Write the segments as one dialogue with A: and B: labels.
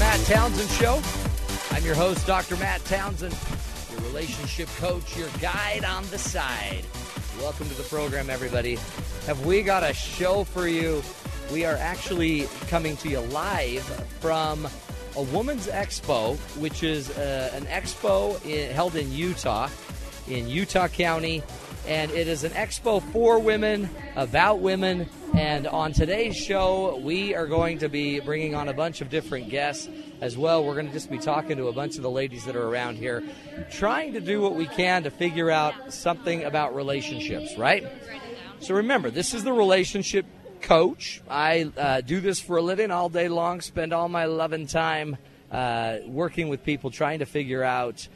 A: Townsend Show. I'm your host, Dr. Matt Townsend, your relationship coach, your guide on the side. Welcome to the program, everybody. Have we got a show for you? We are actually coming to you live from a woman's expo, which is uh, an expo i- held in Utah, in Utah County. And it is an expo for women, about women. And on today's show, we are going to be bringing on a bunch of different guests as well. We're going to just be talking to a bunch of the ladies that are around here, trying to do what we can to figure out something about relationships, right? So remember, this is the relationship coach. I uh, do this for a living all day long, spend all my love and time uh, working with people, trying to figure out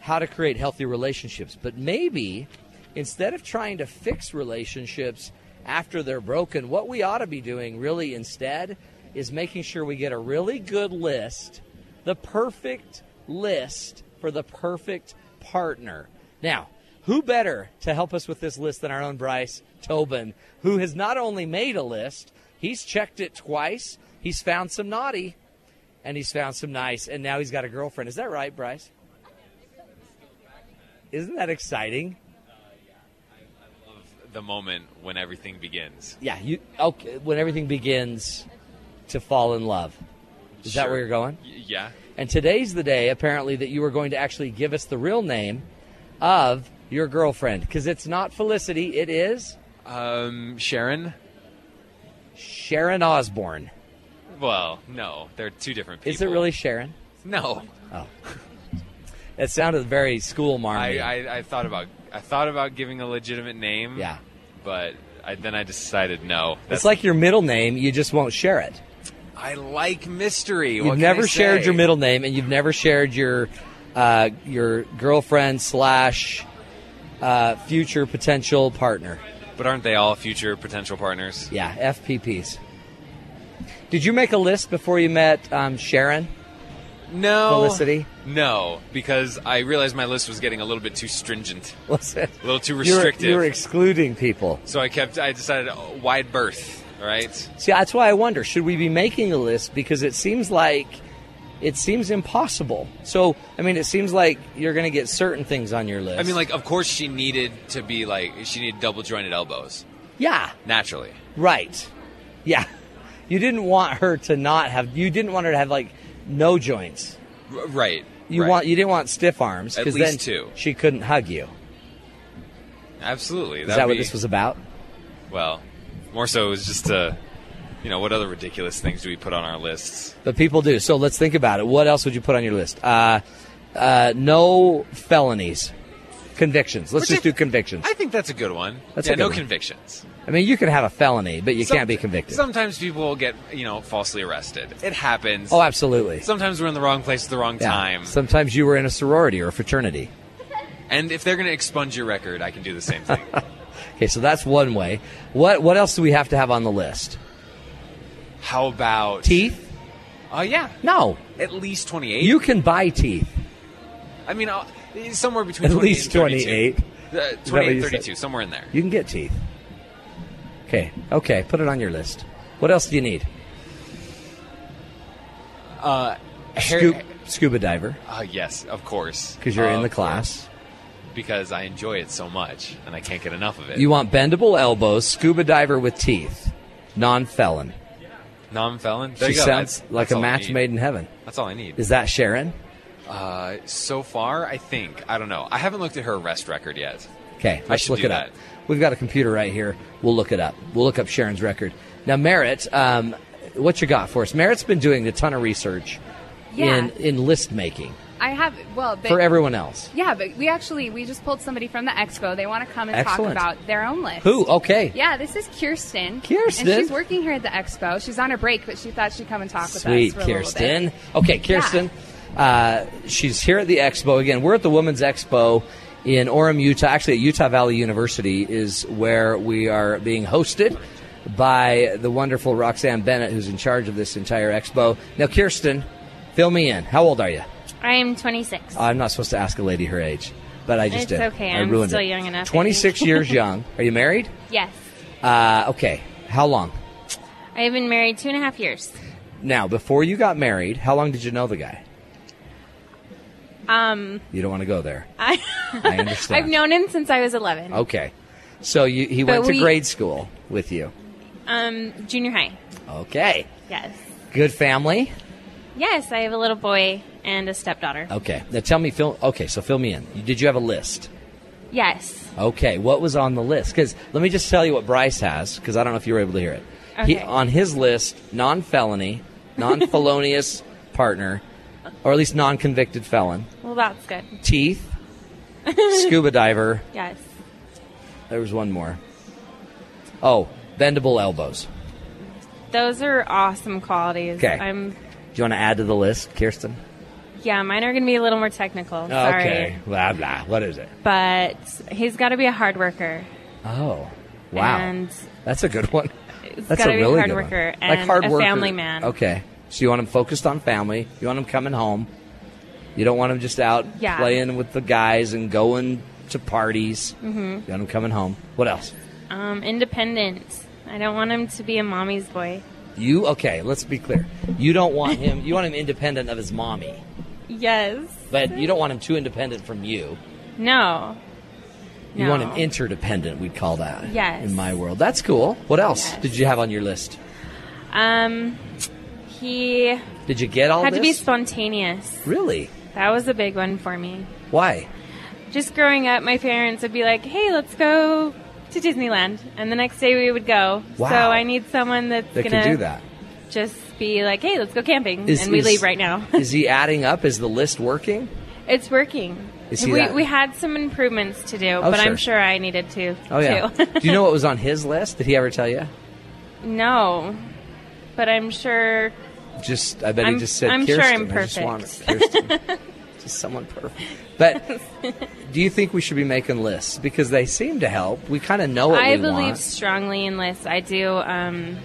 A: how to create healthy relationships. But maybe instead of trying to fix relationships after they're broken, what we ought to be doing really instead is making sure we get a really good list, the perfect list for the perfect partner. Now, who better to help us with this list than our own Bryce Tobin, who has not only made a list, he's checked it twice, he's found some naughty, and he's found some nice, and now he's got a girlfriend. Is that right, Bryce? Isn't that exciting?
B: the moment when everything begins.
A: Yeah, you okay, when everything begins to fall in love. Is that
B: Sure.
A: where you're going?
B: Y- yeah.
A: And today's the day, apparently, that you are going to actually give us the real name of your girlfriend. Because it's not Felicity, it is
B: Um, Sharon?
A: Sharon Osborne.
B: Well, no, they're two different people.
A: Is it really Sharon?
B: No.
A: It sounded very school
B: I,
A: marmy.
B: I, I thought about I thought about giving a legitimate name.
A: yeah.
B: But I, then I decided no.
A: It's like your middle name, you just won't share it.
B: I like mystery.
A: You've never shared your middle name, and you've never shared your uh, your girlfriend slash uh, future potential partner.
B: But aren't they all future potential partners?
A: Yeah, FPPs. Did you make a list before you met um, Sharon?
B: No.
A: Felicity?
B: No, because I realized my list was getting a little bit too stringent,
A: Was it?
B: a little too
A: You were,
B: restrictive.
A: you were excluding people.
B: so I kept. I decided oh, wide berth. all Right.
A: See, that's why I wonder: should we be making a list? Because it seems like it seems impossible. So, I mean, it seems like you're going to get certain things on your list.
B: I mean, like, of course she needed to be like she needed double jointed elbows
A: yeah,
B: naturally.
A: right, yeah. You didn't want her to not have. You didn't want her to have like no joints.
B: R- right.
A: You
B: right.
A: want you didn't want stiff arms
B: At
A: because
B: least
A: then
B: two.
A: she couldn't hug you.
B: absolutely.
A: Is that what this was about?
B: Well, more so it was just uh you know, what other ridiculous things do we put on our lists?
A: But people do. So let's think about it. What else would you put on your list? Uh, uh, no felonies, convictions. Let's
B: Which
A: just
B: I-
A: do convictions.
B: I think that's a good one.
A: That's
B: yeah,
A: a good
B: no
A: one.
B: convictions.
A: I mean, you can have a felony, but you
B: Some-
A: can't be convicted.
B: Sometimes people get you know falsely arrested. It happens.
A: oh, absolutely.
B: Sometimes we're in the wrong place at the wrong
A: Yeah.
B: time.
A: Sometimes you were in a sorority or a fraternity.
B: and if they're going to expunge your record, I can do the same thing.
A: Okay, so that's one way. What what else do we have to have on the list?
B: How about
A: Teeth?
B: Oh yeah,
A: No.
B: at least twenty-eight.
A: You can buy teeth.
B: I mean, I'll- somewhere between
A: At
B: 28
A: least
B: and 32.
A: 28.
B: Uh,
A: what
B: 28
A: you
B: 32,
A: said?
B: somewhere in there.
A: You can get teeth. Okay. Okay, put it on your list. What else do you need?
B: Hair-
A: Uh, Scoop, scuba diver
B: Uh, yes, of course.
A: because you're in
B: Of
A: the class.
B: course, Because I enjoy it so much and I can't get enough of it.
A: You want bendable elbows, scuba diver with teeth, non-felon.
B: non felon?
A: she sounds like a match made in heaven.
B: That's all I need.
A: Is that Sharon?
B: Uh, so far, I think. I don't know. I haven't looked at her arrest record yet.
A: Okay,
B: I
A: let's
B: should
A: look
B: do
A: it up.
B: that.
A: We've got a computer right here. We'll look it up. We'll look up Sharon's record. Now, Merritt, um, what you got for us? Merritt's been doing a ton of research
C: Yeah.
A: in, in list making
C: I have well, but
A: for everyone else.
C: yeah, but we actually we just pulled somebody from the expo. They want to come and
A: Excellent.
C: talk about their own list.
A: Who? Okay.
C: Yeah, this is Kirsten.
A: Kirsten?
C: and she's working here at the expo. She's on a break, but she thought she'd come and talk
A: Sweet,
C: with us. for a little bit.
A: Kirsten. Okay, Kirsten. Uh, she's here at the expo again. We're at the Women's Expo in Orem, Utah. Actually, at Utah Valley University is where we are being hosted by the wonderful Roxanne Bennett, who's in charge of this entire expo. Now, Kirsten, fill me in. How old are you? Oh,
D: I am 26.
A: I'm not supposed to ask a lady her age, but I just
D: It's
A: did.
D: okay.
A: I
D: I'm
A: ruined
D: still
A: it.
D: young enough, I
A: 26
D: think.
A: years young. Are you married?
D: yes.
A: Uh, okay. How long?
D: I have been married two and a half years.
A: Now, before you got married, how long did you know the guy? Um, you don't want to go there.
D: I,
A: I understand. Oh.
D: I've known him since I was 11.
A: Okay. So you, he
D: But
A: went to
D: we-
A: grade school with you.
D: Um, junior high.
A: Okay.
D: Yes.
A: Good family.
D: Yes, I have a little boy and a stepdaughter.
A: Okay. Now tell me, fill. Okay, so fill me in. Did you have a list?
D: Yes.
A: Okay, what was on the list? Because let me just tell you what Bryce has, because I don't know if you were able to hear it. He,
D: Okay.
A: on his list, non felony, non felonious partner, or at least non convicted felon,
D: Well, that's good.
A: teeth, scuba diver.
D: Yes.
A: There was one more. Oh, bendable elbows.
D: Those are awesome qualities.
A: Okay.
D: I'm,
A: Do you want to add to the list, Kirsten?
D: yeah, mine are going to be a little more technical. Sorry.
A: Okay, blah, blah. What is it?
D: But he's got to be a hard worker.
A: Oh, wow.
D: And-
A: That's a good one.
D: It's
A: That's
D: gotta
A: a
D: be a
A: really
D: hard
A: good one.
D: worker
A: like
D: and
A: hard
D: a
A: worker.
D: family man.
A: Okay, so you want him focused on family. You want him coming home. You don't want him just out
D: Yeah.
A: playing with the guys and going to parties. Mm-hmm. You want him coming home. What else?
D: Um, independent. I don't want him to be a mommy's boy.
A: You okay? Let's be clear. You don't want him. You want him independent of his mommy,
D: Yes.
A: but you don't want him too independent from you.
D: No.
A: You
D: No.
A: want him interdependent. We'd call that.
D: Yes.
A: In my world, that's cool. What else
D: Yes.
A: did you have on your list?
D: Um, he
A: Did you get all
D: had
A: this?
D: to be spontaneous.
A: really?
D: That was a big one for me.
A: Why?
D: Just growing up, my parents would be like, "Hey, let's go to Disneyland," and the next day we would go.
A: Wow.
D: So I need someone that's
A: They
D: gonna
A: could do that.
D: Just be like, "Hey, let's go camping,"
A: Is-
D: and we
A: is-
D: leave right now.
A: is he adding up? Is the list working?
D: it's working.
A: Is he
D: we,
A: that- Oh,
D: we had some improvements to do, but I'm
A: sure.
D: sure I needed to.
A: Oh yeah.
D: too.
A: Do you know what was on his list? Did he ever tell you?
D: no, but I'm sure
A: Just I bet he
D: I'm-
A: just said
D: I'm sure
A: Kirsten.
D: I'm
A: I just want Kirsten. just someone perfect. But do you think we should be making lists because they seem to help? We kind of know Oh, what
D: I
A: we
D: believe
A: want.
D: strongly in lists. I do. Um,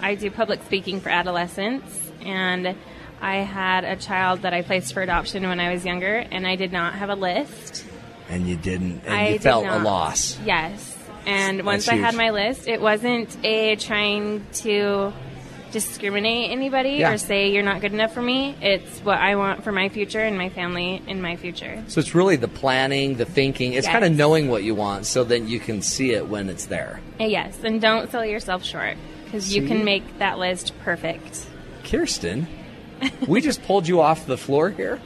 D: I do public speaking for adolescents, and I had a child that I placed for adoption when I was younger, and I did not have a list.
A: And you didn't. And
D: I
A: you
D: did
A: felt a
D: not.
A: loss.
D: Yes, and once I
A: huge.
D: had my list, it wasn't a trying to discriminate anybody
A: Yeah.
D: or say you're not good enough for me. It's what I want for my future and my family in my future.
A: So it's really the planning, the thinking. It's kind of
D: Yes.
A: knowing what you want, so then you can see it when it's there.
D: And yes, and don't sell yourself short because you
A: See?
D: can make that list perfect.
A: Kirsten, we just pulled you off the floor here.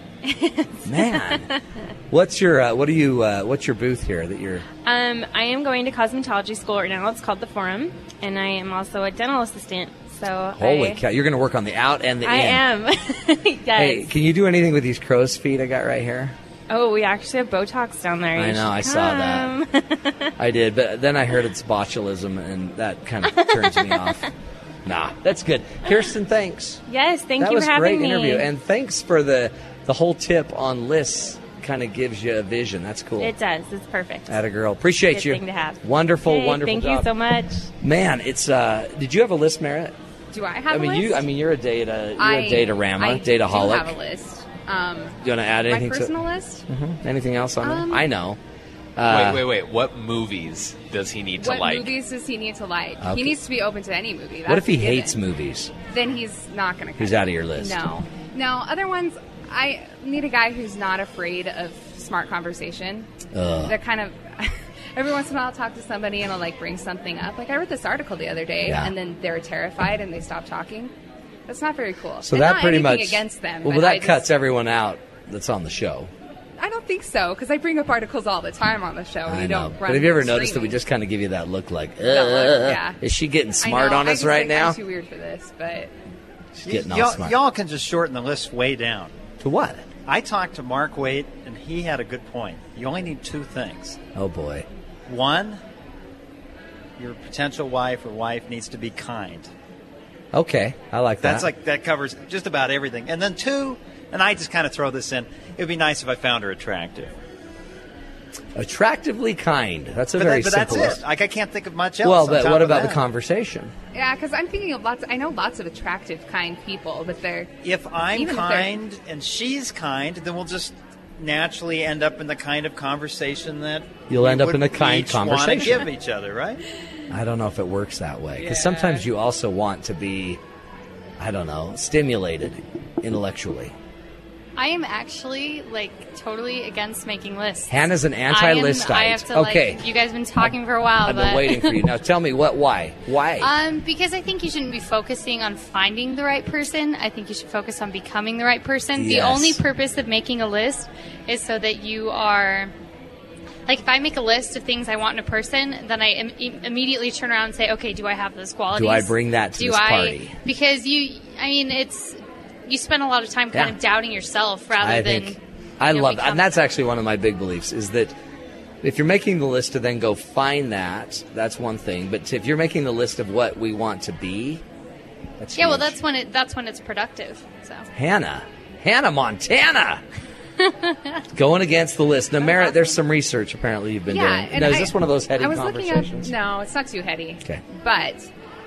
A: Man, what's your uh, what do you uh, what's your booth here that you're?
D: Um, I am going to cosmetology school right now. It's called the Forum, and I am also a dental assistant. So
A: Holy
D: I,
A: cow! You're going to work on the out and the
D: I
A: in.
D: am. yes.
A: Hey, can you do anything with these crow's feet I got right here?
D: oh, we actually have Botox down there.
A: I
D: You
A: know, I
D: should
A: saw that.
D: come.
A: I did, but then I heard it's botulism, and that kind of turns me off. Nah, that's good. Kirsten, thanks.
D: yes, thank
A: that
D: you
A: was
D: for having
A: great
D: me.
A: interview, and thanks for the the whole tip on lists. Kind of gives you a vision. That's cool.
D: it does. It's perfect.
A: At a girl, appreciate
D: Good
A: you.
D: thing to have.
A: Wonderful,
D: Hey,
A: wonderful.
D: Thank
A: job.
D: you so much.
A: Man, it's uh did you have a list, Merritt?
C: Do I have
A: I mean
C: a list?
A: you I mean you're a data you're
C: I-
A: a data rama,
C: I
A: data
C: do have a
A: holic.
C: list. Um,
A: You wanna add
C: my
A: anything
C: personal
A: to Mm-hmm.
C: list?
A: anything else on
C: Um,
A: there? I know. Uh,
B: wait, wait, wait. What movies does he need to
C: What
B: like?
C: movies does he need to like?
A: Okay.
C: He needs to be open to any movie.
A: What if
C: That's
A: he
C: a given.
A: hates movies?
C: Then he's not going to.
A: He's out of your list.
C: No, no. Other ones, I need a guy who's not afraid of smart conversation.
A: Ugh.
C: That kind of. Every once in a while, I'll talk to somebody and I'll like bring something up. Like I read this article the other day,
A: Yeah.
C: and then they're terrified and they stop talking. That's not very cool.
A: So
C: And
A: that
C: not
A: pretty
C: anything
A: much
C: against them.
A: Well,
C: but
A: that
C: I just-
A: cuts everyone out that's on the show.
C: I don't think so because I bring up articles all the time on the show. and
A: I
C: you
A: know.
C: Don't run
A: uh, But have you ever
C: screaming.
A: noticed that we just kind of give you that look like,
C: That look,
A: "Ugh,
C: uh, yeah.
A: is she getting
C: I
A: smart
C: know,
A: on
C: I
A: us
C: just
A: right
C: think
A: now?
C: I'm too weird for this, but
A: She's getting all
E: y'all,
A: smart.
E: y'all can just shorten the list way down.
A: To what?
E: I talked to Mark Waite, and he had a good point. You only need two things.
A: Oh boy.
E: One, your potential wife or wife needs to be kind.
A: Okay. I like that.
E: That's like that covers just about everything. And then two, and I just kind of throw this in. It would be nice if I found her attractive.
A: attractively kind. That's a
E: But,
A: very
E: that, but that's
A: simple
E: it.
A: list.
E: Like I can't think of much else.
A: Well,
E: on
A: but
E: top
A: what
E: of
A: about the
E: that.
A: conversation?
C: yeah, because I'm thinking of lots. I know lots of attractive, kind people, but they're
E: If I'm
C: Even if they're-
E: kind and she's kind, then we'll just naturally end up in the kind of conversation that
A: You'll
E: we
A: end up
E: would
A: in a kind
E: each wanna
A: conversation.
E: give each other, right?
A: I don't know if it works that way because sometimes you also want to be, I don't know, stimulated intellectually.
F: I am actually like totally against making lists.
A: Hannah's an anti-listite.
F: I am- I have to, like-
A: Okay.
F: you guys have been talking for a while,
A: I've
F: but
A: been waiting for you. Now tell me what? Why? Why?
F: Um, because I think you shouldn't be focusing on finding the right person. I think you should focus on becoming the right person. The
A: Yes.
F: only purpose of making a list is so that you are. Like, if I make a list of things I want in a person, then I im- im- immediately turn around and say, okay, do I have those qualities?
A: Do I bring that to
F: do
A: this
F: I,
A: party?
F: Because you, I mean, it's. You spend a lot of time kind
A: Yeah.
F: of doubting yourself rather
A: I
F: than.
A: think I
F: you know,
A: love, and
F: become-
A: that's actually one of my big beliefs is that if you're making the list to then go find that, that's one thing. But if you're making the list of what we want to be, that's
F: Yeah, well,
A: huge.
F: that's when it. That's when it's productive. So.
A: Hannah, Hannah Montana. Going against the list. Now, Merritt, there's some research apparently you've been
G: yeah,
A: doing.
G: and
A: now, is
G: I-
A: this one of those heady
G: I was Looking
A: conversations?
G: up, no, it's not too heady.
A: Okay.
G: But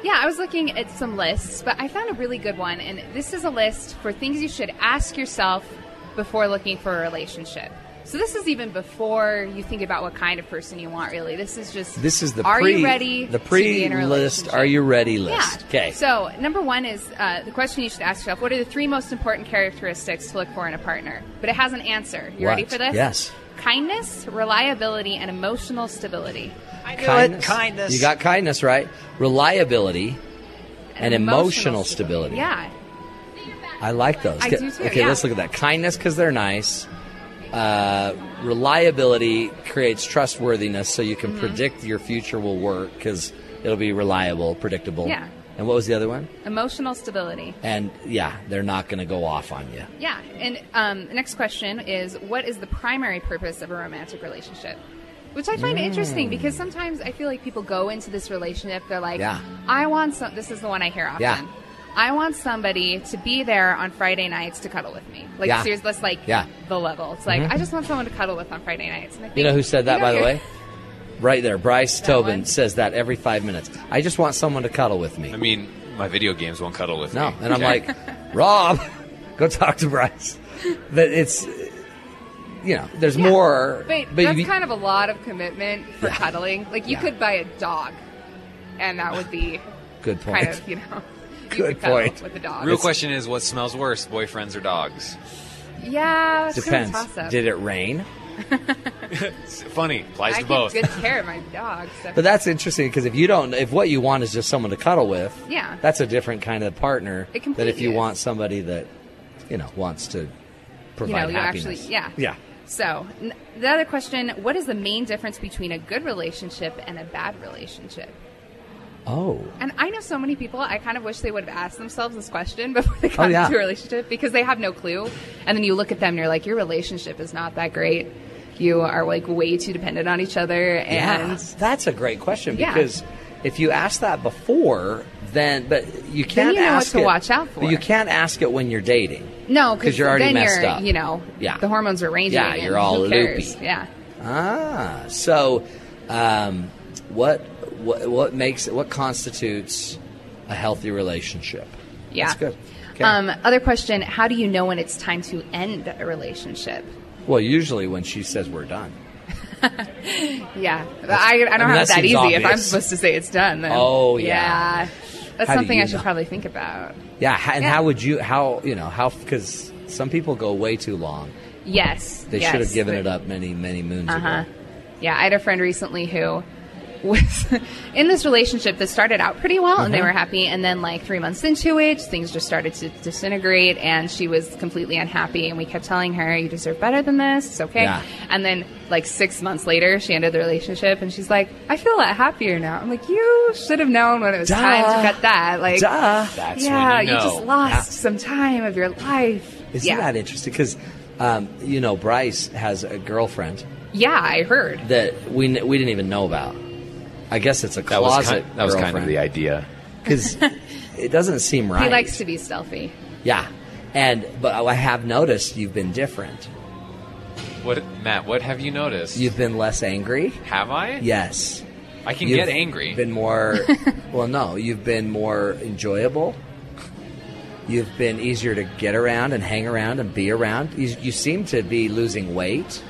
G: yeah, I was looking at some lists, but I found a really good one, and this is a list for things you should ask yourself before looking for a relationship. So this is even before you think about what kind of person you want. Really, this is just
A: This is the
G: are
A: pre
G: you ready?
A: the
G: to be
A: pre
G: in a
A: list.
G: relationship?
A: Are you ready list?
G: Yeah.
A: Okay.
G: So number one is uh, the question you should ask yourself: What are the three most important characteristics to look for in a partner? But it has an answer. You ready
A: What?
G: for this?
A: Yes.
G: Kindness, reliability, and emotional stability.
H: I knew
A: kindness.
H: it. Kindness.
A: You got kindness right. Reliability and, emotional stability.
G: Yeah.
A: I like those.
G: I
A: Okay,
G: do too,
A: Okay,
G: yeah.
A: let's look at that. Kindness because they're nice. Uh, reliability creates trustworthiness, so you can
G: Mm-hmm.
A: predict your future will work because it'll be reliable, predictable.
G: Yeah.
A: And what was the other one?
G: Emotional stability.
A: And yeah, they're not going to go off on you.
G: Yeah. And um, the next question is what is the primary purpose of a romantic relationship? Which I find
A: Mm.
G: interesting because sometimes I feel like people go into this relationship, they're like,
A: Yeah.
G: I want some, this is the one I hear often.
A: Yeah.
G: I want somebody to be there on Friday nights to cuddle with me. Like,
A: Yeah.
G: seriously, that's like
A: Yeah. Mm-hmm.
G: the level. It's like, I just want someone to cuddle with on Friday nights. And I think,
A: You know who said that,
G: you know,
A: by the
G: you're-
A: way? Right there, Bryce Tobin
G: one?
A: says that every five minutes. I just want someone to cuddle with me.
B: I mean, my video games won't cuddle with
A: No,
B: me.
A: and I'm
B: Okay.
A: like, Rob, go talk to Bryce. That it's, you know, there's
G: Yeah.
A: more.
I: But, that's
A: you-
I: kind of a lot of commitment for cuddling. Like you
A: Yeah.
I: could buy a dog, and that would be
A: good point.
I: kind of you know. you
A: Good
I: could cuddle
A: point.
I: With the dog.
B: Real question is, what smells worse, boyfriends or dogs?
I: Yeah, it's
A: Depends.
I: Kind of a toss-up.
A: Did it rain?
B: It's funny, applies
I: I
B: to
I: give
B: both.
I: good care of my dog. So.
A: But that's interesting because if you don't, if what you want is just someone to cuddle with,
I: Yeah.
A: that's a different kind of partner.
I: It
A: than if
I: completely
A: you
I: is.
A: want somebody that, you know, wants to
G: you
A: provide
G: know, you actually,
A: happiness.
G: yeah.
A: Yeah.
G: So, n- the other question what is the main difference between a good relationship and a bad relationship?
A: Oh.
G: And I know so many people, I kind of wish they would have asked themselves this question before they got
A: Oh, yeah.
G: into a relationship because they have no clue. And then you look at them and you're like, your relationship is not that great. You are like way too dependent on each other.
A: Yeah,
G: And
A: that's a great question
G: Yeah.
A: because if you ask that before, then but you can't
G: you know what
A: ask
G: to
A: it-
G: watch out
A: But you
G: for.
A: can't ask it when you're dating.
G: no,
A: 'Cause you're already
G: then
A: messed
G: you're,
A: up.
G: you know,
A: Yeah.
G: the hormones are ranging.
A: Yeah,
G: and
A: you're all
G: who cares?
A: loopy.
G: Yeah.
A: Ah, so um, what what what makes what constitutes a healthy relationship?
G: Yeah.
A: that's good. Okay.
G: Um, other question How do you know when it's time to end a relationship?
A: well, usually when she says we're done.
G: Yeah, I, I don't
A: mean,
G: have it
A: that
G: that
A: seems
G: easy. If I'm
A: obvious.
G: supposed to say it's done, then
A: Oh, yeah.
G: that's
A: How do
G: something
A: you
G: I should
A: know?
G: probably think about.
A: Yeah, ha- and
G: Yeah.
A: how would you how you know how because some people go way too long.
G: Yes,
A: They
G: yes.
A: should have given it up many many moons
G: Uh-huh.
A: ago.
G: Yeah, I had a friend recently who was in this relationship that started out pretty well
A: Uh-huh.
G: and they were happy, and then like three months into it, things just started to disintegrate, and she was completely unhappy. And we kept telling her, "You deserve better than this. It's okay."
A: Yeah.
G: And then like six months later, she ended the relationship, and she's like, "I feel a lot happier now." I'm like, "You should have known when it was
A: Duh.
G: time to cut that." Like,
A: Duh.
B: That's
G: yeah,
B: when you know.
G: just lost some time of your life.
A: Isn't
G: yeah.
A: that interesting? Because um, you know Bryce has a girlfriend
G: yeah, I heard.
A: that we kn- we didn't even know about. I guess it's a
B: that was
A: closet.
B: kind, that was kind of the idea.
A: because it doesn't seem right.
G: He likes to be stealthy.
A: Yeah, and but I have noticed you've been different.
B: What, Matt? What have you noticed?
A: You've been less angry.
B: have I?
A: Yes,
B: I can
A: You've
B: get angry.
A: Been more. well, no, you've been more enjoyable. You've been easier to get around and hang around and be around. You, you seem to be losing weight.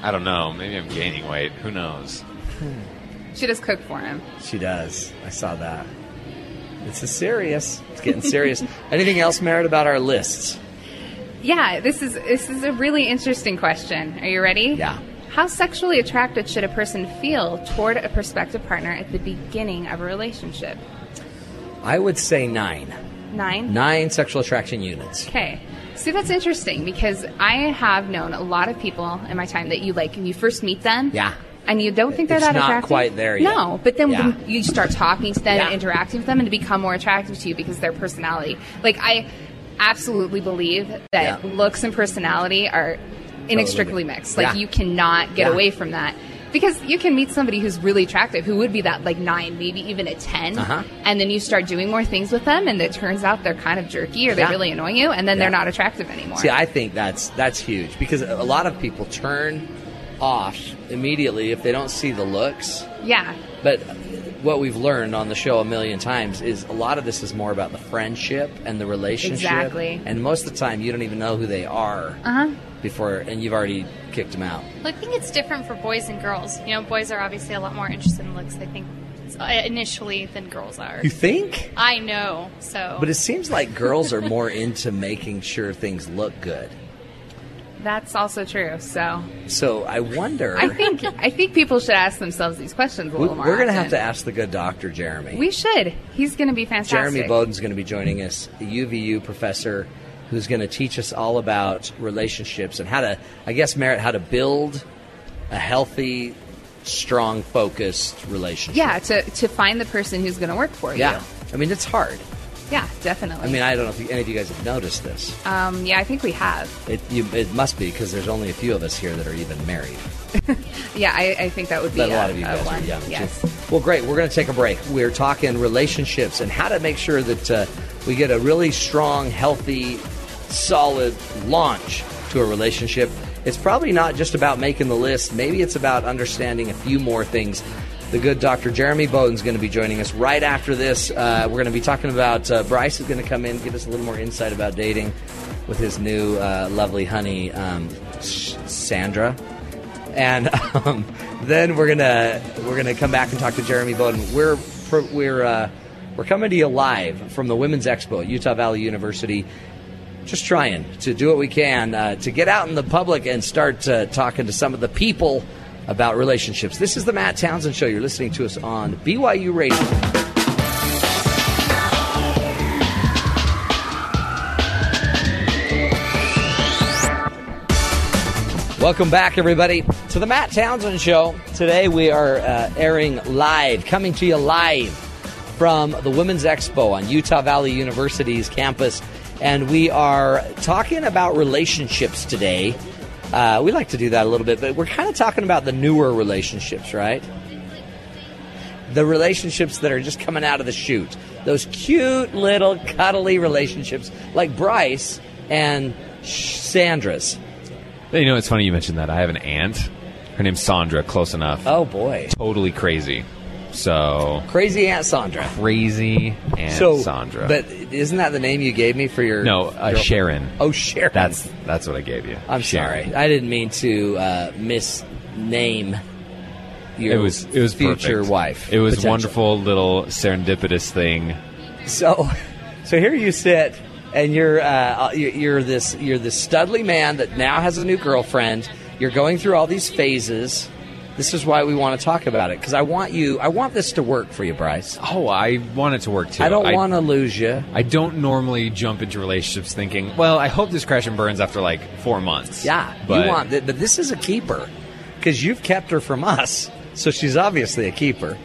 B: I don't know. Maybe I'm gaining weight. Who knows?
G: She does cook for him.
A: She does. I saw that. It's a serious. It's getting serious. Anything else, Merritt, about our lists?
G: Yeah, this is this is a really interesting question. Are you ready?
A: Yeah.
G: How sexually attracted should a person feel toward a prospective partner at the beginning of a relationship?
A: I would say nine.
G: Nine.
A: Nine sexual attraction units.
G: Okay. See, that's interesting because I have known a lot of people in my time that you like, you first meet them.
A: Yeah.
G: And you don't think they're
A: It's
G: that
A: not
G: attractive.
A: quite there yet.
G: No, but then
A: Yeah.
G: when you start talking to them and
A: Yeah.
G: interacting with them and to become more attractive to you because of their personality. Like, I absolutely believe that
A: Yeah.
G: looks and personality are inextricably mixed. Like,
A: Yeah.
G: you cannot get
A: Yeah.
G: away from that. Because you can meet somebody who's really attractive, who would be that like nine, maybe even a 10
A: Uh-huh.
G: and then you start doing more things with them, and it turns out they're kind of jerky or they
A: Yeah.
G: really annoy you, and then
A: Yeah.
G: they're not attractive anymore.
A: See, I think that's that's huge because a lot of people turn off immediately if they don't see the looks.
G: yeah,
A: But what we've learned on the show a million times is a lot of this is more about the friendship and the relationship.
G: Exactly.
A: And most of the time, you don't even know who they are
G: Uh-huh.
A: before, and you've already kicked them out.
F: Well, I think it's different for boys and girls. You know, boys are obviously a lot more interested in looks, I think, uh, initially than girls are.
A: You think?
F: I know, so.
A: But it seems like girls are more into making sure things look good.
G: that's also true. So
A: So I wonder.
G: I think I think people should ask themselves these questions a
A: we,
G: little more.
A: are going to have
G: often.
A: to ask the good doctor, Jeremy.
G: We should. He's going to be fantastic.
A: Jeremy Bowden's going to be joining us, the UVU professor, who's going to teach us all about relationships and how to, I guess, Merritt, how to build a healthy, strong, focused relationship.
G: Yeah, to to find the person who's going to work for
A: Yeah. I mean, it's hard.
G: you. Yeah, definitely.
A: I mean, I don't know if you- any of you guys have noticed this.
G: um, yeah, I think we have.
A: It, you, it must be because there's only a few of us here that are even married.
G: Yeah, I, I think that would be
A: But
G: a,
A: a lot of you
G: a
A: guys
G: one.
A: are young. too.
G: yes.
A: Well, great. We're going to take a break. We're talking relationships and how to make sure that uh, we get a really strong, healthy, solid launch to a relationship. It's probably not just about making the list. Maybe it's about understanding a few more things. The good Dr. Jeremy Bowden's going to be joining us right after this. Uh, we're going to be talking about uh, Bryce is going to come in, give us a little more insight about dating with his new uh, lovely honey, um, S- Sandra and um, then we're gonna we're gonna come back and talk to Jeremy Bowden. We're pro- we're uh, we're coming to you live from the Women's Expo at Utah Valley University. Just trying to do what we can uh, to get out in the public and start uh, talking to some of the people about relationships. This is the Matt Townsend Show. You're listening to us on BYU Radio. Welcome back, everybody, to the Matt Townsend Show. Today we are uh, airing live, coming to you live from the Women's Expo on Utah Valley University's campus. And we are talking about relationships today. Uh, we like to do that a little bit, but we're kind of talking about the newer relationships, right? the relationships that are just coming out of the chute. Those cute little cuddly relationships like Bryce and Sandra's.
B: You know, it's funny you mentioned that. I have an aunt. Her name's Sandra. Close enough.
A: Oh boy.
B: Totally crazy. So
A: Crazy Aunt Sandra.
B: crazy and
A: so
B: Sandra.
A: But isn't that the name you gave me for your
B: no, uh,
A: girl-
B: Sharon.
A: Oh Sharon.
B: That's that's what I gave you.
A: I'm
B: Sharon.
A: sorry. I didn't mean to uh, misname your
B: It was it was
A: future
B: perfect.
A: wife.
B: It was
A: potential.
B: wonderful little serendipitous thing.
A: So, so here you sit, and you're uh, you're you're this you're this studly man that now has a new girlfriend. You're going through all these phases. This is why we want to talk about it because I want you. I want this to work for you, Bryce.
B: Oh, I want it to work too.
A: I don't want to lose you.
B: I don't normally jump into relationships thinking, well, I hope this crash and burns after like four months.
A: Yeah,
B: but
A: you want. Th- but this is a keeper because you've kept her from us, so she's obviously a keeper.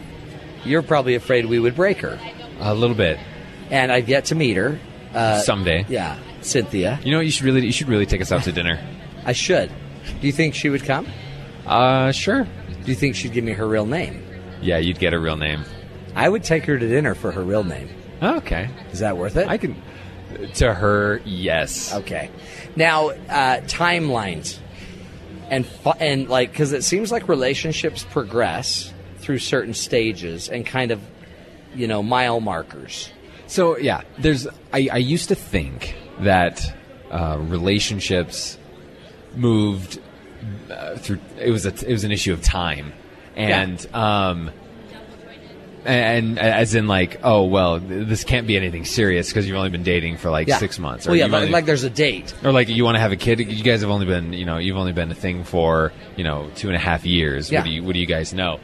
A: You're probably afraid we would break her,
B: a little bit
A: and I've yet to meet her. Uh,
B: someday.
A: yeah, Cynthia.
B: You know, what you should really you should really take us out to dinner.
A: I should. Do you think she would come?
B: Uh, sure.
A: Do you think she'd give me her real name?
B: Yeah, you'd get a real name.
A: I would take her to dinner for her real name.
B: Okay,
A: Is that worth it?
B: I can. To her, yes.
A: okay. Now, uh, timelines and fu- and like because it seems like relationships progress through certain stages and kind of you know mile markers.
B: So yeah, there's. I, I used to think that uh, relationships moved uh, through. It was a, it was an issue of time, and um, and, and as in like, oh well, th- this can't be anything serious because you've only been dating for like
A: Yeah.
B: six months.
A: Well, yeah,
B: you've
A: like,
B: only-
A: like there's a date.
B: or like you want to have a kid. You guys have only been, you know, you've only been a thing for you know two and a half years.
A: Yeah.
B: What do you What do you guys know?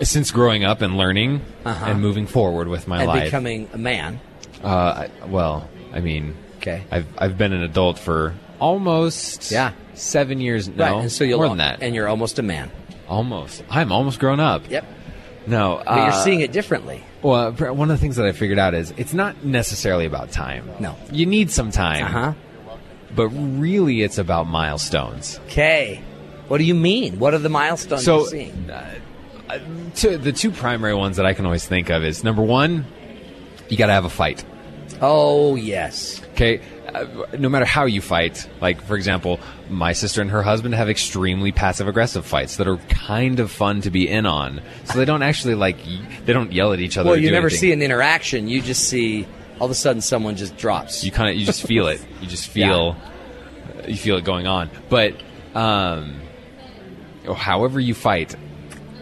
B: Since growing up and learning
A: Uh-huh.
B: and moving forward with my
A: and
B: life,
A: becoming a man.
B: uh, I- well, I mean,
A: Okay.
B: I've I've been an adult for almost
A: Yeah.
B: seven years. No,
A: right. And so you'll
B: more than that.
A: And you're almost a man.
B: almost, I'm almost grown up.
A: Yep.
B: No,
A: But
B: uh,
A: you're seeing it differently.
B: Well, pr- one of the things that I figured out is it's not necessarily about time.
A: No.
B: you need some time.
A: Uh huh.
B: But really, it's about milestones.
A: Okay. What do you mean? What are the milestones
B: So, uh,
A: you're seeing?
B: Two, the two primary ones that I can always think of is number one, you got to have a fight.
A: Oh yes.
B: Okay, uh, no matter how you fight, like for example, my sister and her husband have extremely passive aggressive fights that are kind of fun to be in on. So they don't actually like y- they don't yell at each other.
A: Well,
B: or
A: you
B: do
A: never
B: anything.
A: see an interaction. You just see all of a sudden someone just drops.
B: You kind of you just feel it. You just feel you feel it going on. But um, or however you fight,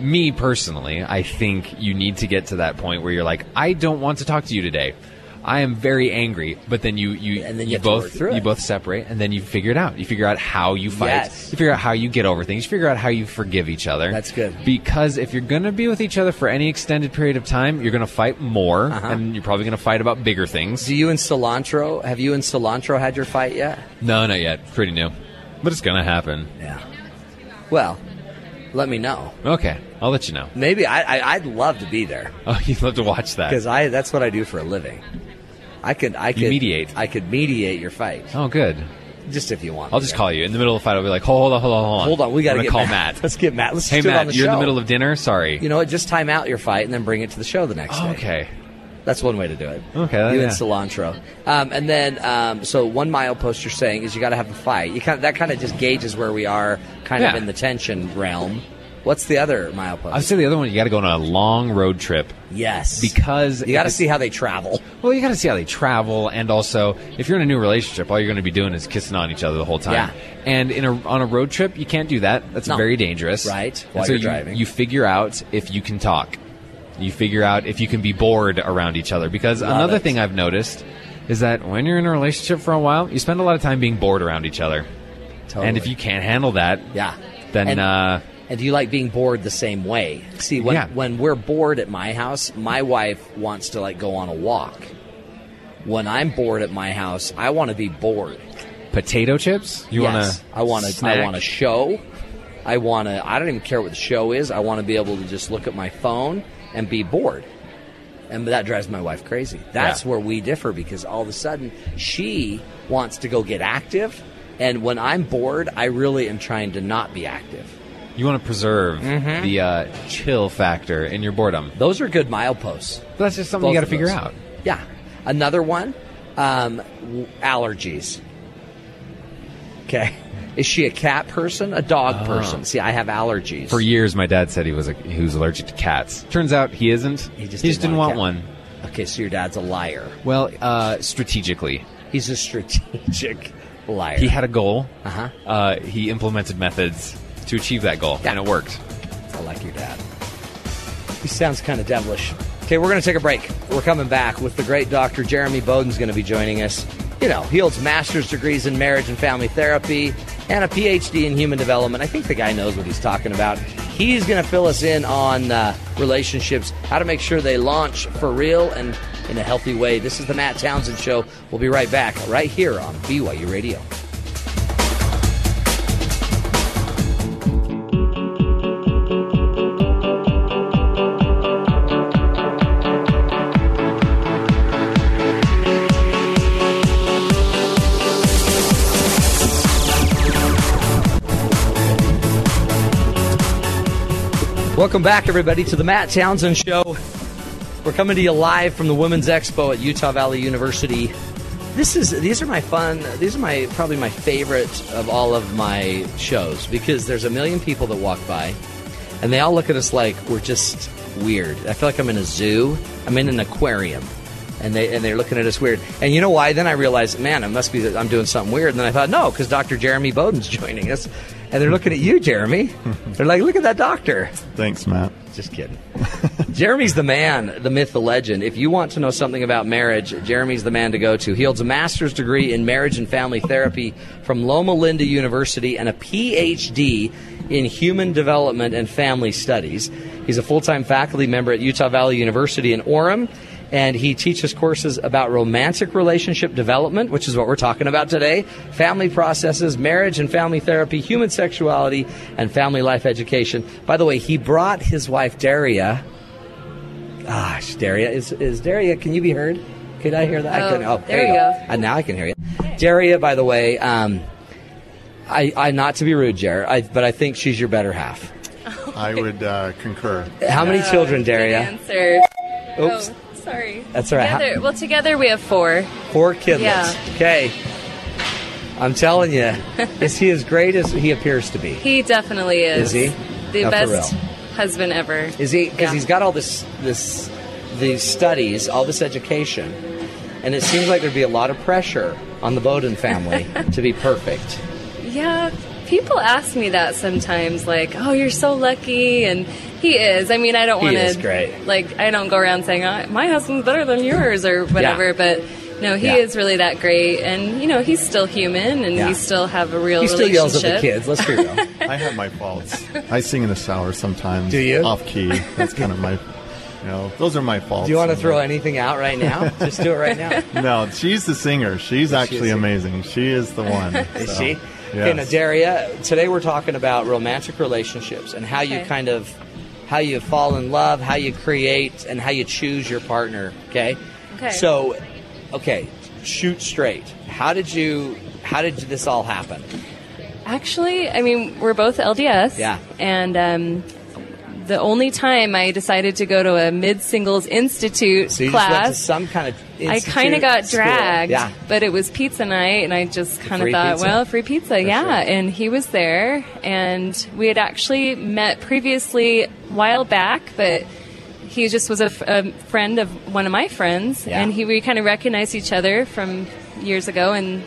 B: me personally, I think you need to get to that point where you're like, I don't want to talk to you today. I am very angry, but then you you
A: And then you
B: you,
A: have to work
B: both
A: through
B: you
A: it.
B: both separate, and then you figure it out. You figure out how you fight.
A: Yes.
B: You figure out how you get over things. You figure out how you forgive each other.
A: That's good.
B: Because if you're going to be with each other for any extended period of time, you're going to fight more,
A: Uh-huh.
B: and you're probably going to fight about bigger things.
A: do you and cilantro? Have you and cilantro had your fight yet?
B: No, not yet. Pretty new. But it's gonna happen.
A: Yeah. Well, let me know.
B: Okay, I'll let you know.
A: Maybe I, I I'd love to be there
B: Oh, you'd love to watch that.
A: because I that's what I do for a living. I could I could
B: mediate.
A: I could mediate your fight
B: Oh, good.
A: just if you want.
B: I'll just call you in the middle of the fight. I'll be like, hold on, hold on, hold on.
A: Hold on, we
B: got to
A: get
B: call Matt.
A: Let's get Matt. Let's
B: Hey,
A: do it on
B: Matt,
A: the
B: you're
A: show.
B: in the middle of dinner. Sorry.
A: You know what? Just time out your fight and then bring it to the show the next
B: oh,
A: day.
B: okay.
A: That's one way to do it.
B: Okay,
A: You
B: yeah.
A: and cilantro, um, and then um, so one milepost you're saying is you got to have a fight. You kind of, that kind of just gauges where we are, kind of
B: Yeah.
A: in the tension realm. What's the other milepost?
B: I would say the other one. You got to go on a long road trip
A: yes,
B: because
A: you got to
B: if-
A: see how they travel.
B: Well, you got to see how they travel, and also if you're in a new relationship, all you're going to be doing is kissing on each other the whole time.
A: Yeah.
B: And in a, on a road trip, you can't do that. That's
A: No.
B: very dangerous.
A: Right,
B: And
A: while
B: so
A: you're
B: you,
A: driving.
B: you figure out if you can talk. You figure out if you can be bored around each other. Because
A: Love
B: another
A: it.
B: thing I've noticed is that when you're in a relationship for a while, you spend a lot of time being bored around each other.
A: Totally.
B: And if you can't handle that,
A: Yeah.
B: then
A: And-
B: uh,
A: And do you like being bored the same way? See, when
B: Yeah.
A: when we're bored at my house, my wife wants to like go on a walk. When I'm bored at my house, I want to be bored.
B: potato chips. You
A: yes,
B: want to?
A: I want to. I want a show. I want to. I don't even care what the show is. I want to be able to just look at my phone and be bored. And that drives my wife crazy. That's
B: Yeah.
A: where we differ because all of a sudden she wants to go get active, and when I'm bored, I really am trying to not be active.
B: You want to preserve the uh, chill factor in your boredom.
A: Mm-hmm. Those are good mileposts.
B: But that's just something you got
A: Both
B: to
A: of
B: figure
A: those.
B: out.
A: Yeah. Another one, um, w- allergies. Okay. Is she a cat person? A dog person? See, I have allergies.
B: Oh. For years, my dad said he was a, he was allergic to cats. Turns out he isn't.
A: He just
B: didn't,
A: didn't want
B: want,
A: a
B: one.
A: Okay, so your dad's a liar.
B: Well, uh, strategically,
A: He's a strategic liar.
B: he had a goal.
A: Uh-huh.
B: Uh, He implemented methods to achieve that goal,
A: Yeah.
B: and it worked.
A: I like your dad. He sounds kind of devilish. Okay, we're going to take a break. We're coming back with the great doctor Jeremy Bowden's going to be joining us. You know, he holds master's degrees in marriage and family therapy and a PhD in human development. I think the guy knows what he's talking about. He's going to fill us in on uh, relationships, how to make sure they launch for real and in a healthy way. This is the Matt Townsend Show. We'll be right back, right here on BYU Radio. Welcome back, everybody, to the Matt Townsend Show. We're coming to you live from the Women's Expo at Utah Valley University. This is these are my fun. These are my probably my favorite of all of my shows because there's a million people that walk by, and they all look at us like we're just weird. I feel like I'm in a zoo. I'm in an aquarium. and they and they're looking at us weird. And you know why? Then I realized, man, it must be that I'm doing something weird. And then I thought, no, because Dr. Jeremy Bowden's joining us, and they're looking at you, Jeremy. they're like, look at that doctor.
E: Thanks, Matt.
A: Just kidding. Jeremy's the man, the myth, the legend. If you want to know something about marriage, Jeremy's the man to go to. He holds a master's degree in marriage and family therapy from Loma Linda University and a PhD in human development and family studies. He's a full time faculty member at Utah Valley University in Orem. And he teaches courses about romantic relationship development, which is what we're talking about today, family processes, marriage and family therapy, human sexuality, and family life education. By the way, he brought his wife Daria. Gosh, Ah, Daria is is Daria? Can you be heard? Could I hear that? I
C: Oh,
A: couldn't-
C: there you go.
A: And now I can hear you, Daria. By the way, um, I, I not to be rude, Jer, I, but I think she's your better half.
J: I would uh, concur.
A: How many children, Daria?
K: Answer.
A: Oops,
K: Oh, sorry.
A: That's all right.
K: Together, well, together we have four.
A: four kidlets.
K: Yeah.
A: Okay, I'm telling you, is he as great as he appears to be?
K: He definitely
A: Is
K: is.
A: he?
K: The
A: Now, for
K: best
A: real.
K: husband ever.
A: Is he? Because
K: Yeah.
A: he's got all this, this, these studies, all this education, and it seems like there'd be a lot of pressure on the Bowden family to be perfect.
K: Yeah, people ask me that sometimes, like, "Oh, you're so lucky," and he is. I mean, I don't
A: He
K: want
A: is
K: to
A: great.
K: Like, I don't go around saying, oh, "My husband's better than yours" or whatever. But no, he
A: Yeah.
K: is really that great, and you know, he's still human, and
A: Yeah.
K: we still have a real
A: He still
K: relationship.
A: yells at the kids. Let's be real.
J: I have my faults. I sing in the shower sometimes.
A: Do you?
J: Off key. That's kind of my, you know, those are my faults.
A: Do you want to throw anything out right now? Just do it right now.
J: No, she's the singer. She's actually
A: singer.
J: amazing. She is the one.
A: Is
J: so,
A: she? Okay,
J: yes.
A: now Daria, today we're talking about romantic relationships and how you
K: Okay.
A: kind of how you fall in love, how you create, and how you choose your partner. Okay.
K: Okay.
A: So, okay, shoot straight. How did you? How did this all happen?
K: Actually, I mean, we're both LDS.
A: Yeah.
K: And um, the only time I decided to go to a mid singles institute
A: So you just went to
K: class,
A: some kind of.
K: I
A: institute,
K: kind of got
A: school.
K: dragged.
A: Yeah.
K: But it was pizza night, and I just kind of
A: free
K: thought,
A: pizza?
K: well, free pizza, yeah.
A: sure.
K: And he was there, and we had actually met previously a while back, but. He just was a, f- a friend of one of my friends,
A: Yeah.
K: and he we kind of recognized each other from years ago, and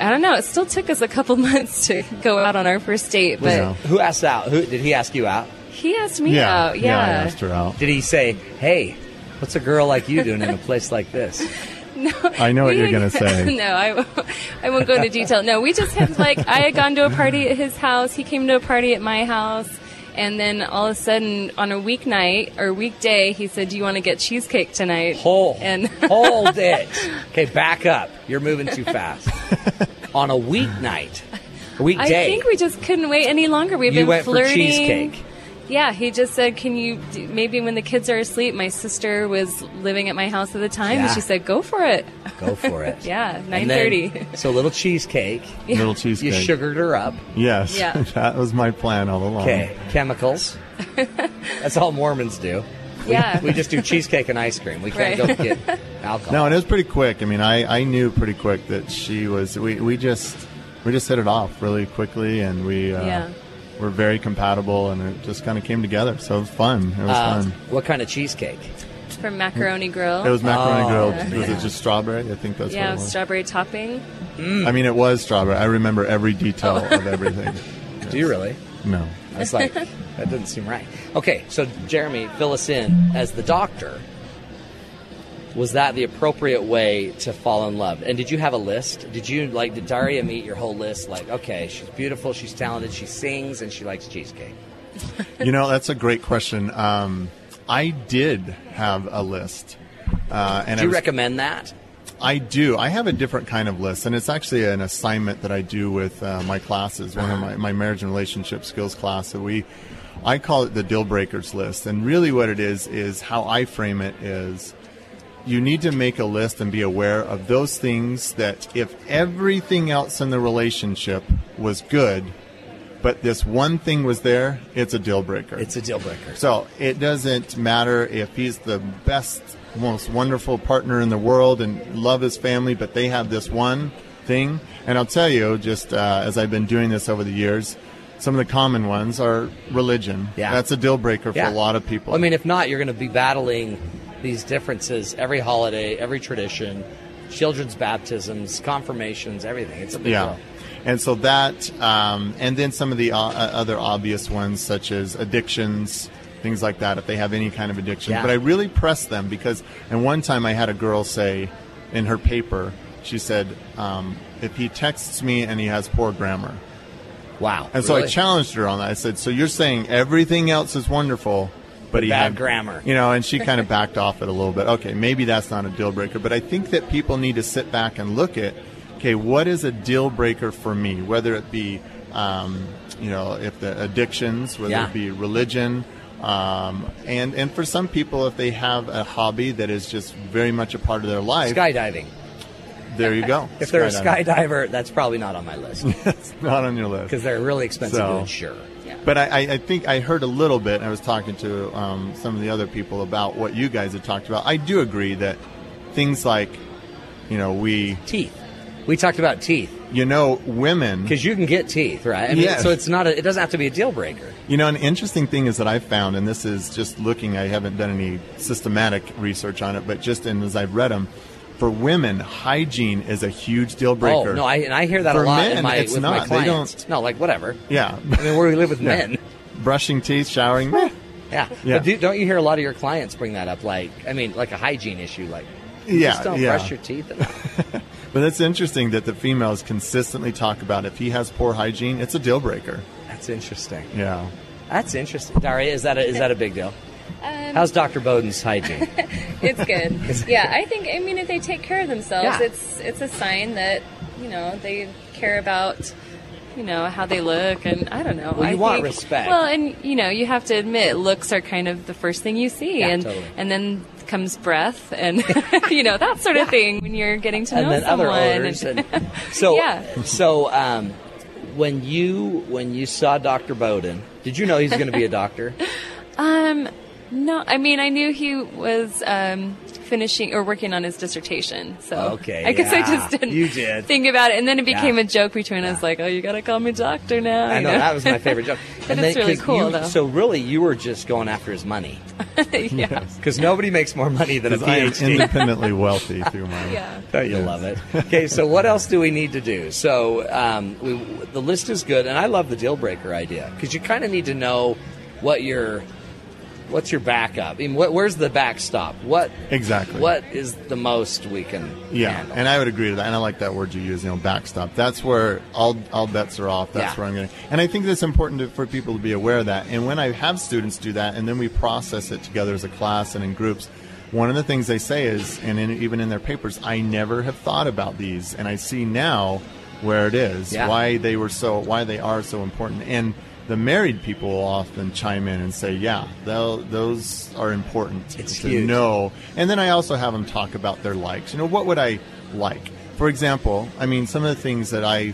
K: I don't know. It still took us a couple months to go out on our first date, but
J: Yeah.
A: Who asked out? Who did he ask you out?
K: he asked me
J: Yeah.
K: out.
J: I
K: Yeah.
J: asked her out.
A: Did he say, "Hey, what's a girl like you doing in a place like this"?
J: I know what
K: We
J: you're going to
K: would-
J: say.
K: no, I, won't- I won't go into detail. No, we just had like I had gone to a party at his house. He came to a party at my house, and then all of a sudden on a weeknight or weekday, he said, "Do you want to get cheesecake tonight?"
A: Hold.
K: and
A: hold it. Okay, back up. You're moving too fast. On a weeknight, a weekday,
K: I think we just couldn't wait any longer. We've
A: you
K: been
A: went
K: flirting.
A: for cheesecake.
K: Yeah, he just said, "Can you d- maybe when the kids are asleep?" My sister was living at my house at the time,
A: Yeah.
K: and she said, "Go for it."
A: Go for it.
K: Yeah,
A: And
K: nine
A: then-
K: thirty.
A: So a little cheesecake.
J: Little
A: You
J: cheesecake.
A: sugared her up.
J: Yes.
K: Yeah.
J: that was my plan all along.
A: Okay, chemicals. That's all Mormons do.
K: Yeah.
A: We just do cheesecake and ice cream. We can't
K: Right.
A: go get alcohol.
J: No, and it was pretty quick. I mean, I, I knew pretty quick that she was. We, we just we just hit it off really quickly, and we uh,
K: Yeah.
J: were very compatible, and it just kind of came together. So it was fun. It was
A: Uh,
J: fun.
A: what kind of cheesecake?
K: From Macaroni Grill.
J: It was macaroni
A: Oh,
J: grilled. Was it just strawberry? I think that's what
K: yeah,
J: it was.
K: strawberry topping.
A: Mm.
J: I mean, it was strawberry. I remember every detail of everything.
A: Do you really?
J: No.
A: I was like, that doesn't seem right. Okay, so Jeremy, fill us in as the doctor. Was that the appropriate way to fall in love? And did you have a list? Did you like did Daria meet your whole list? Like, okay, she's beautiful, she's talented, she sings, and she likes cheesecake.
J: You know, that's a great question. Um, I did have a list. Uh, and
A: Do
J: I
A: you
J: was-
A: recommend that?
J: I do. I have a different kind of list, and it's actually an assignment that I do with uh, my classes, one of my, my marriage and relationship skills class. So we, I call it the deal breakers list, and really what it is is how I frame it is. You need to make a list and be aware of those things that if everything else in the relationship was good, but this one thing was there, it's a deal breaker.
A: It's a deal breaker.
J: So it doesn't matter if he's the best, most wonderful partner in the world and love his family, but they have this one thing. And I'll tell you, just uh, as I've been doing this over the years, some of the common ones are religion.
A: Yeah.
J: That's a deal breaker
A: Yeah.
J: for a lot of people.
A: I mean, if not, you're going to be battling these differences every holiday, every tradition, children's baptisms, confirmations, everything. It's a big
J: yeah.
A: deal.
J: And so that, um, and then some of the uh, uh, other obvious ones, such as addictions, things like that, if they have any kind of addiction.
A: Yeah.
J: But I really pressed them because, and one time I had a girl say in her paper, she said, um, if he texts me and he has poor grammar.
A: Wow.
J: And so I
A: really?
J: challenged her on that. I said, "So you're saying everything else is wonderful, but he
A: bad
J: had
A: grammar.
J: you know?" And she kind of backed off it a little bit. Okay, maybe that's not a deal breaker, but I think that people need to sit back and look at, okay, what is a deal breaker for me? Whether it be, um, you know, if the addictions, whether
A: Yeah.
J: it be religion. Um, and, and for some people, if they have a hobby that is just very much a part of their life,
A: skydiving.
J: there you go.
A: If they're a
J: Skydiving.
A: skydiver, that's probably not on my list
J: It's not on your list.
A: because they're really expensive
J: So-
A: to insure.
J: But I, I, I think I heard a little bit. I was talking to um, some of the other people about what you guys had talked about. I do agree that things like, you know, we,
A: Teeth. We talked about teeth
J: you know, women.
A: because you can get teeth, right? I mean,
J: Yes.
A: so it's not. A, it doesn't have to be a deal breaker.
J: You know, an interesting thing is that I found, and this is just looking. I haven't done any systematic research on it, but just in as I've read them, for women, hygiene is a huge deal breaker.
A: Oh no, I and I hear that
J: For
A: a lot
J: men,
A: in my
J: it's
A: with my
J: not. They
A: clients. No, like whatever.
J: yeah,
A: I mean, where we live with
J: Yeah.
A: men.
J: brushing teeth, showering. meh.
A: Yeah.
J: Yeah.
A: But do, don't you hear a lot of your clients bring that up? Like, I mean, like a hygiene issue. Like, you
J: Yeah,
A: just don't
J: yeah.
A: brush your teeth enough.
J: But it's interesting that the females consistently talk about if he has poor hygiene, it's a deal breaker.
A: That's interesting.
J: Yeah.
A: That's interesting. Daria, is that a, is that a big deal? How's Dr. Bowden's hygiene?
K: Um, It's good. yeah, I think. I mean, if they take care of themselves,
A: Yeah.
K: it's it's a sign that you know they care about you know how they look, and I don't know.
A: Well, you
K: I
A: want
K: think-
A: respect.
K: Well, and you know you have to admit, looks are kind of the first thing you see,
A: Yeah,
K: and
A: totally.
K: and then comes breath, and you know that sort of thing when you're getting to
A: and
K: know
A: then other
K: someone.
A: odors. And so,
K: Yeah.
A: so um, when you when you saw Dr. Bowden, did you know he's going to be a doctor?
K: um, no, I mean I knew he was um, finishing or working on his dissertation, so
A: Okay,
K: I guess I
A: yeah.
K: just didn't
A: You did.
K: think about it, and then it became
A: Yeah.
K: a joke between us, like, oh, you gotta call me doctor now.
A: I
K: you
A: know that was my favorite joke.
K: But it's really
A: 'cause
K: cool,
A: you-
K: though.
A: So really, you were just going after his money
K: yeah.
A: because nobody makes more money than a
J: Because I am
A: PhD.
J: independently wealthy through my.
K: Yeah.
A: Don't you love it? Okay, so what else do we need to do? So um, we, the list is good, and I love the deal breaker idea because you kind of need to know what your what's your backup. I mean, what, where's the backstop? What
J: Exactly.
A: What is the most we can?
J: Yeah,
A: handle?
J: and I would agree to that. And I like that word you use, you know, backstop. That's where all all bets are off. That's
A: Yeah.
J: where I'm going. to And I think that's important to, for people to be aware of that. And when I have students do that, and then we process it together as a class and in groups. One of the things they say is, and in, even in their papers, I never have thought about these, and I see now where it is,
A: Yeah.
J: why they were so, why they are so important. And the married people will often chime in and say, "Yeah, tho- those are important
A: It's
J: to
A: huge.
J: know know. And then I also have them talk about their likes. You know, what would I like? For example, I mean, some of the things that I,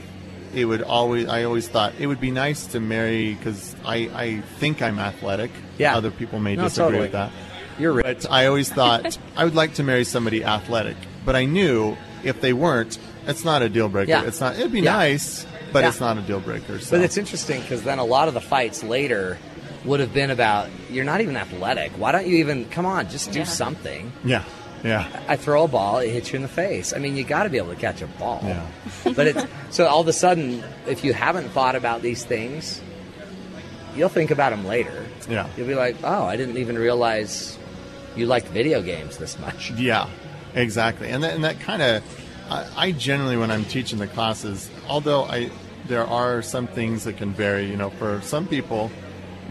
J: it would always, I always thought it would be nice to marry because I, I think I'm athletic.
A: Yeah.
J: Other people may
A: No,
J: disagree
A: totally.
J: with that.
A: You're rich.
J: But I always thought I would like to marry somebody athletic. But I knew if they weren't, it's not a deal breaker.
A: Yeah.
J: It's not, it'd be
A: Yeah.
J: nice, but
A: Yeah.
J: it's not a deal breaker. So.
A: But it's interesting because then a lot of the fights later would have been about you're not even athletic. Why don't you even come on? Just do something.
J: yeah. Yeah.
A: I throw a ball, it hits you in the face. I mean, you got to be able to catch a ball.
J: Yeah.
A: But it's so all of a sudden, if you haven't thought about these things, you'll think about them later.
J: Yeah.
A: You'll be like, oh, I didn't even realize you liked video games this much.
J: Yeah, exactly. And that, and that kind of, I, I generally, when I'm teaching the classes, although I, there are some things that can vary, you know, for some people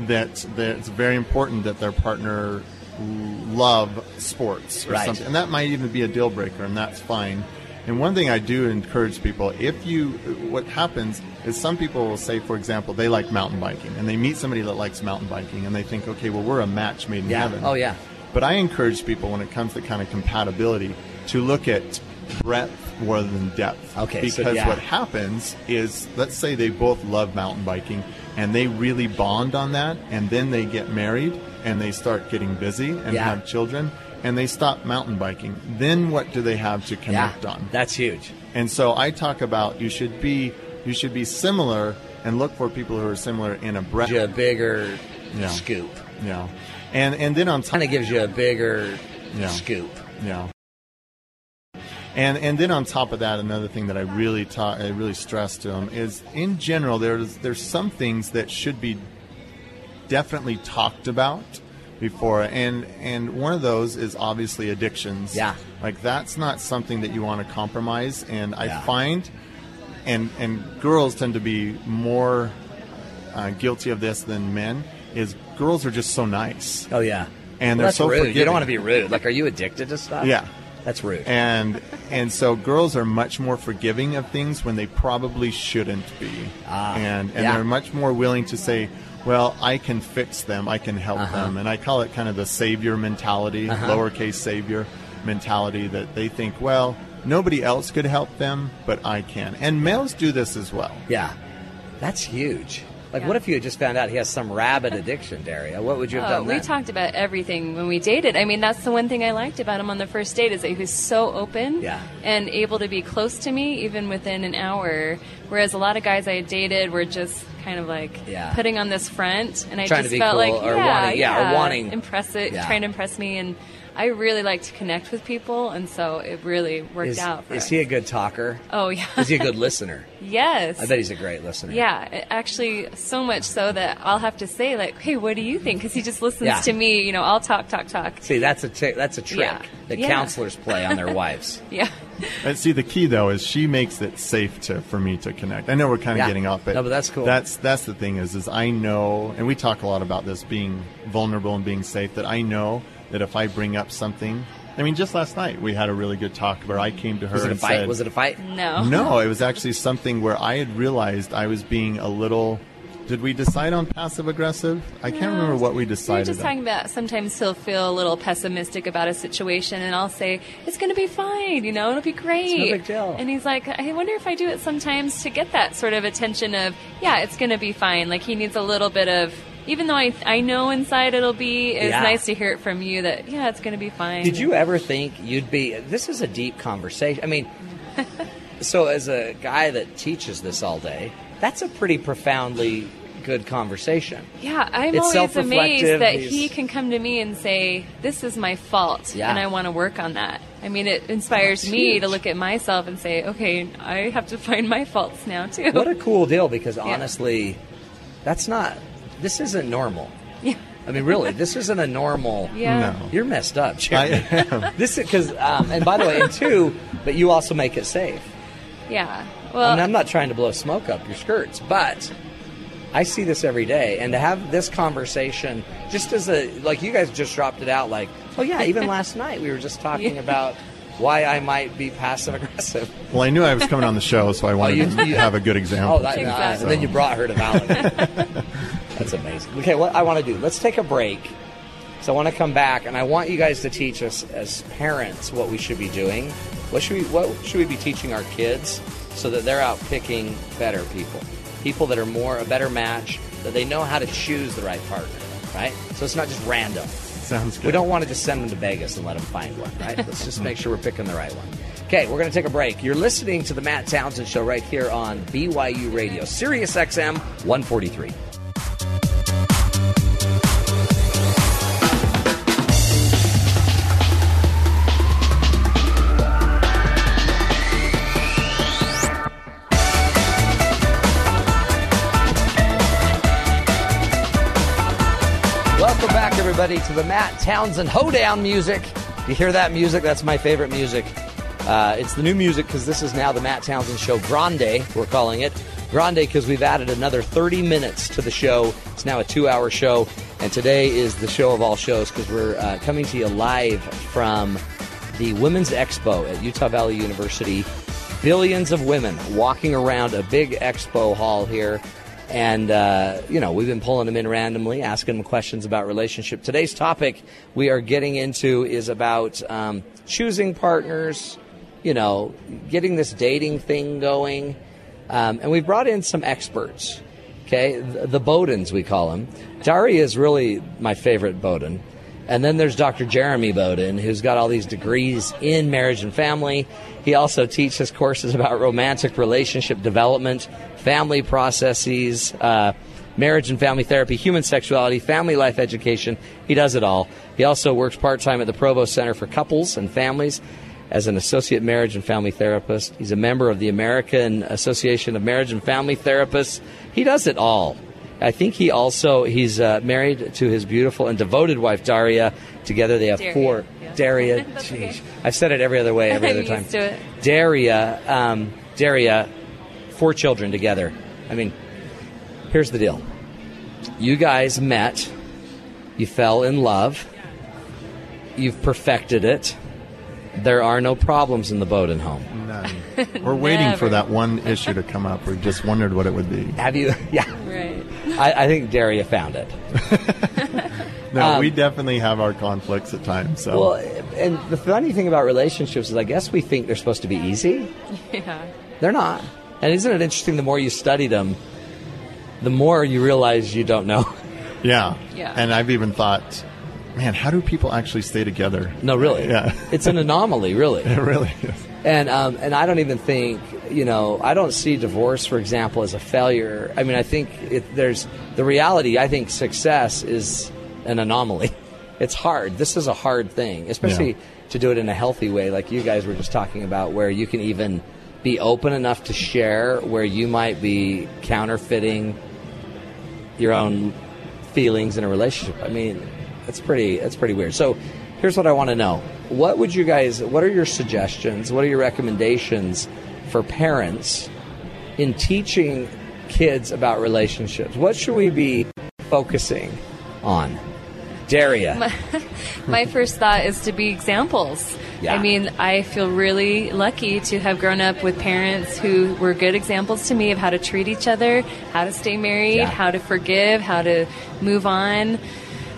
J: that, that it's very important that their partner l- love sports or
A: Right.
J: something. And that might even be a deal breaker and that's fine. And one thing I do encourage people, if you, what happens is some people will say, for example, they like mountain biking and they meet somebody that likes mountain biking and they think, okay, well, we're a match made in
A: Yeah.
J: heaven.
A: Oh, yeah.
J: But I encourage people when it comes to kind of compatibility to look at breadth rather than depth.
A: Okay, so
J: Because
A: yeah.
J: what happens is, let's say they both love mountain biking and they really bond on that, and then they get married and they start getting busy and
A: Yeah.
J: have children and they stop mountain biking. Then what do they have to connect on?
A: That's huge.
J: And so I talk about you should be you should be similar and look for people who are similar in a breadth.
A: You a bigger
J: Yeah.
A: scoop.
J: Yeah. And and then on top
A: Kind of gives you a bigger
J: Yeah.
A: scoop.
J: Yeah. And and then on top of that, another thing that I really taught, I really stressed to them is, in general, there's there's some things that should be definitely talked about before, and and one of those is obviously addictions.
A: Yeah.
J: like that's not something that you want to compromise. And I
A: Yeah.
J: find, and and girls tend to be more uh, guilty of this than men. Is girls are just so nice.
A: Oh yeah,
J: And
A: Well,
J: they're
A: that's
J: so
A: rude. You
J: forgiving.
A: don't want to be rude. Like, are you addicted to stuff?
J: Yeah.
A: that's rude.
J: and and so girls are much more forgiving of things when they probably shouldn't be
A: Ah,
J: and and
A: yeah.
J: they're much more willing to say well i can fix them i can help
A: Uh-huh.
J: them and i call it kind of the savior mentality lowercase savior mentality that they think well nobody else could help them but i can and males do this as well
A: yeah, that's huge. Like, what if you had just found out he has some rabid addiction, Daria? What would you have
K: Oh,
A: done?
K: we
A: then?
K: talked about everything when we dated. I mean, that's the one thing I liked about him on the first date is that he was so open
A: Yeah.
K: and able to be close to me even within an hour. Whereas a lot of guys I had dated were just kind of like
A: Yeah.
K: putting on this front, and I
A: Trying to
K: just
A: be
K: felt
A: cool
K: like
A: or
K: yeah,
A: wanting- yeah, or wanting-
K: impress it,
A: Yeah.
K: trying to impress me, and I really like to connect with people, and so it really worked
A: Is,
K: out. For
A: is
K: us.
A: he a good talker?
K: Oh yeah.
A: Is he a good listener?
K: yes.
A: I bet he's a great listener.
K: Yeah, a- actually, so much so that I'll have to say, like, hey, what do you think? Because he just listens
A: Yeah.
K: to me. You know, I'll talk, talk, talk.
A: See, that's a t- that's a trick
K: Yeah.
A: that
K: Yeah.
A: counselors play on their wives.
K: Yeah.
J: And see, the key though is she makes it safe to for me to connect. I know we're kind of
A: Yeah.
J: getting off, but
A: No, but that's cool.
J: That's that's the thing is is I know, and we talk a lot about this being vulnerable and being safe. That I know that if I bring up something, I mean, just last night we had a really good talk where I came to her
A: Was it a
J: and
A: fight?
J: said,
A: was it a fight?
K: No.
J: no, it was actually something where I had realized I was being a little. Did we decide on passive aggressive? I can't remember what we
K: So you're
J: decided.
K: just
J: on.
K: talking about sometimes he'll feel a little pessimistic about a situation, and I'll say, it's going to be fine. You know, it'll be great.
A: It's no big deal.
K: And he's like, I wonder if I do it sometimes to get that sort of attention of, yeah, it's going to be fine. Like, he needs a little bit of. Even though I, I know inside it'll be, it's
A: Yeah.
K: nice to hear it from you that, yeah, it's going to be fine.
A: Did you ever think you'd be? This is a deep conversation. I mean, so as a guy that teaches this all day, that's a pretty profoundly good conversation.
K: Yeah, I'm
A: It's
K: always
A: self-reflective.
K: amazed that
A: He's-
K: he can come to me and say, "This is my fault,
A: Yeah.
K: and I want to work on that." I mean, it inspires
A: That's
K: me
A: huge.
K: to look at myself and say, "Okay, I have to find my faults now too."
A: What a cool deal! Because honestly, that's not. This isn't normal.
K: yeah.
A: I mean, really, this isn't a normal.
K: Yeah.
J: No.
A: You're messed up, Jerry.
J: I am.
A: This is because, um, and by the way, and two, but you also make it safe.
K: Yeah.
A: and
K: Well,
A: I'm not trying to blow smoke up your skirts, but I see this every day. And to have this conversation, just as a, like you guys just dropped it out, like, oh yeah, even last night we were just talking about why I might be passive aggressive.
J: Well, I knew I was coming on the show, so I wanted
A: Oh, you-
J: to
A: you-
J: have a good example.
A: Oh, that, uh,
K: Exactly.
A: and then you brought her to Valen. That's amazing. Okay, what I want to do, let's take a break. So I want to come back, and I want you guys to teach us as parents what we should be doing. What should we What should we be teaching our kids so that they're out picking better people, people that are more a better match, that they know how to choose the right partner, right? So it's not just random.
J: Sounds good.
A: We don't want to just send them to Vegas and let them find one, right? Let's just make sure we're picking the right one. Okay, we're going to take a break. You're listening to the Matt Townsend Show right here on BYU Radio, Sirius XM 143. Welcome back, everybody, to the Matt Townsend Hoedown music. You hear that music? That's my favorite music. Uh, it's the new music because this is now the Matt Townsend Show Grande, we're calling it. Grande because we've added another 30 minutes to the show. It's now a two hour show, and today is the show of all shows because we're uh, coming to you live from the Women's Expo at Utah Valley University. Billions of women walking around a big expo hall here. And, uh, you know, we've been pulling them in randomly, asking them questions about relationship. Today's topic we are getting into is about um, choosing partners, you know, getting this dating thing going. Um, and we brought in some experts, okay? The, the Bowdens, we call them. Dari is really my favorite Bowden. And then there's Dr. Jeremy Bowden, who's got all these degrees in marriage and family. He also teaches courses about romantic relationship development, family processes, uh, marriage and family therapy, human sexuality, family life education. He does it all. He also works part time at the Provo Center for Couples and Families as an associate marriage and family therapist. He's a member of the American Association of Marriage and Family Therapists. He does it all. I think he also he's uh, married to his beautiful and devoted wife Daria. Together they have
K: Daria,
A: four.
K: yeah.
A: Daria,
K: That's
A: jeez.
K: okay.
A: I've said it every other way, every
K: I'm
A: other time.
K: used to it.
A: Daria, um, Daria, four children together. I mean, here's the deal. You guys met. You fell in love. You've perfected it. There are no problems in the Bowden home.
J: None. We're waiting for that one issue to come up. We just wondered what it would be.
A: Have you? Yeah.
K: Right.
A: I, I think Daria found it. Um,
J: No, we definitely have our conflicts at times. So
A: Well, and the funny thing about relationships is I guess we think they're supposed to be easy.
K: Yeah.
A: They're not. And isn't it interesting the more you study them, the more you realize you don't know.
J: yeah,
K: Yeah.
J: And I've even thought, man, how do people actually stay together?
A: No, really.
J: Yeah.
A: It's an anomaly, really.
J: It really is.
A: And um, and I don't even think you know I don't see divorce, for example, as a failure. I mean, I think it, there's the reality. I think success is an anomaly. It's hard. This is a hard thing, especially
J: Yeah.
A: to do it in a healthy way, like you guys were just talking about, where you can even be open enough to share where you might be counterfeiting your own feelings in a relationship. I mean, that's pretty that's pretty weird. So, here's what I want to know. What would you guys what are your suggestions? What are your recommendations for parents in teaching kids about relationships? What should we be focusing on? Daria.
K: my first thought is to be examples.
A: Yeah.
K: I mean, I feel really lucky to have grown up with parents who were good examples to me of how to treat each other, how to stay married,
A: Yeah.
K: how to forgive, how to move on.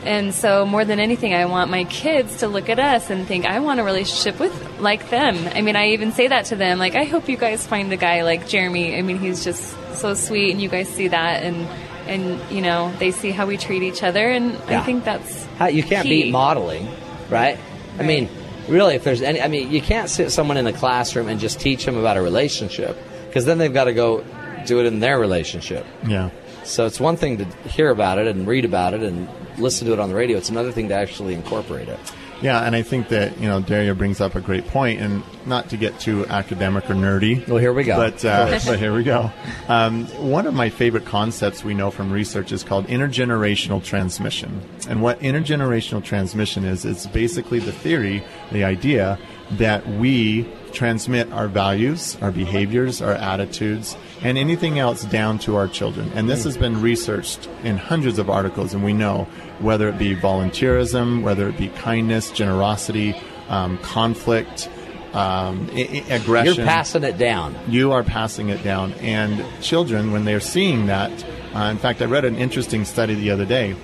K: And so, more than anything, I want my kids to look at us and think, I want a relationship with like them. I mean, I even say that to them, like, I hope you guys find a guy like Jeremy. I mean, he's just so sweet, and you guys see that, and and you know, they see how we treat each other, and
A: Yeah.
K: I think that's
A: How, you can't
K: key.
A: beat modeling, right? I mean, really, if there's any, I mean, you can't sit someone in a classroom and just teach them about a relationship because then they've got to go do it in their relationship.
J: Yeah.
A: So it's one thing to hear about it and read about it and listen to it on the radio. It's another thing to actually incorporate it.
J: Yeah, and I think that you know Daria brings up a great point, and not to get too academic or nerdy.
A: Well, here we go.
J: But uh, but here we go. Um, one of my favorite concepts we know from research is called intergenerational transmission, and what intergenerational transmission is, it's basically the theory, the idea that we transmit our values, our behaviors, our attitudes, and anything else down to our children. And
A: Hmm.
J: this has been researched in hundreds of articles, and we know whether it be volunteerism, whether it be kindness, generosity, um, conflict, um, i- i- aggression.
A: You're passing it down.
J: You are passing it down. And children, when they're seeing that, uh, in fact, I read an interesting study the other day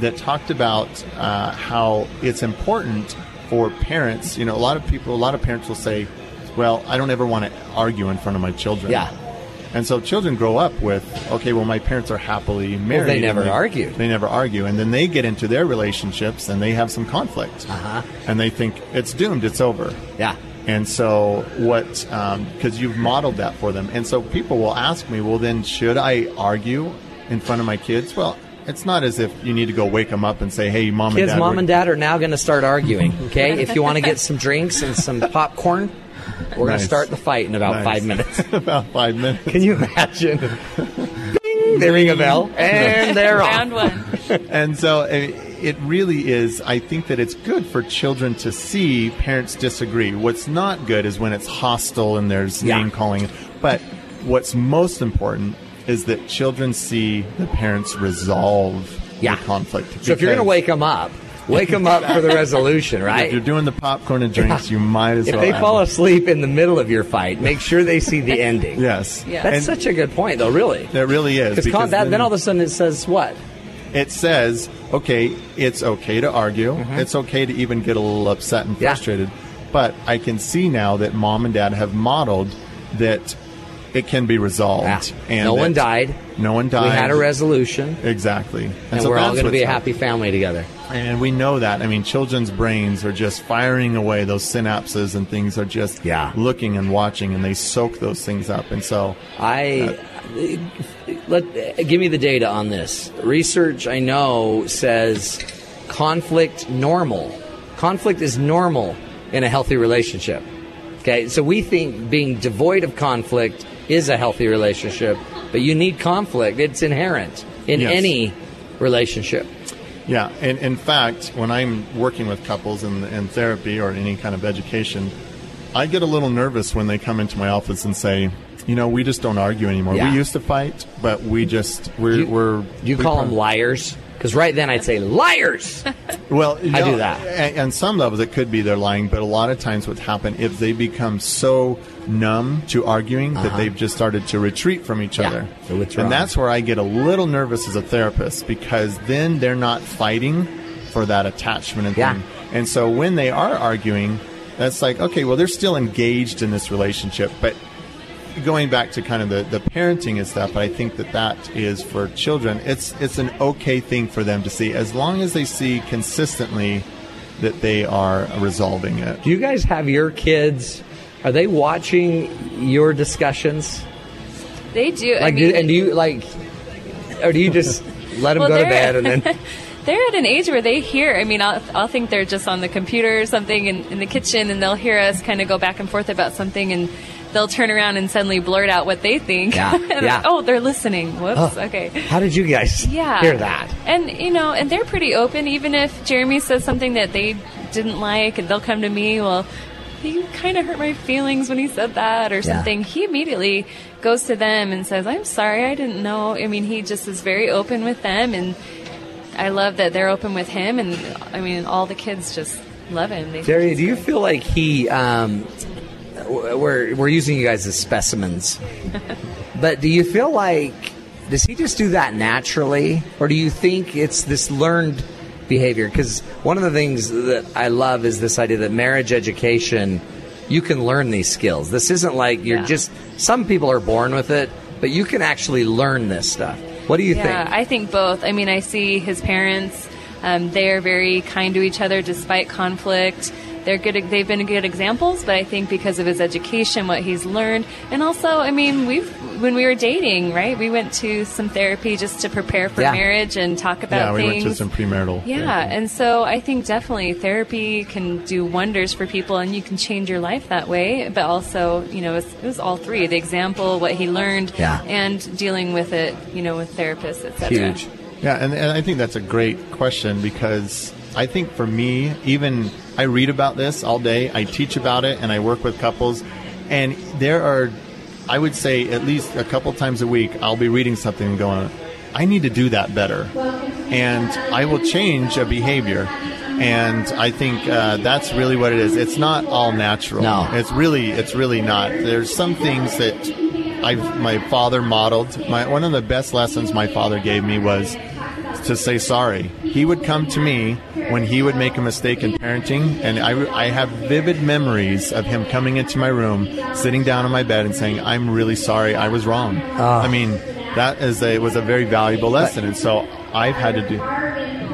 J: that talked about uh, how it's important for parents. You know, a lot of people, a lot of parents will say, well, I don't ever want to argue in front of my children.
A: Yeah.
J: And so children grow up with, okay, well, my parents are happily married. and
A: never argued.
J: They never argue. And then they get into their relationships and they have some conflict.
A: Uh-huh.
J: And they think, it's doomed, it's over.
A: Yeah.
J: And so, what, because you've modeled that for them. And so, people will ask me, well, then should I argue in front of my kids? Well, it's not as if you need to go wake them up and say, hey, mom and
A: Kids,
J: dad.
A: mom
J: we're-
A: and dad are now going to start arguing. Okay, if you want to get some drinks and some popcorn, we're going to
J: Nice.
A: start the fight in
J: Nice.
A: about five minutes.
J: About five minutes.
A: Can you imagine? Bing, they ring a bell, and they're
K: round
A: on.
K: one.
J: and so i- it really is i think that it's good for children to see parents disagree what's not good is when it's hostile and there's
A: Yeah.
J: name calling but what's most important is that children see the parents resolve
A: Yeah.
J: the conflict
A: So if you're going to
J: Because
A: wake them up, wake them up for the resolution,
J: if you're
A: right?
J: doing the popcorn and drinks you might as
A: If
J: well
A: they
J: have
A: fall
J: it.
A: asleep in the middle of your fight, make sure they see the ending.
J: yes
A: That's
J: And
A: such a good point, though. Really,
J: that really is
A: Because con- that, then, all of a sudden it says what?
J: it says, okay, it's okay to argue. It's okay to even get a little upset and
A: Mm-hmm. Yeah.
J: frustrated. But I can see now that mom and dad have modeled that it can be resolved.
A: Ah, no one
J: it-
A: died.
J: No one died.
A: We had a resolution,
J: Exactly. And,
A: and
J: so
A: we're all
J: that's
A: going to be
J: what's
A: a happy family together.
J: And we know that. I mean, children's brains are just firing away. Those synapses and things are just
A: Yeah.
J: looking and watching, and they soak those things up. And so,
A: I let give me the data on this. Research I know says conflict normal. Conflict is normal in a healthy relationship. Okay, so we think being devoid of conflict is a healthy relationship, but you need conflict. It's inherent in
J: Yes.
A: any relationship.
J: yeah. And in fact, when I'm working with couples in, in therapy or any kind of education, I get a little nervous when they come into my office and say, you know, we just don't argue anymore.
A: Yeah.
J: We used to fight, but we just we're
A: You-
J: we're
A: You
J: we
A: call
J: pro-
A: them liars because right then I'd say liars.
J: Well,
A: I do that.
J: And, and some levels it could be they're lying, but a lot of times what's happened if they become so numb to arguing that they've just started to retreat from each
A: Yeah,
J: other.
A: they're withdrawing.
J: And that's where I get a little nervous as a therapist because then they're not fighting for that attachment and
A: Yeah.
J: thing. And so when they are arguing, that's like, okay, well, they're still engaged in this relationship, but going back to kind of the, the parenting and stuff, I think that that is for children. It's it's an okay thing for them to see as long as they see consistently that they are resolving it.
A: Do you guys have your kids? Are they watching your discussions?
K: They do. I
A: Like,
K: mean,
A: do, and do you like, or do you just let them
K: Well,
A: go to
K: they're-
A: bed and then?
K: they're at an age where they hear. I mean, I'll, I'll think they're just on the computer or something in, in the kitchen, and they'll hear us kind of go back and forth about something, and they'll turn around and suddenly blurt out what they think.
A: Yeah,
K: And I'm
A: yeah.
K: like, oh, they're listening. Whoops.
A: Oh,
K: Okay.
A: How did you guys
K: Yeah.
A: hear that?
K: And you know, and they're pretty open. Even if Jeremy says something that they didn't like, and they'll come to me. Well, he kind of hurt my feelings when he said that or
A: Yeah.
K: something. He immediately goes to them and says, "I'm sorry, I didn't know." I mean, he just is very open with them, and I love that they're open with him. And I mean, all the kids just love him. They think
A: Jerry,
K: he's
A: do you
K: great.
A: feel like he? Um, w- we're we're using you guys as specimens, but do you feel like does he just do that naturally, or do you think it's this learned behavior? Because one of the things that I love is this idea that marriage education, you can learn these skills. This isn't like you're
K: Yeah.
A: just. Some people are born with it, but you can actually learn this stuff. What do you
K: yeah,
A: think?
K: I think both. I mean, I see his parents; um, they are very kind to each other despite conflict. They're good. They've been good examples, but I think because of his education, what he's learned, and also, I mean, we've when we were dating, right? We went to some therapy just to prepare for
A: Yeah.
K: marriage and talk
J: yeah,
K: about
J: we
K: things.
J: went to some premarital.
K: yeah,
J: therapy.
K: and so I think definitely therapy can do wonders for people, and you can change your life that way. But also, you know, it was, it was all three: the example, what he learned,
A: Yeah.
K: and dealing with it, you know, with therapists, etc.
A: Huge.
J: Yeah, and, and I think that's a great question because I think for me, even I read about this all day, I teach about it, and I work with couples, and there are, I would say, at least a couple times a week, I'll be reading something and going, I need to do that better, and I will change a behavior. And I think uh, that's really what it is. It's not all natural.
A: No.
J: It's really, it's really not. There's some things that I've, my father modeled. My one of the best lessons my father gave me was to say sorry. He would come to me when he would make a mistake in parenting, and I, I have vivid memories of him coming into my room, sitting down on my bed, and saying, "I'm really sorry. I was wrong." I mean, that is a was a very valuable lesson, and so I've had to do.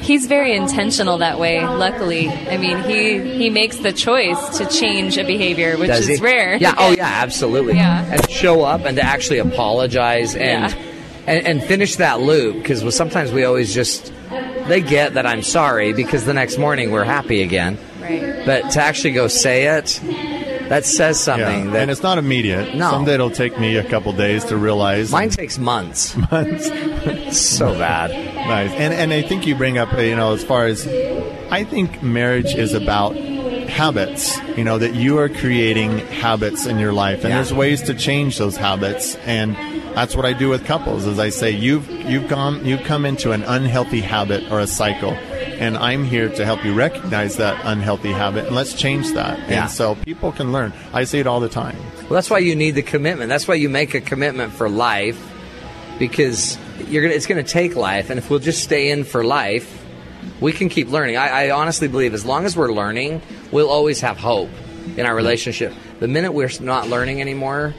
K: He's very intentional that way. Luckily, I mean, he he makes the choice to change a behavior, which
A: Does
K: is
A: he?
K: rare.
A: Yeah. Oh, yeah. Absolutely.
K: Yeah.
A: And show up and to actually apologize and
K: Yeah.
A: and, and finish that loop because sometimes we always just they get that I'm sorry because the next morning we're happy again.
K: Right.
A: But to actually go say it, that says
J: Yeah.
A: something. That
J: and it's not immediate.
A: No.
J: Someday it'll take me a couple days to realize.
A: mine takes months. Months. so bad.
J: Nice. And and I think you bring up uh, you know as far as I think marriage is about habits. You know that you are creating habits in your life, and
A: Yeah.
J: there's ways to change those habits. And that's what I do with couples. Is I say you've you've gone you've come into an unhealthy habit or a cycle, and I'm here to help you recognize that unhealthy habit and let's change that.
A: Yeah.
J: And so people can learn. I say it all the time.
A: Well, that's why you need the commitment. That's why you make a commitment for life because you're gonna, it's going to take life. And if we'll just stay in for life, we can keep learning. I, I honestly believe as long as we're learning, we'll always have hope in our relationship. The minute we're not learning anymore,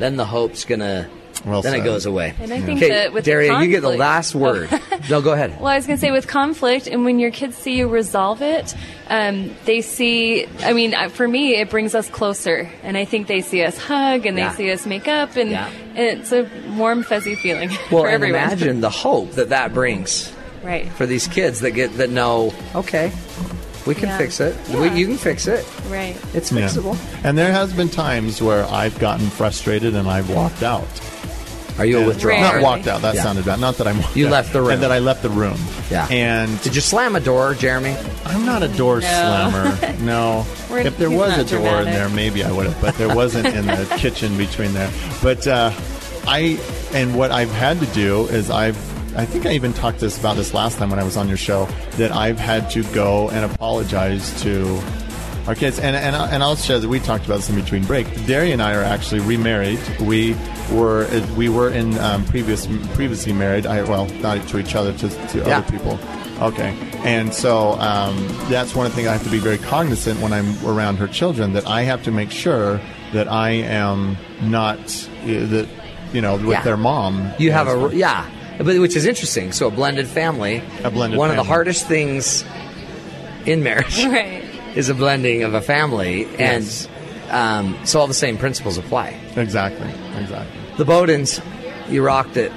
A: then the hope's gonna.
J: Well
A: then it
J: said.
A: goes away.
K: And I think
A: okay,
K: that with the
A: Daria, you get the
K: conflict- Oh.
A: last word. no, go ahead.
K: Well, I was going to say with conflict, and when your kids see you resolve it, um, they see. I mean, uh, for me, it brings us closer, and I think they see us hug, and they
A: Yeah.
K: see us make up, and,
A: Yeah.
K: and it's a warm, fuzzy feeling
A: Well,
K: for
A: and
K: everyone.
A: imagine the hope that that brings
K: Right.
A: for these kids that get that know. Okay, we can
K: Yeah.
A: fix it. We, you can fix it.
K: Right.
A: It's
J: Yeah.
A: fixable.
J: And there has been times where I've gotten frustrated and I've walked out.
A: Are you a withdrawal?
J: Not
K: Rarely.
J: walked out. That
A: Yeah.
J: sounded bad. Not that I walked
A: You
J: out.
A: left the room.
J: And that I left the room.
A: Yeah.
J: And
A: Did you slam a door, Jeremy?
J: I'm not a door slammer. No.
K: We're-
J: if there
K: he's
J: was a
K: not
J: door in
K: dramatic.
J: there, maybe I would have, but there wasn't in the kitchen between there. But uh, I, and what I've had to do is I've, I think I even talked this about this last time when I was on your show that I've had to go and apologize to our kids. And and I- and I'll share that we talked about this in between break. Derry and I are actually remarried. We were we were in um, previous previously married. I well not to each other to, to
A: Yeah.
J: other people people. Okay. And so um, that's one thing I have to be very cognizant when I'm around her children that I have to make sure that I am not uh, that you know with
A: Yeah.
J: their mom.
A: You have a yeah, but which is interesting. So a blended family.
J: A blended
A: One of the
J: family.
A: hardest things in marriage
K: Right.
A: is a blending of a family,
J: Yes.
A: and um, so all the same principles apply.
J: exactly exactly.
A: The Bowdens, you rocked it.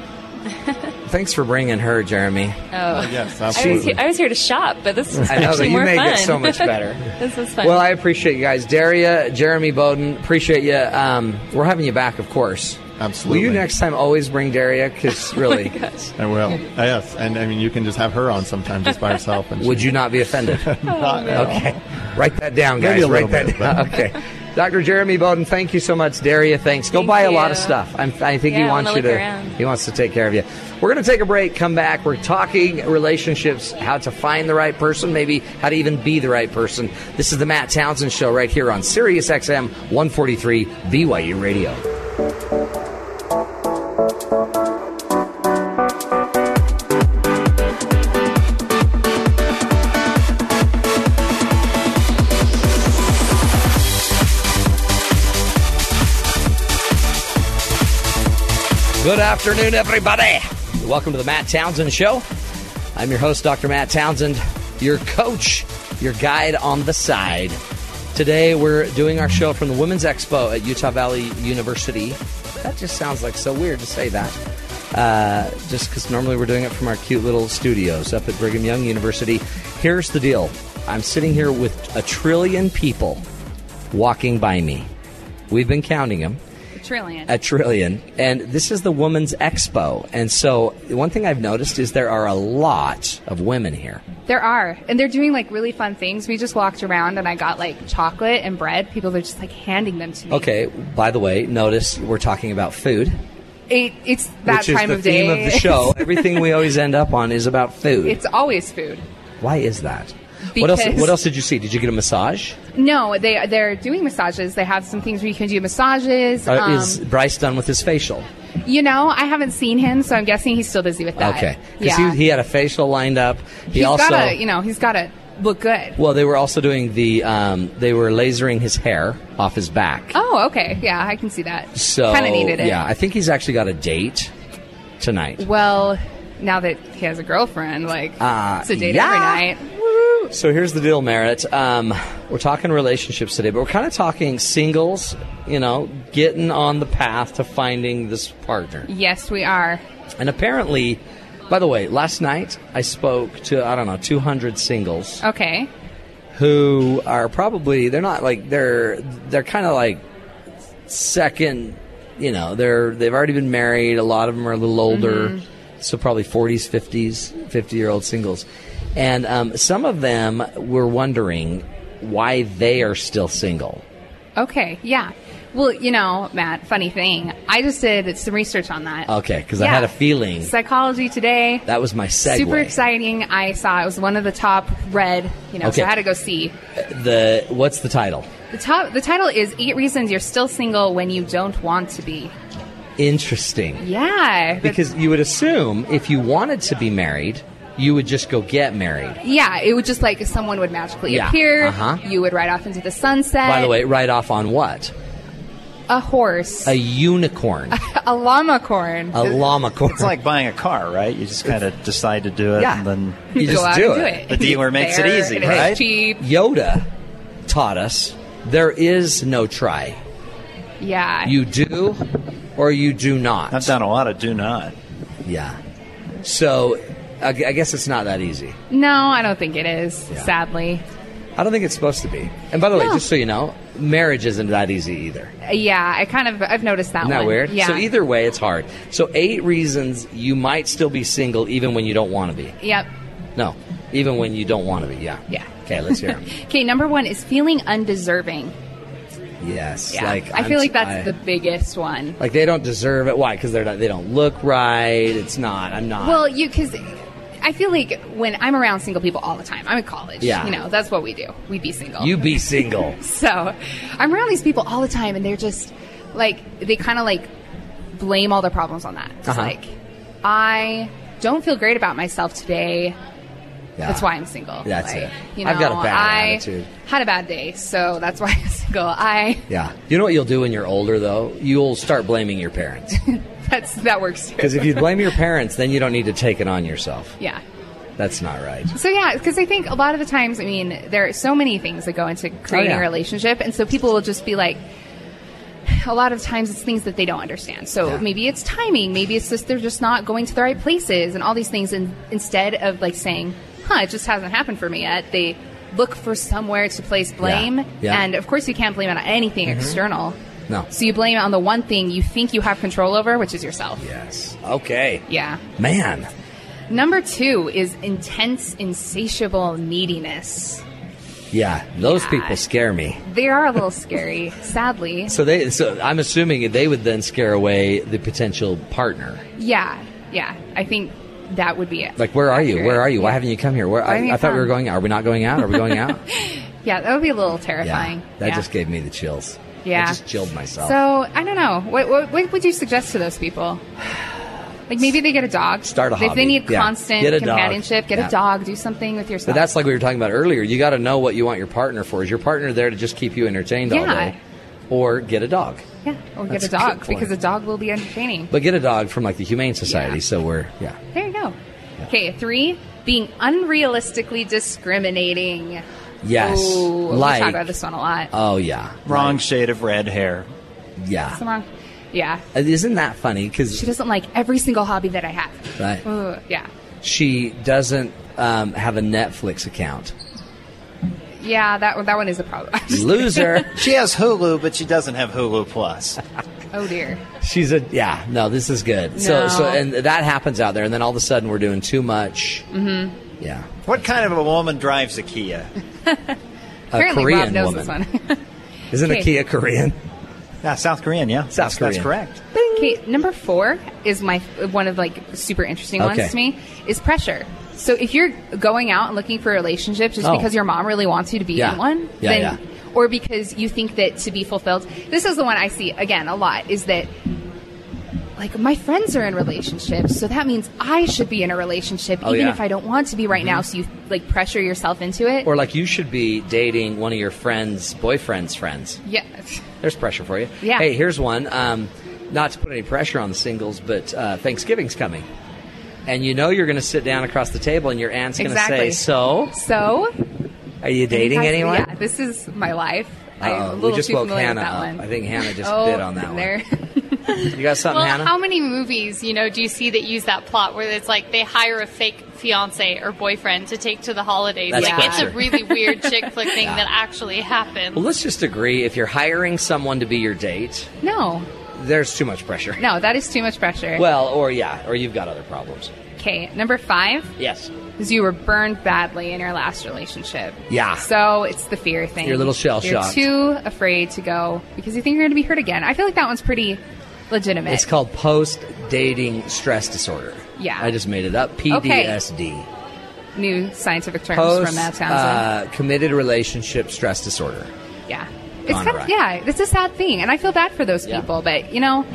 A: Thanks for bringing her, Jeremy.
K: Oh.
J: Yes,
K: I was,
J: absolutely.
K: here, I was here to shop, but this was
A: I know, but
K: actually
A: you
K: more
A: made
K: fun.
A: it so much better.
K: this was fun.
A: Well, I appreciate you guys, Daria, Jeremy Bowden. Appreciate you. Um, we're having you back, of course.
J: Absolutely.
A: Will you next time always bring Daria? Because really,
J: Oh I will. Uh, Yes, and I mean you can just have her on sometime just by herself. And
A: would you not be offended?
J: not at all.
A: Okay. Write that down, guys.
J: Maybe a little
A: Write that
J: bit,
A: down.
J: but-
A: Okay. Dr. Jeremy Bowden, thank you so much. Daria, thanks. Go
K: Thank
A: buy a lot
K: you.
A: of stuff. I'm, I think
K: Yeah,
A: he
K: I
A: wants
K: wanna
A: you
K: look
A: to.
K: around.
A: He wants to take care of you. We're going to take a break. Come back. We're talking relationships, how to find the right person, maybe how to even be the right person. This is the Matt Townsend Show right here on Sirius XM 143 BYU Radio. Good afternoon, everybody. Welcome to the Matt Townsend Show. I'm your host, Dr. Matt Townsend, your coach, your guide on the side. Today, we're doing our show from the Women's Expo at Utah Valley University. That just sounds like so weird to say that uh, just because normally we're doing it from our cute little studios up at Brigham Young University. Here's the deal I'm sitting here with a trillion people walking by me. We've been counting them.
F: A trillion.
A: A trillion. And this is the Women's Expo. And so, one thing I've noticed is there are a lot of women here.
G: There are, and they're doing like really fun things. We just walked around, and I got like chocolate and bread. People are just like handing them to me.
A: Okay, by the way, notice we're talking about food,
G: it, it's that
A: which is
G: time
A: the
G: of
A: theme
G: day
A: of the show. Everything we always end up on is about food.
G: it's always food.
A: Why is that? What else,
G: Because-
A: what else did you see? Did you get a massage?
G: No, they they're doing massages. They have some things where you can do massages.
A: Uh,
G: um,
A: is Bryce done with his facial?
G: you know, I haven't seen him, so I'm guessing he's still busy with that.
A: Okay, because
G: Uh, yeah.
A: he, he had a facial lined up. He
G: has
A: also,
G: gotta, you know, he's gotta look good.
A: well, they were also doing the um, they were lasering his hair off his back.
G: Oh, okay, yeah, I can see that.
A: so
G: kind of needed it.
A: Yeah, I think he's actually got a date tonight.
G: Well, now that he has a girlfriend, like
A: Uh,
G: it's a date
A: yeah.
G: every night.
A: So here's the deal, Merritt. Um, we're talking relationships today, but we're kind of talking singles. You know, getting on the path to finding this partner.
G: Yes, we are.
A: And apparently, by the way, last night I spoke to I don't know 200 singles.
G: Okay.
A: who are probably they're not like they're they're kind of like second you know they're they've already been married a lot of them are a little older
G: Mm-hmm.
A: so probably 40s 50s 50 year old singles and um, some of them were wondering why they are still single
G: Okay. Yeah. Well, you know, Matt. Funny thing, I just did some research on that.
A: okay because i
G: Uh, Yeah.
A: had a feeling
G: Psychology Today.
A: that was my segue
G: Super exciting. I saw it was one of the top red, you know,
A: Okay.
G: so I had to go see.
A: the what's the title
G: The top the title is Eight Reasons You're Still Single When You Don't Want to Be.
A: interesting
G: Yeah. but-
A: because you would assume if you wanted to be married you would just go get married
G: yeah, it would just like someone would magically
A: Yeah,
G: appear.
A: uh-huh.
G: You would ride off into the sunset.
A: By the way, write off on what?
G: a horse,
A: A
G: a,
A: unicorn.
G: llama corn.
A: A llama corn.
E: It's like buying a car, right? You just kind of decide to do it,
G: Yeah.
E: and then
A: You
G: Go
A: just
G: out
A: do
G: and
A: it.
E: the dealer makes it
G: There,
E: easy,
G: is
E: right?
G: cheap.
A: Yoda taught us there is no try.
G: Yeah.
A: You do or you do not.
E: I've done a lot of do not.
A: Yeah. So I, I guess it's not that easy.
G: no, I don't think it is.
A: Yeah.
G: Sadly.
A: I don't think it's supposed to be. And by the way,
G: No.
A: just so you know, marriage isn't that easy either.
G: Uh, Yeah, I kind of I've noticed that
A: Isn't that
G: one.
A: weird?
G: Yeah.
A: So either way, it's hard. So eight reasons you might still be single even when you don't want to be.
G: Yep.
A: No, even when you don't want to be. Yeah.
G: Yeah.
A: Okay, let's hear them.
G: Okay, number one is feeling undeserving.
A: yes.
G: Yeah.
A: Like
G: I
A: I'm-
G: feel like that's
A: I-
G: the biggest one.
A: Like they don't deserve it. Why? Because they're not. They don't look right. It's not. I'm not.
G: Well, you because I feel like when I'm around single people all the time, I'm in college.
A: Yeah.
G: You know, that's what we do. We be single.
A: you be single.
G: so I'm around these people all the time, and they're just like they kind of like blame all their problems on that. It's
A: Uh-huh.
G: like I don't feel great about myself today.
A: Yeah.
G: That's why I'm single.
A: That's
G: Like,
A: it.
G: You know,
A: I've got a bad
G: I
A: attitude.
G: Had a bad day, so that's why I'm single. I
A: Yeah. You know what you'll do when you're older though? You'll start blaming your parents.
G: that's that works too.
A: Because if you blame your parents, then you don't need to take it on yourself.
G: Yeah.
A: That's not right.
G: So yeah, because I think a lot of the times, I mean, there are so many things that go into creating
A: Oh, yeah.
G: a relationship, and so people will just be like, a lot of times it's things that they don't understand. So
A: Yeah.
G: maybe it's timing, maybe it's just they're just not going to the right places, and all these things. And instead of like saying, "Huh, it just hasn't happened for me yet," they look for somewhere to place blame,
A: Yeah. Mm-hmm.
G: and of course you can't blame it on anything external.
A: No.
G: So you blame it on the one thing you think you have control over, which is yourself.
A: Yes. Okay.
G: Yeah.
A: Man.
G: Number two is intense, insatiable neediness.
A: Yeah. Those
G: Yeah.
A: people scare me.
G: They are a little scary, sadly.
A: So they. So I'm assuming they would then scare away the potential partner.
G: Yeah, yeah. I think that would be it.
A: Like, where are you?
G: Accurate.
A: Where are you? Why
G: Yeah.
A: haven't you come here? Where,
G: haven't
A: I,
G: you
A: I thought we were
G: come?
A: going. Are we not going out? Are we going out?
G: Yeah, that would be a little
A: yeah.
G: terrifying.
A: That
G: Yeah.
A: just gave me the chills.
G: Yeah.
A: I just chilled myself.
G: So I don't know. What, what, what would you suggest to those people? Like maybe they get a dog.
A: Start a
G: if
A: hobby.
G: they need
A: Yeah.
G: constant
A: Get a dog.
G: companionship. Get
A: Yeah.
G: a dog. Do something with yourself.
A: But that's like we were talking about earlier. You got to know what you want your partner for. Is your partner there to just keep you entertained all
G: Yeah.
A: day, or get a dog?
G: yeah. Or get
A: That's
G: a
A: a good
G: dog
A: point.
G: because a dog will be entertaining.
A: But get a dog from like the Humane Society.
G: Yeah.
A: So we're yeah.
G: there you go. Okay, three. Being unrealistically discriminating.
A: Yes.
G: Ooh,
A: like.
G: we talk about this one a lot.
A: Oh yeah.
E: Wrong shade of red hair.
A: Yeah. Uh,
G: What's wrong? Yeah.
A: Isn't that funny?
G: She
A: Because
G: doesn't like every single hobby that I have.
A: Right.
G: Ugh, yeah.
A: she doesn't um, have a Netflix account.
G: Yeah, that one- that one is a problem.
A: Loser.
E: She has Hulu, but she doesn't have Hulu Plus.
G: oh dear.
A: She's a yeah. No, this is good. So
G: No.
A: so and that happens out there, and then all of a sudden we're doing too much. Mm-hmm. Yeah.
E: What kind of a woman drives a Kia?
G: Apparently,
A: Korean
G: Rob knows
A: woman.
G: this one.
A: Isn't a
G: Okay.
A: Kia Korean?
E: Yeah, South Korean, yeah.
A: South
E: that's, that's
A: Korean.
E: correct.
G: okay, number four is my one of like super interesting
A: Okay.
G: ones to me is pressure. So if you're going out and looking for a relationship just
A: Oh.
G: because your mom really wants you to be
A: Yeah.
G: in one,
A: Yeah,
G: then
A: yeah.
G: or because you think that to be fulfilled, this is the one I see again a lot is that like my friends are in relationships, so that means I should be in a relationship
A: Oh,
G: even
A: yeah. Mm-hmm.
G: if I don't want to be right now. So you like pressure yourself into it.
A: Or like you should be dating one of your friends' boyfriend's friends.
G: yeah.
A: There's pressure for you.
G: Yeah.
A: Hey, here's one. Um, not to put any pressure on the singles, but uh, Thanksgiving's coming, and you know you're going to sit down across the table, and your aunt's going to say,
G: Exactly.
A: "So,
G: So
A: are you dating
G: Guys,
A: anyone?"
G: Yeah, this is my life. I'm a
A: Uh-oh,
G: little
A: we just
G: too
A: woke
G: familiar
A: Hannah
G: with that
A: up.
G: one.
A: I think Hannah just
G: oh,
A: bit on that
G: there. um,
A: one. You got something,
F: Well,
A: Hannah?
F: how many movies, you know, do you see that use that plot where it's like they hire a fake fiance or boyfriend to take to the holidays?
A: That's
F: like it's a
A: pressure.
F: really weird chick flick thing that actually happened.
A: well, let's just agree if you're hiring someone to be your date,
G: no,
A: there's too much pressure.
G: no, that is too much pressure.
A: Well, or yeah, or you've got other problems.
G: okay, number five
A: Yes.
G: is you were burned badly in your last relationship.
A: Yeah.
G: So it's the fear thing.
A: You're a little shell-shocked.
G: You're too afraid to go because you think you're going to be hurt again. I feel like that one's pretty legitimate.
A: It's called post dating stress disorder.
G: Yeah.
A: I just made it up. PDSD.
G: New scientific terms
A: Post
G: from Matt Townsend.
A: uh, committed relationship stress disorder.
G: yeah. It's
A: gone
G: kind of,
A: awry.
G: yeah, it's a sad thing, and I feel bad for those
A: Yeah.
G: people. But you know,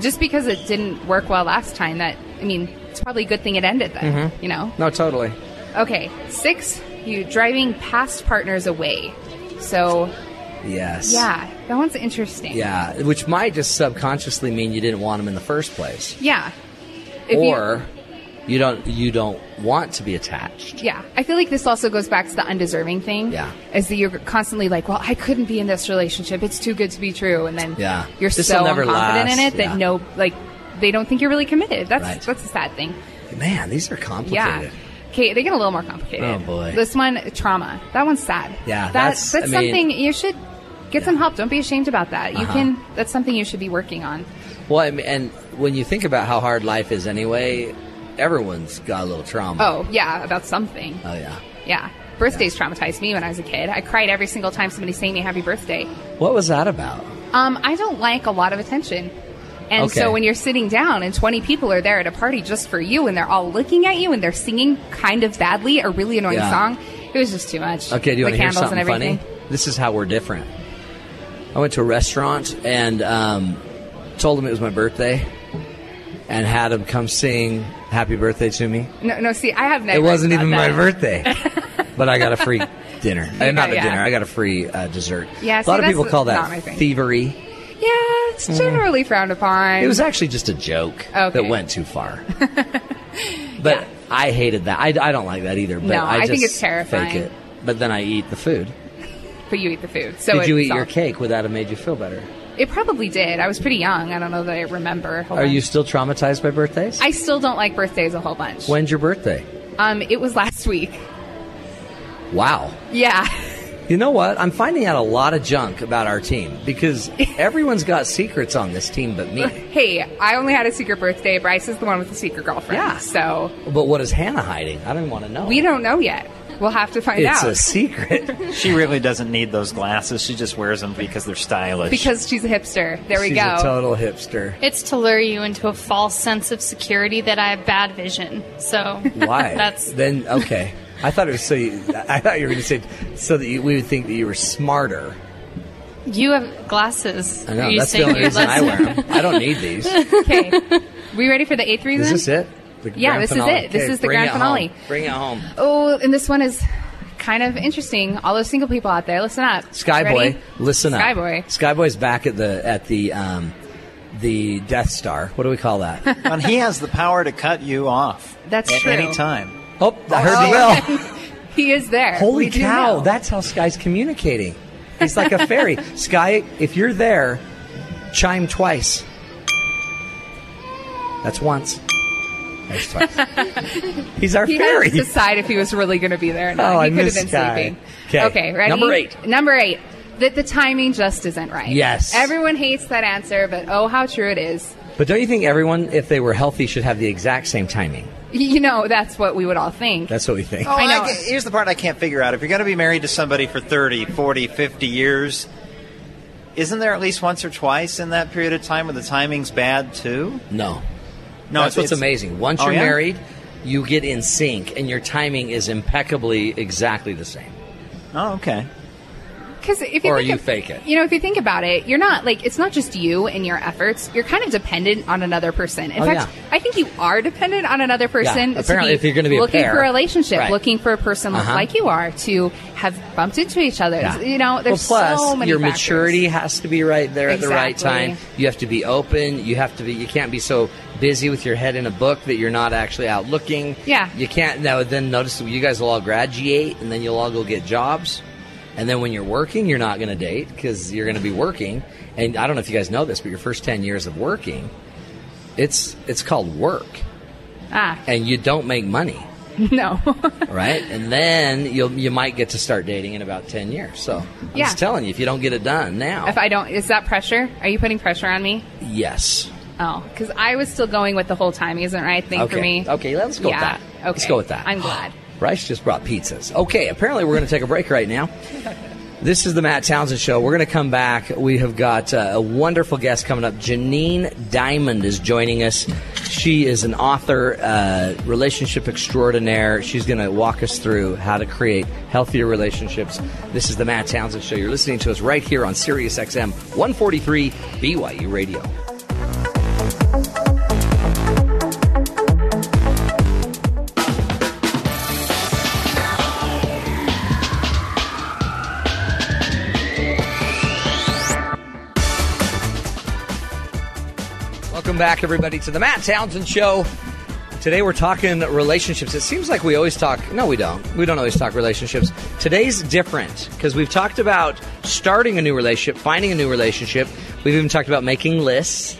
G: just because it didn't work well last time, that I mean, it's probably a good thing it ended then.
A: Mm-hmm.
G: You know,
A: No, totally.
G: Okay, six, you driving past partners away. So
A: Yes.
G: Yeah, that one's interesting.
A: Yeah, which might just subconsciously mean you didn't want them in the first place,
G: Yeah. If you-
A: or you don't you don't want to be attached.
G: Yeah, I feel like this also goes back to the undeserving thing.
A: Yeah.
G: is that you're constantly like, well, I couldn't be in this relationship; it's too good to be true, and then
A: Yeah.
G: you're
A: This'll
G: so
A: never
G: confident in
A: last,
G: it that
A: yeah.
G: no, like, they don't think you're really committed. That's
A: Right.
G: that's a sad thing.
A: Man, these are
G: Yeah.
A: complicated.
G: Okay, they get a little more complicated.
A: Oh, boy.
G: this one trauma. That one's sad.
A: Yeah,
G: that,
A: that's-
G: that's
A: I mean- Uh-huh.
G: something you should get some help. Don't be ashamed about that. You can. That's something you should be working on.
A: Well, I mean, and when you think about how hard life is anyway, everyone's got a little trauma.
G: Oh yeah, about something.
A: Oh yeah.
G: Yeah, birthdays traumatized me when I was a kid. I cried every single time somebody sang me happy birthday.
A: What was that about?
G: Um, I don't like a lot of attention. And
A: Okay.
G: so when you're sitting down and 20 people are there at a party just for you and they're all looking at you and they're singing kind of badly a really annoying
A: Yeah.
G: song, it was just too much.
A: Okay, do
G: the
A: you want to hear
G: candles
A: something
G: and everything.
A: funny? This is how we're different. I went to a restaurant and um, told them it was my birthday, and had them come sing "Happy Birthday" to me.
G: No, no, see, I have
A: It
G: nightmares
A: wasn't
G: about
A: even my
G: that.
A: birthday, but I got a free dinner. Eh, not a
G: yeah.
A: dinner. I got a free uh, dessert.
G: Yeah,
A: a
G: see,
A: lot of
G: that's
A: people call
G: not my
A: that
G: thing.
A: thievery.
G: Yeah, it's generally frowned upon.
A: Mm. It was actually just a joke
G: Okay.
A: that went too far. but I hated that. I, I don't like that either. But
G: No,
A: I,
G: I
A: just
G: think it's terrifying.
A: Fake it. But then I eat the food.
G: but you eat the food. So
A: Did you
G: it's
A: eat your
G: all-
A: cake? Would that have made you feel better?
G: It probably did. I was pretty young. I don't know that I remember. Hold
A: Are
G: on.
A: you still traumatized by birthdays?
G: I still don't like birthdays a whole bunch.
A: When's your birthday?
G: Um, it was last week.
A: Wow.
G: Yeah.
A: You know what? I'm finding out a lot of junk about our team because everyone's got secrets on this team but me.
G: hey, I only had a secret birthday. Bryce is the one with the secret girlfriend.
A: Yeah.
G: So
A: But what is Hannah hiding? I don't want to know.
G: We don't know yet. We'll have to find
A: It's
G: out.
A: a secret.
E: She really doesn't need those glasses. She just wears them because they're stylish.
G: because she's a hipster. There we
A: She's
G: go.
A: a total hipster.
F: It's to lure you into a false sense of security that I have bad vision. So
A: Why?
F: That's
A: then okay. I thought it was so. You, I thought you were going to say so that you, we would think that you were smarter.
F: you have glasses.
A: I know
F: Are you
A: that's the
F: saying
A: only
F: you're
A: reason I
F: less-
A: wear them. I don't need these. Is
G: okay. We ready for the eighth reason?
A: this it? The
G: Yeah,
A: grand
G: this is
A: finale.
G: it. This
A: Okay,
G: is the
A: bring
G: grand
A: it
G: finale.
A: home. Bring it home.
G: Oh, and this one is kind of interesting. All those single people out there, listen up.
A: Skyboy,
G: Ready?
A: listen up.
G: Skyboy.
A: Skyboy's back at the at the um, the Death Star. What do we call that?
E: and he has the power to cut you off
G: That's
E: at
G: true.
E: any time.
A: oh, I heard the bell.
G: He is there.
A: Holy
G: We do
A: cow!
G: know.
A: That's how Sky's communicating. He's like a fairy. Sky, if you're there, chime twice. That's once. That's twice. He's our
G: He
A: fairy.
G: had to decide if he was really going to be there or not.
A: Oh, I
G: he could
A: miss
G: have been
A: Sky.
G: sleeping.
A: 'Kay.
G: Okay, ready?
A: Number eight.
G: Number eight. That the timing just isn't right.
A: Yes.
G: Everyone hates that answer, but oh, how true it is.
A: But don't you think everyone, if they were healthy, should have the exact same timing?
G: You know, that's what we would all think.
A: That's what we think.
E: Oh,
G: I know.
E: get- here's the part I can't figure out. If you're going to be married to somebody for 30, 40, 50 years, isn't there at least once or twice in that period of time where the timing's bad too?
A: No.
E: No, it's-
A: That's what's
E: it's-
A: amazing. Once
E: Oh,
A: you're
E: yeah?
A: married, you get in sync, and your timing is impeccably exactly the same.
E: Oh, okay.
G: Because if you
A: Or
G: think
A: you
G: of-
A: fake it.
G: you know, if you think about it, you're not like it's not just you and your efforts. You're kind of dependent on another person. In
A: Oh,
G: fact,
A: yeah.
G: I think you are dependent on another person.
A: Yeah, apparently
G: to
A: if you're gonna be a
G: looking
A: pair.
G: for a relationship,
A: Right.
G: looking for a person
A: Uh-huh.
G: like you are to have bumped into each other.
A: Yeah.
G: You know, Oh, there's
A: well, plus,
G: so many
A: your
G: factors.
A: maturity has to be right there at the right
G: Exactly.
A: time. You have to be open. You have to be. You can't be so busy with your head in a book that you're not actually out looking.
G: Yeah.
A: You can't. Now then, notice that you guys will all graduate, and then you'll all go get jobs. And then when you're working, you're not going to date because you're going to be working. And I don't know if you guys know this, but your first ten years of working, it's it's called work,
G: Ah,
A: and you don't make money,
G: no.
A: right? and then you'll you might get to start dating in about ten years. So I'm
G: Yeah.
A: just telling you, if you don't get it done now,
G: if I don't, is that pressure? Are you putting pressure on me?
A: Yes.
G: Oh, because I was still going with the whole timing isn't right thing
A: okay.
G: for me.
A: Okay, let's go
G: Yeah,
A: with that.
G: Okay.
A: Let's go with that.
G: I'm glad.
A: Bryce just brought pizzas. Okay, apparently we're going to take a break right now. This is the Matt Townsend Show. We're going to come back. We have got uh, a wonderful guest coming up. Janine Diamond is joining us. She is an author, uh, relationship extraordinaire. She's going to walk us through how to create healthier relationships. This is the Matt Townsend Show. You're listening to us right here on Sirius XM 143 BYU Radio. Welcome back, everybody, to the Matt Townsend Show. Today we're talking relationships. It seems like we always talk. No, we don't. We don't always talk relationships. Today's different because we've talked about starting a new relationship, finding a new relationship. We've even talked about making lists,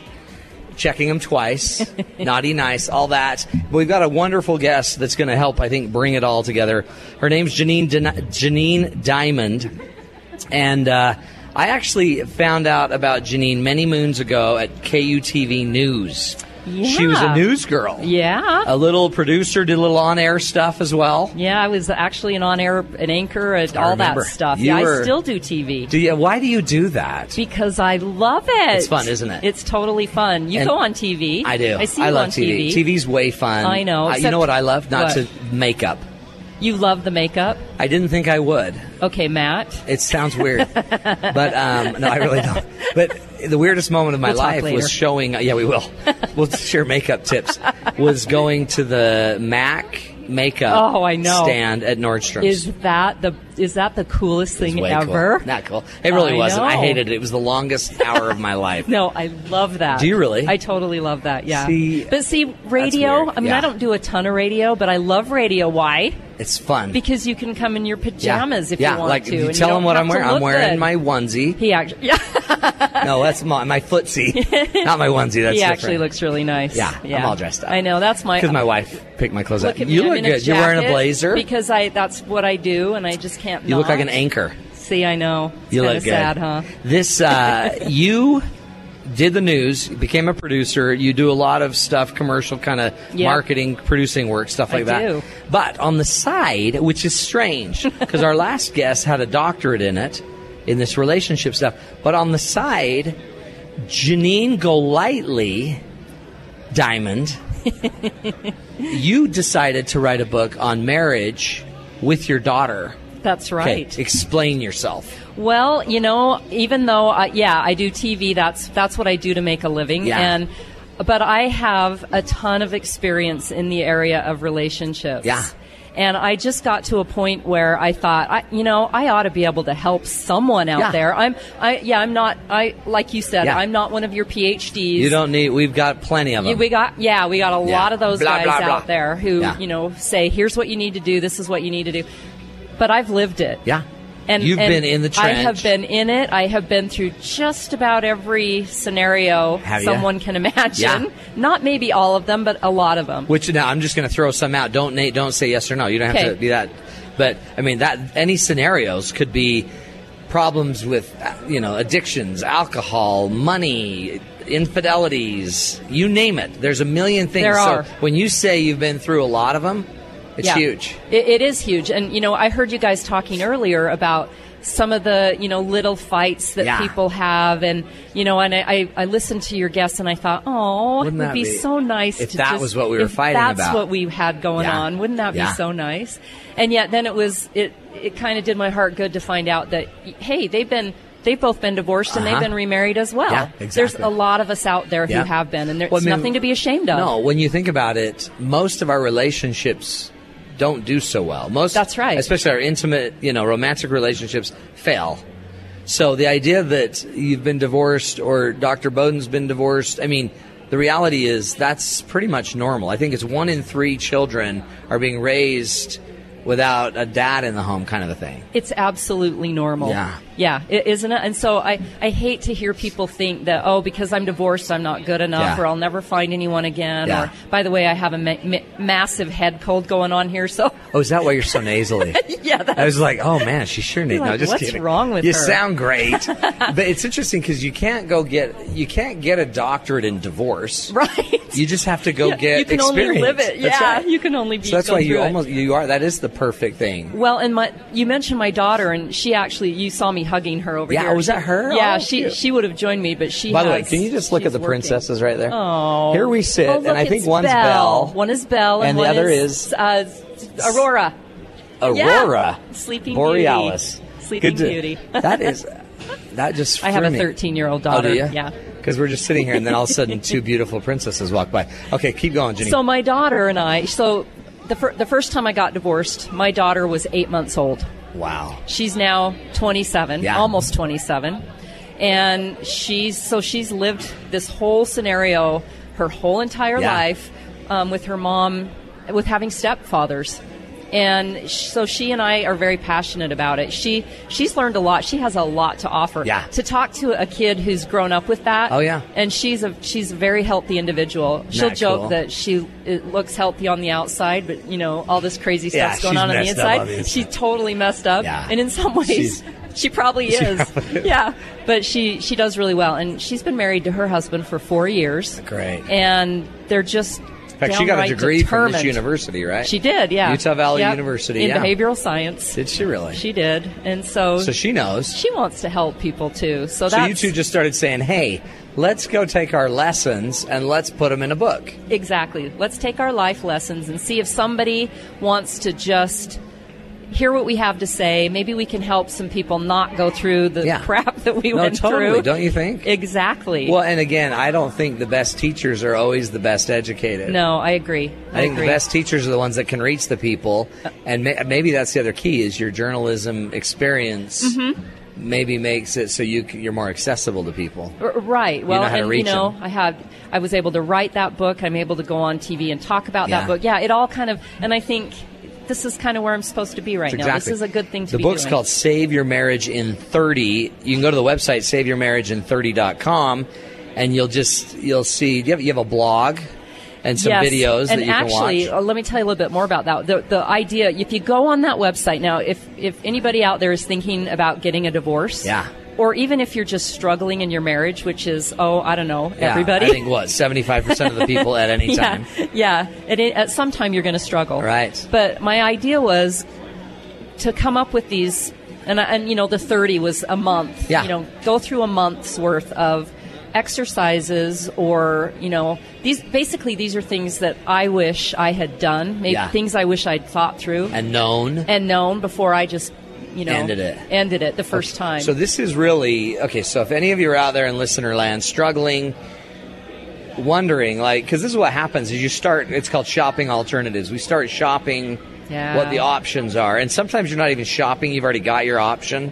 A: checking them twice, naughty, nice, all that. But we've got a wonderful guest that's going to help, I think, bring it all together. Her name's Janine Din- Janine Diamond. And uh, I actually found out about Janine many moons ago at KUTV News. She was a
L: Yeah.
A: news girl.
L: Yeah.
A: A little producer, did a little on air stuff as well.
L: Yeah, I was actually an on-air, an anchor, and all that
A: remember.
L: stuff.
A: You
L: yeah,
A: were-
L: I still do TV
A: Do you, why do you do that?
L: because I love it.
A: It's fun, isn't it?
L: It's totally fun. You
A: And-
L: go on TV.
A: I do.
L: I see
A: I
L: you
A: love
L: on TV.
A: TV's way fun. Uh,
L: I know,
A: you know
L: except-
A: what I love? Not
L: What?
A: to makeup.
L: You love the makeup.
A: I didn't think I would.
L: Okay, Matt.
A: It sounds weird, but um, no, I really don't. But the weirdest moment of my
L: We'll talk
A: life was
L: later.
A: showing. uh, Yeah, we will. we'll share makeup tips. Was going to the Mac makeup.
L: Oh, I know.
A: Stand at Nordstrom's.
L: Is that the is that the coolest
A: It's
L: thing
A: way
L: ever?
A: Cool. Not cool. It really
L: I
A: wasn't. I
L: know.
A: hated it. It was the longest hour of my life.
L: No, I love that.
A: Do you really?
L: I totally love that. Yeah.
A: See,
L: but see, radio.
A: weird.
L: I mean,
A: Yeah.
L: I don't do a ton of radio, but I love radio. Why?
A: It's fun.
L: Because you can come in your pajamas if
A: yeah,
L: you want
A: like,
L: to.
A: You
L: and
A: tell
L: you
A: them
L: don't
A: what
L: have
A: I'm
L: to
A: wearing. I'm
L: look
A: wearing
L: good.
A: my onesie.
L: He actually, yeah,
A: no, that's my, my footsie. Not my onesie. That's
L: he actually
A: different.
L: looks really nice.
A: Yeah, I'm all dressed up.
L: I know that's my
A: Because my wife picked my clothes
L: Look
A: up.
L: at me,
A: you
L: I'm
A: look
L: in
A: good. You're wearing a
L: jacket
A: blazer.
L: because I. That's what I do, and I just can't.
A: you look
L: not.
A: like an anchor.
L: See, I know. It's
A: You
L: kinda
A: look good.
L: sad, huh?
A: This uh, you did the news, became a producer. You do a lot of stuff, commercial kind of
L: Yeah.
A: marketing, producing work, stuff
L: I
A: like that.
L: do.
A: But on the side, which is strange, because our last guest had a doctorate in it, in this relationship stuff. But on the side, Janine Golightly Diamond, you decided to write a book on marriage with your daughter.
L: That's
A: Okay,
L: right.
A: explain yourself.
L: Well, you know, even though, I, yeah, I do TV. That's that's what I do to make a living.
A: Yeah.
L: And but I have a ton of experience in the area of relationships.
A: Yeah.
L: And I just got to a point where I thought, I, you know, I ought to be able to help someone out
A: Yeah.
L: there. I'm, I, yeah, I'm not, I, like you said,
A: Yeah.
L: I'm not one of your PhDs.
A: You don't need. We've got plenty of them.
L: Yeah, we got yeah, we got a
A: Yeah.
L: lot of those
A: Blah,
L: guys
A: blah, blah.
L: out there who
A: Yeah.
L: you know say, "Here's what you need to do. This is what you need to do." But I've lived it.
A: Yeah.
L: and
A: You've
L: and
A: been in the
L: I
A: trench.
L: have been in it. I have been through just about every scenario
A: Have ya?
L: someone can imagine.
A: Yeah.
L: Not maybe all of them, but a lot of them.
A: Which now I'm just going to throw some out. Don't Nate. Don't say yes or no. You don't have to
L: Okay.
A: be that. But I mean that any scenarios could be problems with uh, you know addictions, alcohol, money, infidelities. You name it. There's a million things.
L: There are.
A: So when you say you've been through a lot of them, it's
L: Yeah.
A: huge.
L: It, it is huge. And, you know, I heard you guys talking earlier about some of the, you know, little fights that
A: Yeah.
L: people have. And, you know, and I, I, I listened to your guests and I thought, oh,
A: Wouldn't
L: it
A: that
L: would be,
A: be-
L: so nice
A: if
L: to
A: that
L: just-
A: was what we were
L: if
A: fighting
L: that's
A: about.
L: what we had going
A: Yeah.
L: on. Wouldn't that be
A: Yeah.
L: so nice? And yet then it was, it, it kind of did my heart good to find out that, hey, they've been, they've both been divorced and
A: Uh-huh.
L: they've been remarried as well.
A: Yeah,
L: There's
A: exactly.
L: a lot of us out there
A: Yeah.
L: who have been and there's
A: Well, I mean,
L: nothing to be ashamed of.
A: No, when you think about it, most of our relationships don't do so well. Most
L: That's right.
A: Especially our intimate, you know, romantic relationships fail. So the idea that you've been divorced or Dr. Bowden's been divorced, I mean, the reality is that's pretty much normal. I think it's one in 3 children are being raised without a dad in the home kind of a thing.
L: It's absolutely normal.
A: Yeah.
L: Yeah, i- isn't it? And so I, I hate to hear people think that, oh, because I'm divorced, I'm not good enough,
A: Yeah.
L: or I'll never find anyone again,
A: Yeah.
L: or by the way, I have a ma- ma- massive head cold going on here, so.
A: Oh, is that why you're so nasally?
L: Yeah, that's-
A: I was like, oh man, she sure needs.
L: like,
A: no, just
L: what's
A: kidding.
L: wrong with
A: you
L: her?
A: sound great, but it's interesting because you can't go get you can't get a doctorate in divorce.
L: Right.
A: You just have to go
L: Yeah,
A: get.
L: you can only
A: experience.
L: live it.
A: That's
L: Yeah,
A: right.
L: you can only be.
A: So that's
L: go
A: why you
L: through it.
A: almost you are. That is the perfect thing.
L: Well, and my you mentioned my daughter, and she actually you saw me hugging her over
A: Yeah,
L: here.
A: oh, was that her?
L: Yeah,
A: Oh,
L: she
A: cute.
L: she would have joined me, but she.
A: By the way,
L: has-
A: can you just look at
L: she's
A: the
L: working.
A: princesses right there?
L: Oh,
A: Here we sit,
L: Oh, look,
A: and I think
L: it's
A: one's Belle.
L: Belle. One is Belle, and,
A: And the
L: one
A: other is-
L: uh, Aurora. Yeah.
A: Aurora,
L: Sleeping
A: Borealis,
L: Beauty. Sleeping
A: Good to-
L: Beauty.
A: that is, that just.
L: I have
A: threw
L: a
A: me.
L: 13-year-old daughter.
A: Oh, do you?
L: Yeah.
A: Because we're just sitting here, and then all of a sudden, two beautiful princesses walk by. Okay, keep going, Jenny.
L: So my daughter and I. So the fir- the first time I got divorced, my daughter was eight months old.
A: wow.
L: She's now 27,
A: Yeah.
L: almost 27. and she's so she's lived this whole scenario her whole entire
A: Yeah.
L: life um, with her mom with having stepfathers and sh- so she and I are very passionate about it. She she's learned a lot. She has a lot to offer.
A: Yeah.
L: To talk to a kid who's grown up with that.
A: Oh, yeah.
L: And she's a she's a very healthy individual. She'll
A: that
L: joke
A: cool?
L: that she it looks healthy on the outside, but you know all this crazy
A: Yeah,
L: stuff's going
A: she's
L: on on the,
A: messed up on
L: inside.
A: the
L: She totally messed up.
A: Yeah.
L: And in some ways,
A: She's-
L: she probably
A: She
L: is.
A: probably is.
L: yeah. But she she does really well, and she's been married to her husband for four years.
A: Great.
L: And they're just.
A: In fact, she got a degree from this
L: university.
A: university, right?
L: She did, yeah.
A: Utah Valley
L: Yep.
A: University,
L: in
A: yeah.
L: behavioral science.
A: Did she really?
L: She did, and so,
A: so she knows.
L: she wants to help people too. So
A: so you
L: that's
A: two just started saying, "Hey, let's go take our lessons and let's put them in a book."
L: exactly. Let's take our life lessons and see if somebody wants to just hear what we have to say. Maybe we can help some people not go through the
A: Yeah.
L: crap that we
A: No,
L: went
A: totally,
L: through.
A: don't you think?
L: Exactly.
A: Well, and again, I don't think the best teachers are always the best educated.
L: no, I agree. I,
A: I think
L: agree. Uh,
A: the best teachers are the ones that can reach the people, and may, maybe that's the other key is your journalism experience.
L: Mm-hmm.
A: Maybe makes it so you c- you're more accessible to people.
L: R- Right. Well,
A: know how to
L: and
A: reach
L: you know,
A: 'em.
L: I had I was able to write that book. I'm able to go on TV and talk about
A: Yeah.
L: that book. Yeah, it all kind of and I think this is kind of where I'm supposed to be right now. This
A: Exactly.
L: is a good thing to
A: the
L: be
A: book's
L: doing.
A: called Save Your Marriage in 30. You can go to the website saveyourmarrageinthirty.com and you'll just you'll see you have, you have a blog and some
L: Yes.
A: videos
L: and
A: that you
L: actually,
A: can
L: uh,
A: watch.
L: let me tell you a little bit more about that. The, the idea, if you go on that website now, if if anybody out there is thinking about getting a divorce,
A: Yeah.
L: or even if you're just struggling in your marriage, which is oh, I don't know,
A: Yeah,
L: everybody.
A: I think what 75% of the people at any time.
L: Yeah, yeah. At, it- at some time, you're going to struggle.
A: Right.
L: But my idea was to come up with these, and, I- and you know, the 30 was a month.
A: Yeah.
L: You know, go through a month's worth of exercises or you know these basically these are things that i wish i had done maybe
A: Yeah.
L: things i wish i'd thought through
A: And known.
L: and known before i just you know
A: Ended it.
L: ended it the first time
A: So this is really okay. So if any of you are out there in listener land struggling, wondering, like, because this is what happens: is you start. It's called shopping alternatives. We start shopping.
L: Yeah.
A: What the options are, and sometimes you're not even shopping. You've already got your option,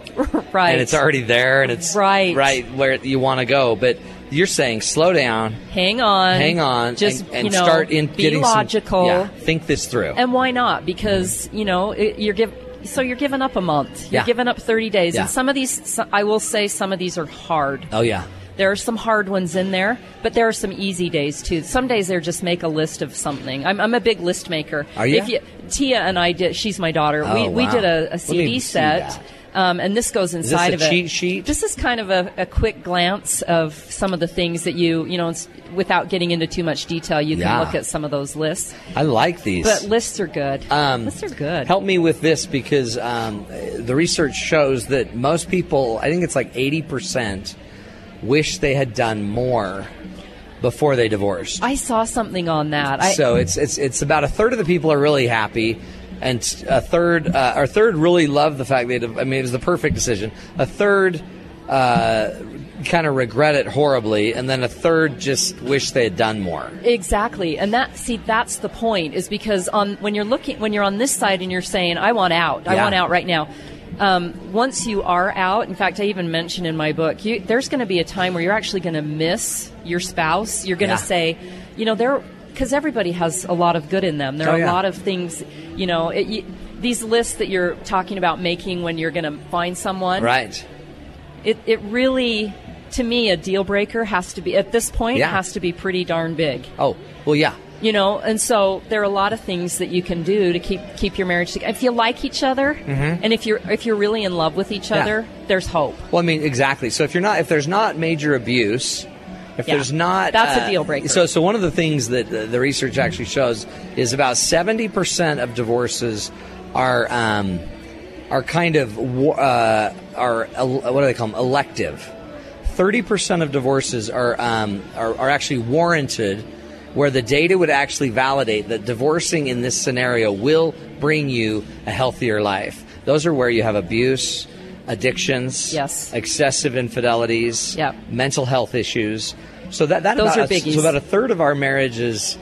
L: Right.
A: And it's already there, and it's
L: Right.
A: right where you want to go. But you're saying slow down,
L: hang on
A: hang on,
L: just
A: and, and
L: you know,
A: start in
L: be
A: getting some-
L: logical
A: yeah, think this through.
L: And why not? Because you know it, you're give. So you're giving up a month. You're
A: Yeah.
L: giving up 30 days.
A: Yeah.
L: And some of these, so- I will say, some of these are hard.
A: oh yeah,
L: There are some hard ones in there, but there are some easy days too. Some days they're just make a list of something. I'm, I'm a big list maker.
A: Are ya?
L: If you, Tia and I did. She's my daughter.
A: Oh,
L: we we
A: wow.
L: did a,
A: Let
L: a CD
A: me see
L: set.
A: that.
L: Um, and this goes
A: this
L: inside
A: a
L: of it.
A: cheat sheet?
L: This is kind of a, a quick glance of some of the things that you you know it's, without getting into too much detail. You
A: Yeah.
L: can look at some of those lists.
A: I like these. Um,
L: But lists are good. lists are good.
A: Help me with this because um, the research shows that most people, I think it's like 80%, wish they had done more before they divorced.
L: I saw something on that. I,
A: so it's, it's, it's about a third of the people are really happy. And a third, uh, or a third really loved the fact they. div- I mean, it was the perfect decision. A third uh, kind of regret it horribly, and then a third just wish they had done more.
L: exactly, and that see that's the point is because on when you're looking when you're on this side and you're saying I want out, I
A: Yeah.
L: want out right now. Um, once you are out, in fact, I even mention in my book, you, there's going to be a time where you're actually going to miss your spouse. You're going to
A: Yeah.
L: say, you know, there because everybody has a lot of good in them. There
A: Oh,
L: are
A: yeah.
L: a lot of things, you know. It, you, these lists that you're talking about making when you're going to find someone,
A: Right.
L: it, it really to me a deal breaker has to be at this point
A: Yeah.
L: has to be pretty darn big
A: Oh, well, yeah.
L: you know and so there are a lot of things that you can do to keep keep your marriage together if you like each other and if you're if you're really in love with each
A: Mm-hmm. Yeah.
L: other there's hope
A: Well, I mean, exactly. So if you're not, if there's not major abuse, if
L: Yeah.
A: there's not, uh,
L: That's a deal breaker.
A: So, so one of the things that the, the research actually shows is about seventy percent of divorces are um, are kind of wa- uh, are el- what do they call them? Elective. Thirty percent of divorces are, um, are are actually warranted, where the data would actually validate that divorcing in this scenario will bring you a healthier life. Those are where you have abuse, addictions,
L: Yes.
A: excessive infidelities,
L: Yep.
A: mental health issues. So that, that
L: Those
A: about
L: are
A: a-
L: biggies.
A: So about a third of our marriages,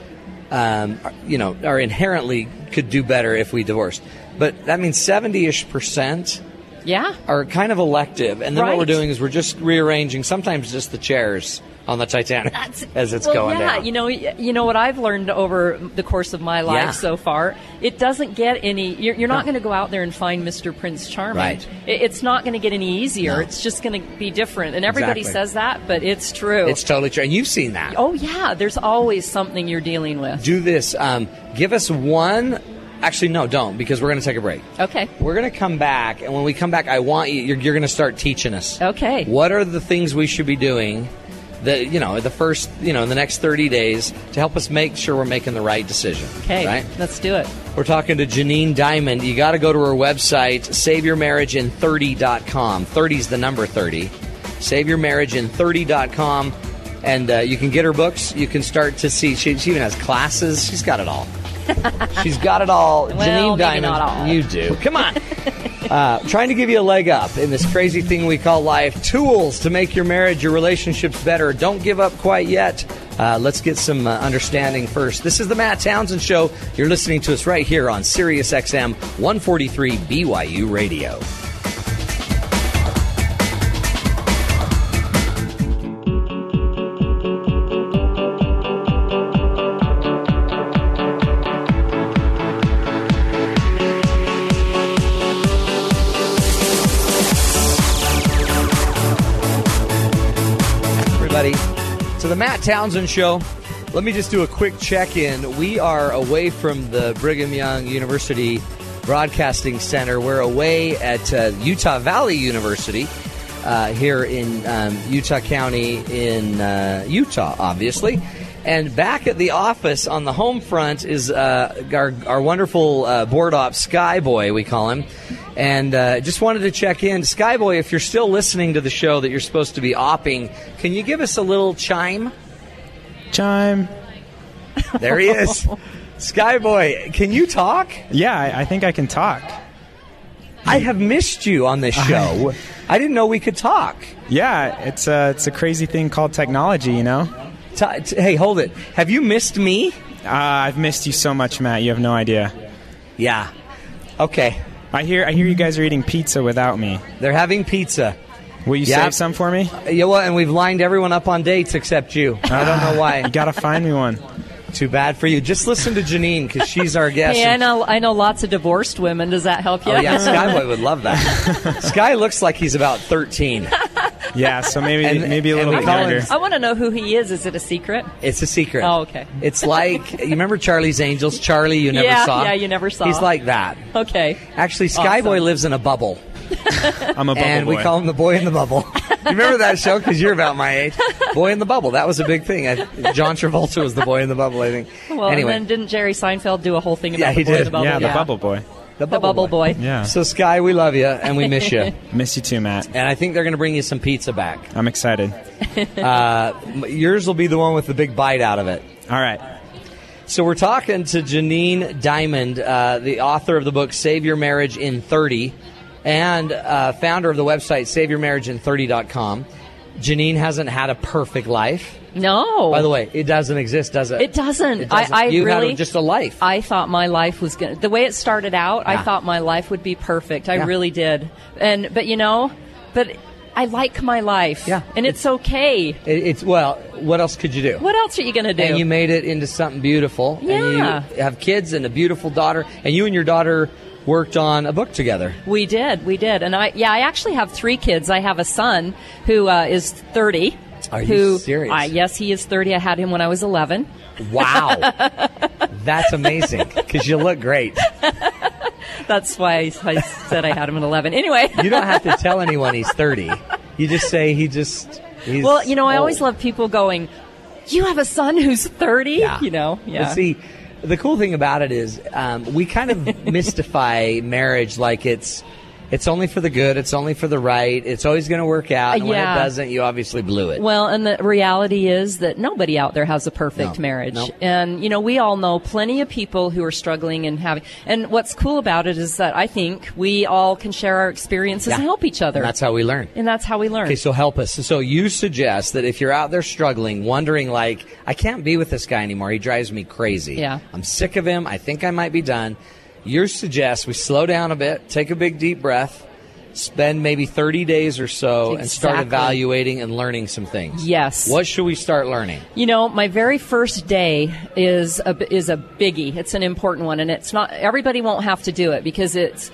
A: um, are- you know, are inherently could do better if we divorced. But that means seventy-ish percent
L: Yeah.
A: are kind of elective. And then what we're
L: Right.
A: doing is we're just rearranging sometimes just the chairs on the Titanic as it's
L: well,
A: going
L: yeah,
A: down.
L: you know, y- you know what I've learned over the course of my life
A: Yeah.
L: so far. It doesn't get any. You're, you're not going to go out there and find Mr. Prince Charming.
A: Right.
L: It, it's not going to get any easier.
A: No.
L: It's just going to be different. And everybody
A: Exactly.
L: says that, but it's true.
A: it's totally true. And you've seen that.
L: oh yeah, there's always something you're dealing with.
A: Do this. Um, give us one. Actually, no, don't, because we're going to take a break.
L: Okay.
A: We're going to come back, and when we come back, I want you, you're, you're going to start teaching us.
L: Okay.
A: What are the things we should be doing? The you know the first you know in the next thirty days to help us make sure we're making the right decision.
L: Okay.
A: Right.
L: Let's do it.
A: We're talking to Janine Diamond. You got to go to her website, saveyourmarriagein30.com. 30 is the number 30. Saveyourmarriagein30.com. And uh, you can get her books. You can start to see. She, she even has classes. She's got it all. She's got it all. Janine
L: maybe
A: Diamond.
L: not all.
A: You do. Come on. uh, trying to give you a leg up in this crazy thing we call life. Tools to make your marriage, your relationships better. Don't give up quite yet. Uh, let's get some uh, understanding first. This is the Matt Townsend Show. You're listening to us right here on Sirius XM 143 BYU Radio. everybody, to the Matt Townsend Show. Let me just do a quick check in. We are away from the Brigham Young University Broadcasting Center. We're away at uh, Utah Valley University uh, here in um, Utah County, in uh, Utah, obviously. And back at the office on the home front is uh, our, our wonderful uh, board op Skyboy, we call him. And uh, just wanted to check in. Skyboy, if you're still listening to the show that you're supposed to be opping, can you give us a little chime?
M: Chime.
A: There he is. Skyboy, can you talk?
M: Yeah, I, I think I can talk.
A: I have missed you on this show. I didn't know we could talk.
M: Yeah, it's a, it's a crazy thing called technology, you know?
A: T- t- hey, hold it. Have you missed me?
M: Uh, I've missed you so much, Matt. You have no idea.
A: Yeah. Okay.
M: I hear I hear you guys are eating pizza without me.
A: They're having pizza.
M: Will you
A: Yeah. Uh,
M: save some for me?
A: Yeah, well, and we've lined everyone up on dates except you. I don't know why.
M: You gotta find me one.
A: Too bad for you. Just listen to Janine because she's our guest.
L: Hey, I know I know lots of divorced women. Does that help you?
A: Oh yeah, Skyboy would love that. Sky looks like he's about thirteen.
M: Yeah, so maybe
A: And-
M: maybe a
A: and
M: little
A: we
M: bit
A: call it-
M: younger.
L: I want to know who he is. Is it a secret?
A: It's a secret.
L: Oh, okay.
A: It's like you remember Charlie's Angels. Charlie, you never
L: Yeah,
A: saw.
L: yeah, you never saw.
A: He's like that.
L: Okay.
A: Actually, Skyboy
L: Awesome.
A: lives in a bubble,
M: I'm a bubble
A: and
M: boy.
A: we call him the boy in the bubble. you remember that show? Because you're about my age. Boy in the bubble. That was a big thing. I, John Travolta was the boy in the bubble. I think.
L: Well,
A: anyway,
L: and then didn't Jerry Seinfeld do a whole thing about
A: Yeah,
L: the
A: he
L: boy in
A: did.
L: the bubble?
M: yeah, the bubble boy.
A: the
L: The bubble boy.
M: Yeah.
A: So Sky, we love you and we miss you.
M: Miss you too, Matt.
A: and I think they're going to bring you some pizza back. Uh,
M: I'm excited.
A: Yours will be the one with the big bite out of it.
M: All right.
A: So we're talking to Janine Diamond, uh, the author of the book Save Your Marriage in 30 and uh, founder of the website saveyourmarriagein30.com. Janine hasn't had a perfect life.
L: No.
A: By the way, it doesn't exist, does it?
L: It doesn't.
A: It doesn't.
L: I, I
A: you
L: really
A: had just a life.
L: I thought my life was gonna. The way it started out,
A: Yeah.
L: I thought my life would be perfect. I
A: Yeah.
L: really did. And but you know, but I like my life.
A: Yeah.
L: And it's okay.
A: It- it's well. What else could you do?
L: What else are you gonna do?
A: And you made it into something beautiful.
L: Yeah.
A: And you have kids and a beautiful daughter. And you and your daughter worked on a book together.
L: We did, we did, and I yeah, I actually have three kids. I have a son who uh, is thirty.
A: Are you
L: who,
A: serious?
L: I, yes, he is thirty. I had him when I was eleven.
A: Wow. That's amazing because you look great.
L: That's why I, I said I had him at eleven. Anyway,
A: You don't have to tell anyone he's 30. You just say he just. He's
L: well, you know, I always
A: old.
L: love people going. You have a son who's thirty. You know, yeah.
A: But see, the cool thing about it is um, we kind of mystify marriage like it's. It's only for the good. It's only for the right. It's always going to work out. And when
L: Yeah.
A: it doesn't, you obviously blew it.
L: Well, and the reality is that nobody out there has a perfect
A: No.
L: marriage.
A: No.
L: And, you know, we all know plenty of people who are struggling and having. And what's cool about it is that I think we all can share our experiences and help each other.
A: And that's how we learn.
L: and that's how we learn.
A: Okay, so help us. So you suggest that if you're out there struggling, wondering like, I can't be with this guy anymore. He drives me crazy.
L: Yeah.
A: I'm sick of him. I think I might be done. You suggest we slow down a bit, take a big deep breath, spend maybe 30 days or so and start
L: Exactly.
A: evaluating and learning some things.
L: Yes.
A: What should we start learning?
L: You know, my very first day is a, is a biggie. It's an important one, and it's not everybody won't have to do it because it's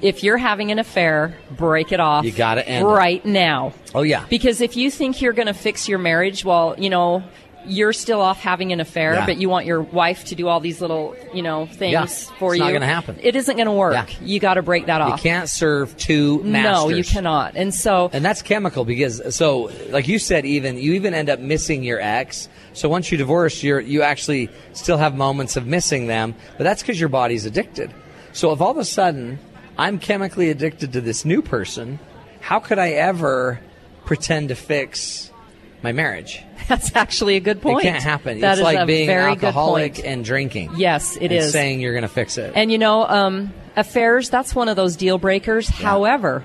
L: if you're having an affair, break it off.
A: You gotta end it.
L: right now.
A: Oh, yeah.
L: Because if you think you're going to fix your marriage, well, you know, you're still off having an affair,
A: Yeah.
L: but you want your wife to do all these little, you know, things
A: Yeah.
L: for
A: It's
L: you.
A: not gonna happen.
L: It isn't going to work. You got to break that
A: You
L: off.
A: can't serve two
L: No,
A: masters.
L: you cannot. And so
A: And that's chemical because so like you said even you even end up missing your ex. So once you divorce you're you actually still have moments of missing them, but that's cuz your body's addicted. So if all of a sudden I'm chemically addicted to this new person, how could I ever pretend to fix my marriage?
L: that's actually a good point.
A: It can't happen.
L: That
A: it's
L: is
A: like
L: a
A: being an
L: very good
A: alcoholic
L: point.
A: and drinking.
L: Yes,
A: it
L: it
A: is
L: is.
A: saying you're going to fix it.
L: And you know, um, affairs, that's one of those deal breakers. However,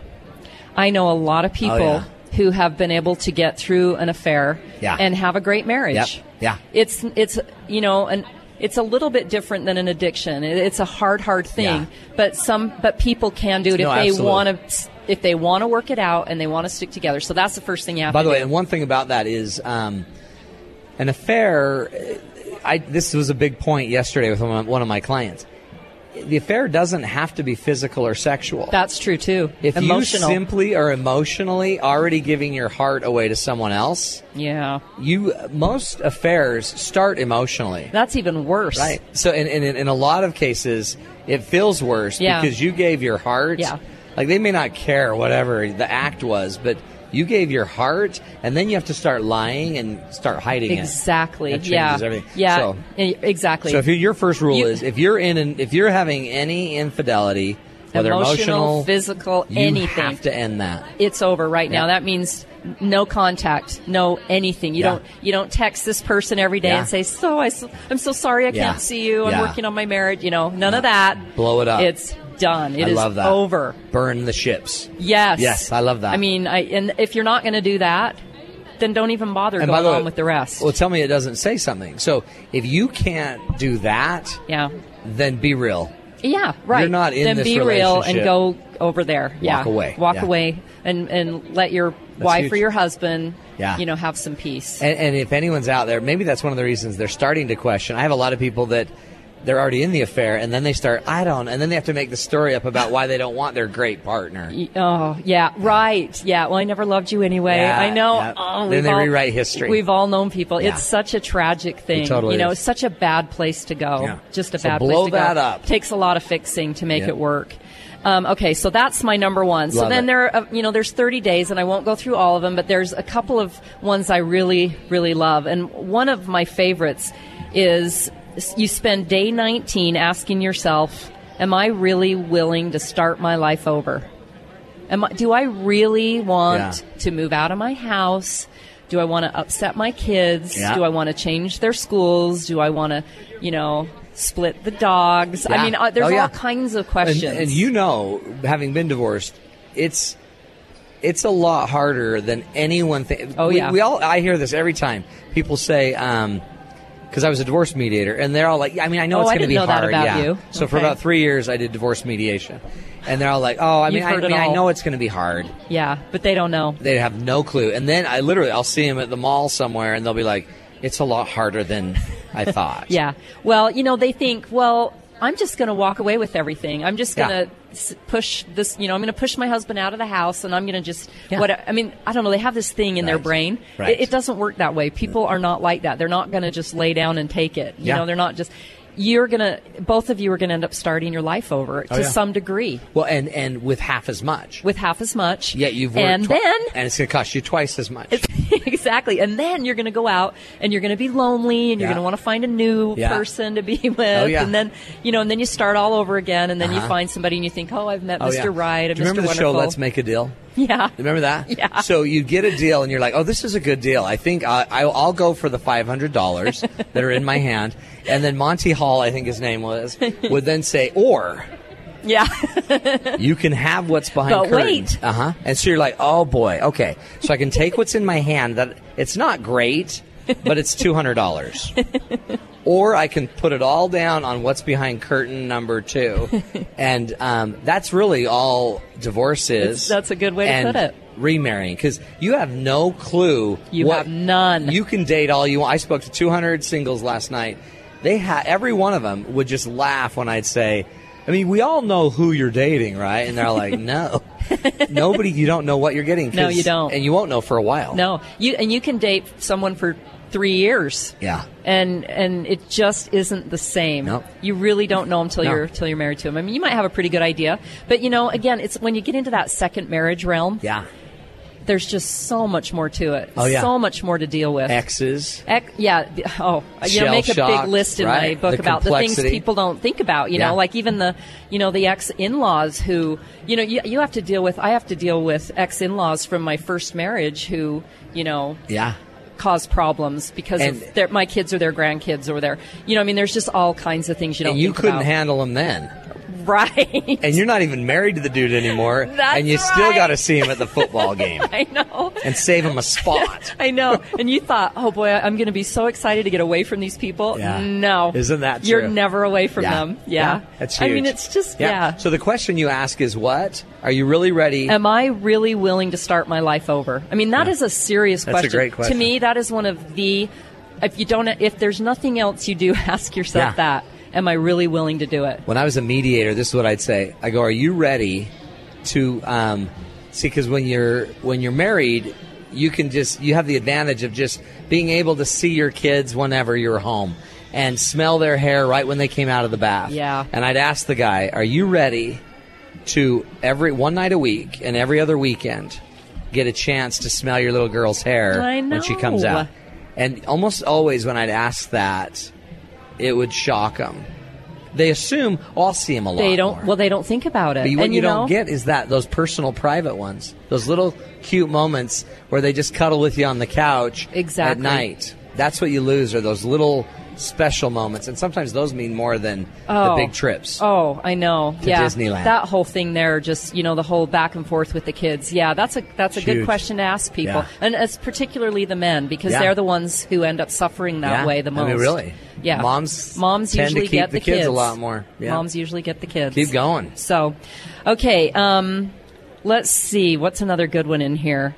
L: I know a lot of people
A: Oh, yeah.
L: who have been able to get through an affair
A: Yeah.
L: and have a great marriage.
A: Yep. Yeah.
L: It's, it's, you know, an, it's a little bit different than an addiction. It- It's a hard, hard thing,
A: Yeah.
L: but some, but people can do it
A: No,
L: if they
A: absolutely.
L: want to, if they want to work it out and they want to stick together. So that's the first thing you have
A: By
L: to
A: the way,
L: do.
A: and one thing about that is um, an affair. uh, I this was a big point yesterday with one of my- one of my clients. The affair doesn't have to be physical or sexual.
L: That's true too.
A: if
L: Emotional.
A: you simply are emotionally already giving your heart away to someone else,
L: yeah.
A: you most affairs start emotionally.
L: That's even worse.
A: Right. So in, in, in a lot of cases, it feels worse
L: Yeah.
A: because you gave your heart.
L: Yeah.
A: Like they may not care whatever the act was, but you gave your heart, and then you have to start lying and start hiding
L: Exactly.
A: it. That
L: yeah.
A: changes everything.
L: Yeah.
A: So,
L: E- Exactly.
A: so if you, your first rule
L: You-
A: is if you're in an, if you're having any infidelity, whether
L: Emotional,
A: emotional,
L: physical,
A: you
L: anything.
A: have to end that.
L: it's over right now.
A: Yeah.
L: That means no contact, no anything. You
A: Yeah.
L: don't you don't text this person every day
A: Yeah.
L: and say, "So I, am so sorry I
A: Yeah.
L: can't see you. I'm
A: Yeah.
L: working on my marriage." You know, none of that.
A: Blow it up.
L: It's done. It
A: I
L: is
A: love that.
L: over.
A: Burn the ships.
L: Yes.
A: Yes, I love that.
L: I mean, I and if you're not going to do that, then don't even bother
A: And by
L: going
A: the way-
L: on with the rest.
A: Well, tell me it doesn't say something. So if you can't do that,
L: yeah.
A: then be real.
L: Yeah, right.
A: You're not in
L: then
A: this
L: be real and
A: relationship.
L: go over there. Walk yeah.
A: away.
L: Walk
A: Yeah.
L: away and and let your wife or
A: huge.
L: your husband,
A: Yeah.
L: you know, have some peace.
A: And, and if anyone's out there, maybe that's one of the reasons they're starting to question. I have a lot of people that they're already in the affair, and then they start, I don't, and then they have to make the story up about why they don't want their great partner.
L: Y- Oh yeah, right. Yeah. Well, I never loved you anyway.
A: Yeah,
L: I know.
A: yeah.
L: Oh,
A: Then
L: we've
A: they
L: all,
A: rewrite history.
L: We've all known people.
A: Yeah.
L: It's such a tragic thing.
A: It totally
L: you know,
A: is.
L: it's such a bad place to go.
A: Yeah.
L: Just a
A: So
L: bad
A: blow
L: place to go.
A: that up.
L: Takes a lot of fixing to make
A: Yeah.
L: it work. Um, okay, so that's my number one. so
A: Love
L: then
A: it.
L: there, are, uh, you know, there's 30 days, and I won't go through all of them, but there's a couple of ones I really, really love, and one of my favorites is s- you spend day 19 asking yourself, "Am I really willing to start my life over?" Am I, do I really want
A: Yeah.
L: to move out of my house? Do I want to upset my kids?
A: Yeah.
L: Do I want to change their schools? Do I want to, you know, split the dogs?
A: Yeah.
L: I mean, uh, there's
A: Oh, yeah.
L: all kinds of
A: And,
L: questions.
A: and you know, having been divorced, it's it's a lot harder than anyone thinks.
L: Oh,
A: we,
L: yeah.
A: we all I hear this every time. People say. Um, because I was a divorce mediator, and they're all like, "I mean, I know
L: Oh,
A: it's
L: I
A: going to
L: didn't
A: be
L: know that
A: hard."
L: about
A: yeah.
L: you.
A: So for
L: Okay.
A: about three years, I did divorce mediation, and they're all like, "Oh, I
L: You've
A: mean, I, I
L: heard it
A: mean, I
L: all.
A: know it's going to be hard."
L: yeah, but they don't know.
A: They have no clue. And then I literally, I'll see them at the mall somewhere, and they'll be like, "It's a lot harder than I thought."
L: Yeah. Well, you know, they think, well, I'm just going to walk away with everything. I'm just going
A: Yeah.
L: to s push this, you know, I'm going to push my husband out of the house and I'm going to just,
A: Yeah.
L: what, I mean, I don't know. They have this thing in their
A: Right.
L: brain.
A: Right.
L: It, it doesn't work that way. People are not like that. They're not going to just lay down and take it. You
A: Yeah.
L: know, they're not just, you're going to, both of you are going to end up starting your life over to
A: Oh, yeah.
L: some degree
A: Well, and and with half as much.
L: with half as much.
A: Yet you've worked
L: And
A: twi-
L: then
A: and it's going to cost you twice as much.
L: exactly. And then you're going to go out and you're going to be lonely and you're
A: Yeah.
L: going to want to find a new
A: Yeah. Oh,
L: person to be with.
A: yeah.
L: And then, you know, and then you start all over again and then
A: Uh-huh.
L: you find somebody and you think, oh, I've met
A: Oh,
L: Mr.
A: yeah.
L: Right. I've
A: Do you remember
L: Mr.
A: the
L: Wonderful.
A: show Let's Make a Deal?
L: Yeah.
A: Remember that?
L: Yeah.
A: So you get a deal, and you're like, "Oh, this is a good deal. I think I, I, I'll go for the five hundred dollars that are in my hand." And then Monty Hall, I think his name was, would then say, "Or
L: Yeah.
A: you can have what's behind
L: But
A: curtains."
L: wait.
A: Uh huh. And so you're like, "Oh boy, okay. So I can take what's in my hand. That it's not great, but it's two hundred dollars." or I can put it all down on what's behind curtain number two. and um, that's really all divorce is.
L: It's- that's a good way to
A: and
L: put it.
A: Remarrying because you have no clue.
L: You
A: what,
L: have none.
A: You can date all you want. I spoke to 200 singles last night. They had every one of them would just laugh when I'd say, "I mean, we all know who you're dating, right?" And they're like, "No, nobody. You don't know what you're getting.
L: No,
A: 'cause-
L: you don't.
A: and you won't know for a while.
L: No, you and you can date someone for three years.
A: Yeah.
L: and and it just isn't the same.
A: Nope.
L: You really don't know them till
A: No.
L: you're till you're married to them. I mean, you might have a pretty good idea, but you know, again, it's when you get into that second marriage realm.
A: Yeah,
L: there's just so much more to it.
A: Oh, yeah.
L: so much more to deal with.
A: exes.
L: Ec- yeah. the- Oh, you know, make a
A: Shell-shocked,
L: big list in
A: right?
L: my book
A: The
L: about the
A: complexity.
L: things people don't think about. You
A: Yeah.
L: know, like even the, you know, the ex in-laws who, you know, you, you have to deal with. I have to deal with ex in-laws from my first marriage who, you know,
A: Yeah,
L: cause problems because
A: And-
L: of their, my kids or their grandkids or their, you know, I mean, there's just all kinds of things you don't.
A: and you
L: think
A: couldn't
L: about.
A: handle them then.
L: right.
A: and you're not even married to the dude anymore,
L: That's
A: and you still
L: right.
A: got to see him at the football game
L: I know.
A: and save him a spot.
L: I know. And you thought, oh boy, I'm going to be so excited to get away from these people.
A: Yeah.
L: No.
A: Isn't that
L: You're
A: true?
L: never away from them. Yeah.
A: that's
L: I
A: huge.
L: mean, it's just, yeah.
A: So the question you ask is, what are you really ready?
L: Am I really willing to start my life over? I mean, that is a serious
A: That's a
L: question.
A: great question.
L: To me, that is one of the, if you don't, if there's nothing else you do, ask yourself
A: Yeah.
L: that. Am I really willing to do it?
A: when I was a mediator, this is what I'd say. I go, "Are you ready to um, see?" Because when you're when you're married, you can just you have the advantage of just being able to see your kids whenever you're home and smell their hair right when they came out of the bath.
L: Yeah.
A: And I'd ask the guy, "Are you ready to every one night a week and every other weekend get a chance to smell your little girl's hair
L: I
A: when she comes
L: know.
A: out?" And almost always when I'd ask that, it would shock them. They assume oh, I'll see him a lot.
L: They don't,
A: more."
L: well, they don't think about it.
A: But what
L: and
A: you, don't
L: know,
A: get is that those personal, private ones, those little cute moments where they just cuddle with you on the couch at
L: Exactly.
A: night. That's what you lose are those little special moments, and sometimes those mean more than the
L: Oh.
A: big trips.
L: Oh, I know.
A: To
L: yeah,
A: Disneyland.
L: That whole thing there, just you know, the whole back and forth with the kids. Yeah, that's a that's a
A: Huge.
L: good question to ask people,
A: Yeah.
L: and it's particularly the men because
A: Yeah.
L: they're the ones who end up suffering that
A: Yeah.
L: way the
A: I
L: most.
A: mean, really.
L: Yeah,
A: Moms
L: moms
A: tend to
L: usually
A: keep
L: get
A: the
L: the
A: kids a lot more. Yeah.
L: Moms usually get the kids.
A: Keep going.
L: So, okay, um, let's see. What's another good one in here?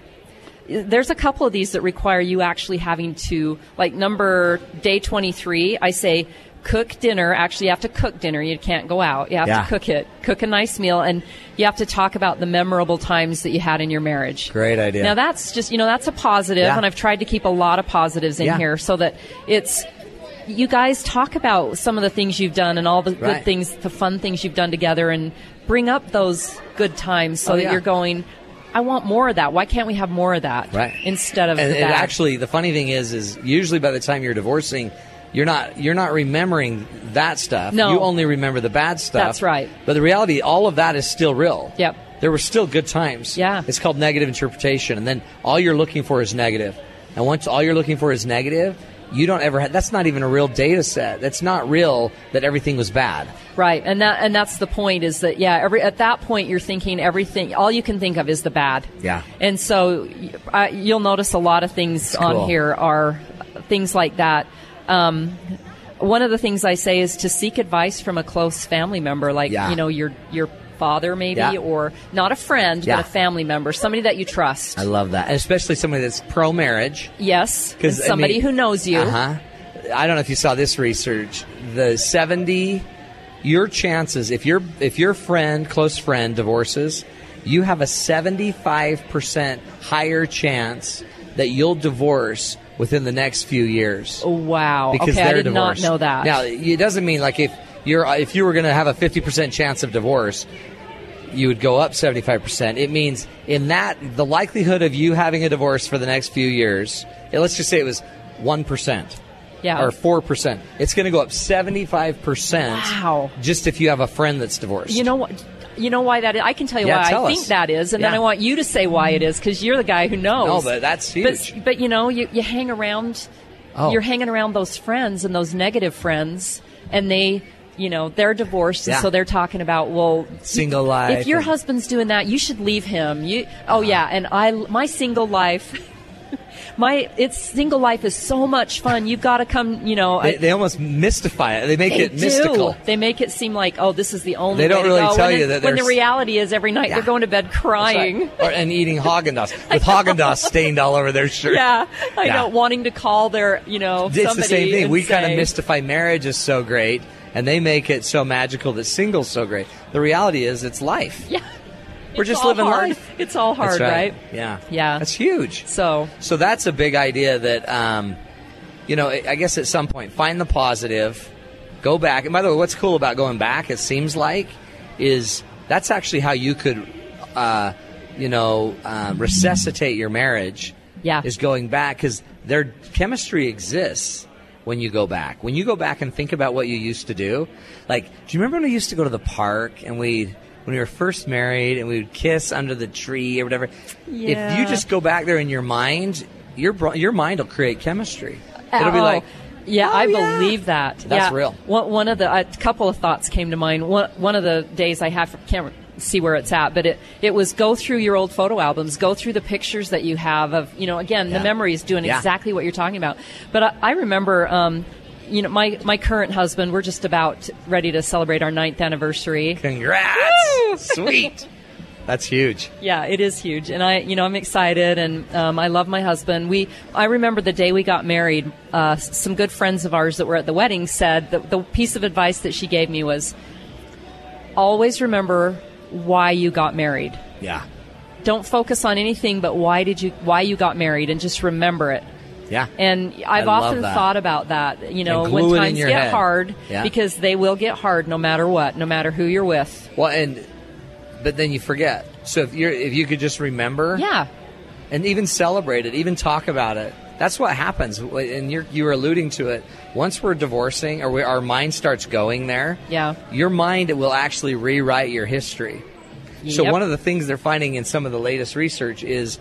L: There's a couple of these that require you actually having to, like number day 23, I say cook dinner. Actually, you have to cook dinner. You can't go out. You have
A: Yeah.
L: to cook it. Cook a nice meal. And you have to talk about the memorable times that you had in your marriage.
A: Great idea.
L: Now, that's just, you know, that's a positive,
A: Yeah.
L: And I've tried to keep a lot of positives in
A: Yeah.
L: here so that it's. You guys talk about some of the things you've done and all the
A: Right.
L: good things things- the fun things you've done together and bring up those good times so
A: Oh,
L: that
A: yeah.
L: you're going, I want more of that. Why can't we have more of that?
A: right
L: Instead of
A: and
L: the
A: it
L: bad.
A: actually the funny thing is is usually by the time you're divorcing you're not you're not remembering that stuff
L: No.
A: you only remember the bad stuff
L: That's right.
A: but the reality all of that is still real
L: Yep.
A: there were still good times
L: Yeah.
A: it's called negative interpretation and then all you're looking for is negative and once all you're looking for is negative you don't ever have that's not even a real data set that's not real that everything was bad
L: Right. And that and that's the point is that yeah, every at that point you're thinking everything all you can think of is the bad.
A: Yeah.
L: And so y- I, you'll notice a lot of things
A: cool.
L: on here are things like that. Um one of the things I say is to seek advice from a close family member like
A: Yeah.
L: you know your your father maybe
A: Yeah.
L: or not a friend
A: Yeah.
L: but a family member, somebody that you trust.
A: i love that and especially somebody that's pro marriage
L: Yes, and
A: I
L: somebody
A: mean-
L: who knows you.
A: Uh-huh. I don't know if you saw this research. The 70 your chances if your if your friend, close friend divorces, you have a 75% higher chance that you'll divorce within the next few years.
L: Wow.
A: Because
L: Oh, okay,
A: they're
L: I did
A: divorced.
L: not know that.
A: Now, it doesn't mean like if you're if you were going to have a 50% chance of divorce, you would go up 75%. It means in that the likelihood of you having a divorce for the next few years, eh, let's just say it was 1%.
L: Yeah.
A: Or 4%. It's going to go up 75%
L: Wow.
A: just if you have a friend that's divorced.
L: You know what? You know why that is? I can tell you
A: Yeah,
L: why
A: tell
L: I
A: us.
L: think that is, and
A: Yeah.
L: then I want you to say why it is because you're the guy who knows.
A: No, but that's huge.
L: But, but, you know, you, you hang around.
A: Oh.
L: You're hanging around those friends and those negative friends, and they, you know, they're divorced,
A: Yeah.
L: and so they're talking about well,
A: Single life
L: If your
A: and- Uh-huh.
L: husband's doing that, you should leave him. You, oh yeah, and I, my single life. My it's single life is so much fun. You've got to come. You know,
A: They,
L: I-
A: they almost mystify it. They make
L: they
A: it mystical.
L: Do. They make it seem like oh, this is the only.
A: They don't
L: way to
A: really
L: go.
A: tell
L: when
A: you
L: it-
A: that
L: when the
A: there's-
L: reality is every night they're going to bed crying.
A: Or, and eating Haagen Dazs with Haagen Dazs stained all over their shirt.
L: Yeah, I
A: Yeah.
L: know. Wanting to call their, you know,
A: It's the
L: somebody
A: same thing.
L: and
A: We kind of
L: say-
A: mystify marriage is so great, and they make it so magical that singles so great. The reality is, it's life.
L: Yeah,
A: We're
L: It's
A: just
L: all
A: living
L: hard.
A: life.
L: It's all hard,
A: That's
L: right?
A: Yeah,
L: Yeah.
A: That's huge.
L: So,
A: so that's a big idea that, um, you know, I I guess at some point find the positive, go back. And by the way, what's cool about going back? It seems like is that's actually how you could, uh, you know, um, resuscitate your marriage.
L: Yeah.
A: is going back because their chemistry exists when you go back. When you go back and think about what you used to do, like, do you remember when we used to go to the park and we? When we were first married and we would kiss under the tree or whatever, if you
L: Yeah.
A: just go back there in your mind, your bro- your mind will create chemistry. It'll be
L: Oh,
A: like,
L: yeah, I believe that.
A: That's
L: Yeah.
A: real.
L: One, one of the a couple of thoughts came to mind. One, one of the days I have can't re- see where it's at, but it it was go through your old photo albums, go through the pictures that you have of you know again
G: Yeah.
L: the memories doing
G: Yeah.
L: exactly what you're talking about. But I, I remember. Um, you know, my, my current husband, we're just about ready to celebrate our ninth anniversary.
A: Congrats! Sweet. that's huge.
L: Yeah, it is huge, and I, you know, I'm excited, and um, I love my husband. We, I remember the day we got married. Uh, s- some good friends of ours that were at the wedding said that the piece of advice that she gave me was, always remember why you got married.
A: Yeah.
L: Don't focus on anything but why did you why you got married, and just remember it.
A: Yeah.
L: And I've
A: I love
L: often
A: that.
L: thought about that. You know,
A: And
L: when
A: glue it in
L: times
A: your
L: get
A: head.
L: hard,
A: Yeah.
L: because they will get hard no matter what, no matter who you're with.
A: Well, and but then you forget. So if you are if you could just remember,
L: yeah,
A: and even celebrate it, even talk about it. That's what happens, and you're you were alluding to it. Once we're divorcing, or we, our mind starts going there,
L: Yeah.
A: your mind will actually rewrite your history. So
L: Yep.
A: one of the things they're finding in some of the latest research is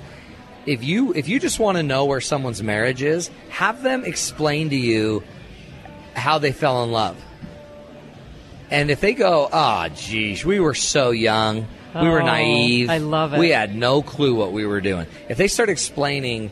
A: if you if you just want to know where someone's marriage is, have them explain to you how they fell in love. And if they go, "Ah, oh, geez, we were so young, we were
L: Oh,
A: naive,
L: I love it.
A: we had no clue what we were doing." If they start explaining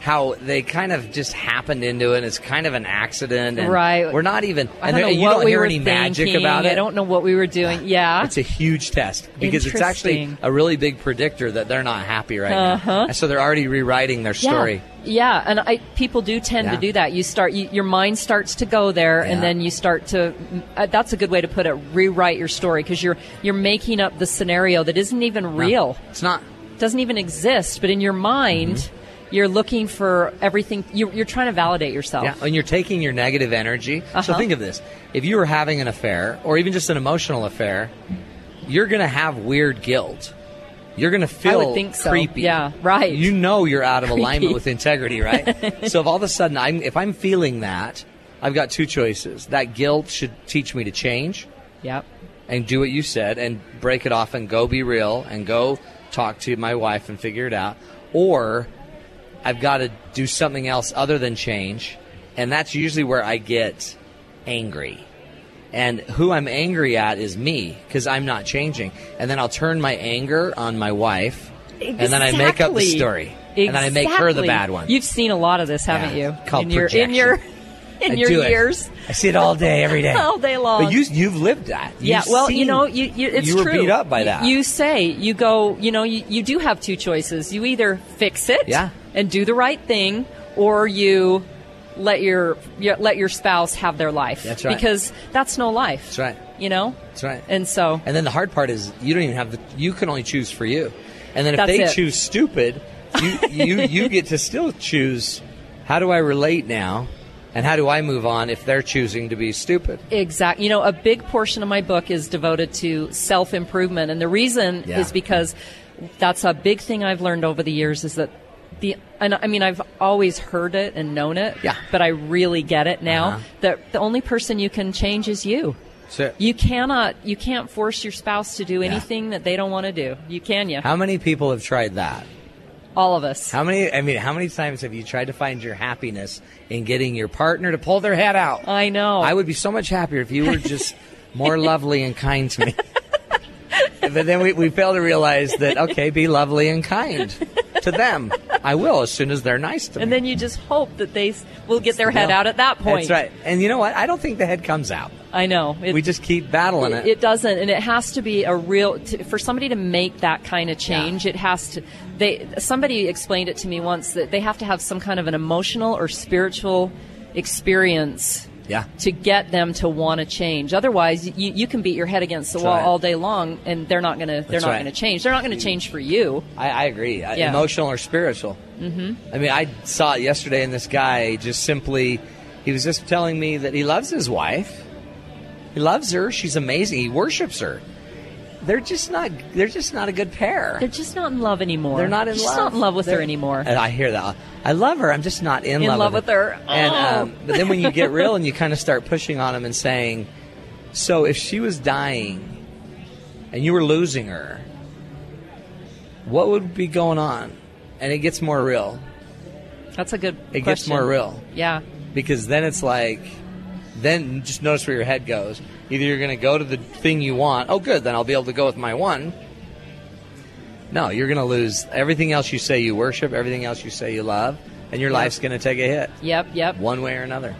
A: how they kind of just happened into it, and it's kind of an accident, and
L: Right.
A: We're not even,
L: I
A: and
L: don't
A: there-
L: know
A: you
L: what
A: don't
L: we
A: hear
L: were
A: any magic
L: thinking.
A: about it.
L: I don't know what we were doing. Yeah.
A: It's a huge test because it's actually
L: Interesting.
A: a really big predictor that they're not happy right now,
L: Uh-huh.
A: and so they're already rewriting their story.
L: Yeah, yeah. and I, people do tend
A: Yeah.
L: to do that. You start, you, your mind starts to go there,
A: Yeah.
L: and then you start to. Uh, that's a good way to put it. Rewrite your story because you're you're making up the scenario that isn't even real.
A: It's not Mm-hmm.
L: doesn't even exist, but in your mind. You're looking for everything. You're, you're trying to validate yourself.
A: Yeah, and you're taking your negative energy. So
L: Uh-huh.
A: think of this: if you were having an affair, or even just an emotional affair, you're going to have weird guilt. You're going to feel
L: think so.
A: creepy.
L: Yeah, right.
A: You know you're out of alignment
L: Creepy.
A: with integrity, right? so if all of a sudden I'm, if I'm feeling that, I've got two choices. That guilt should teach me to change
L: Yep.
A: and do what you said and break it off and go be real and go talk to my wife and figure it out or i've got to do something else other than change and that's usually where i get angry and who i'm angry at is me because i'm not changing and then i'll turn my anger on my wife and then i make up the
L: Exactly.
A: story and then i make her the
L: Exactly.
A: bad one
L: You've seen a lot of this, haven't
A: Yeah.
L: you?
A: Called
L: in your
A: projection.
L: in your in
A: I
L: your
A: do it.
L: years.
A: I see it all day, every day,
L: All day long.
A: But you, you've lived that. You've
L: yeah, well, you
A: seen-
L: know, you, you, it's
A: you were
L: true.
A: beat up by that.
L: You, say, you go, you know, you, you do have two choices. You either fix it
A: Yeah.
L: and do the right thing, or you let your, your let your spouse have their life.
A: That's right.
L: Because that's no life. That's
A: right.
L: You know.
A: That's right.
L: And so
A: And then the hard part is you don't even have the you can only choose for you. And then if
L: That's
A: they
L: it.
A: choose stupid, you, you you get to still choose how do I relate now and how do I move on if they're choosing to be stupid.
L: Exactly. You know, a big portion of my book is devoted to self improvement. And the reason
A: Yeah.
L: is because that's a big thing I've learned over the years is that the, and I mean, I've always heard it and known it, yeah. but I really get it now
A: Uh-huh.
L: that the only person you can change is you.
A: So
L: You cannot, you can't force your spouse to do anything that they don't want to do. You can, you?
A: how many people have tried that?
L: All of us.
A: How many I mean how many times have you tried to find your happiness in getting your partner to pull their head out?
L: I know.
A: I would be so much happier if you were just more lovely and kind to me. but then we, we fail to realize that okay, be lovely and kind to to them. I will as soon as they're nice to me.
L: And then you just hope that they s- will get their head
A: Yeah.
L: out at that point.
A: That's right. And you know what? I don't think the head comes out.
L: I know. It-
A: we just keep battling it.
L: It, it doesn't, and it has to be a real to, for somebody to make that kind of change. It has to. They somebody explained it to me once that they have to have some kind of an emotional or spiritual experience.
A: Yeah.
L: To get them to want to change, otherwise you, you can beat your head against the
A: That's
L: wall
A: right.
L: all day long, and they're not gonna they're
A: That's
L: not
A: right.
L: gonna change. They're not gonna change for you.
A: I, I agree. I-
L: Yeah.
A: Emotional or spiritual.
L: Mhm.
A: I mean, I saw it yesterday, and this guy just simply, he was just telling me that he loves his wife. He loves her. She's amazing. He worships her. They're just not. They're just not a good pair.
L: They're just not in love anymore.
A: They're not in
L: Just
A: love.
L: not in love with her
A: They're-
L: anymore.
A: And I hear that. I love her. I'm just not in,
L: In love with her.
A: And
L: Oh.
A: um, but then when you get real and you kind of start pushing on him and saying, "So if she was dying, and you were losing her, what would be going on?" And it gets more real.
L: That's a good.
A: It gets
L: question.
A: more real.
L: Yeah.
A: Because then it's like, then just notice where your head goes. Either you're going to go to the thing you want. Oh, good. Then I'll be able to go with my one. No, you're going to lose everything else you say you worship, everything else you say you love, and your life's going to take a hit.
L: Yep, yep.
A: One way or another.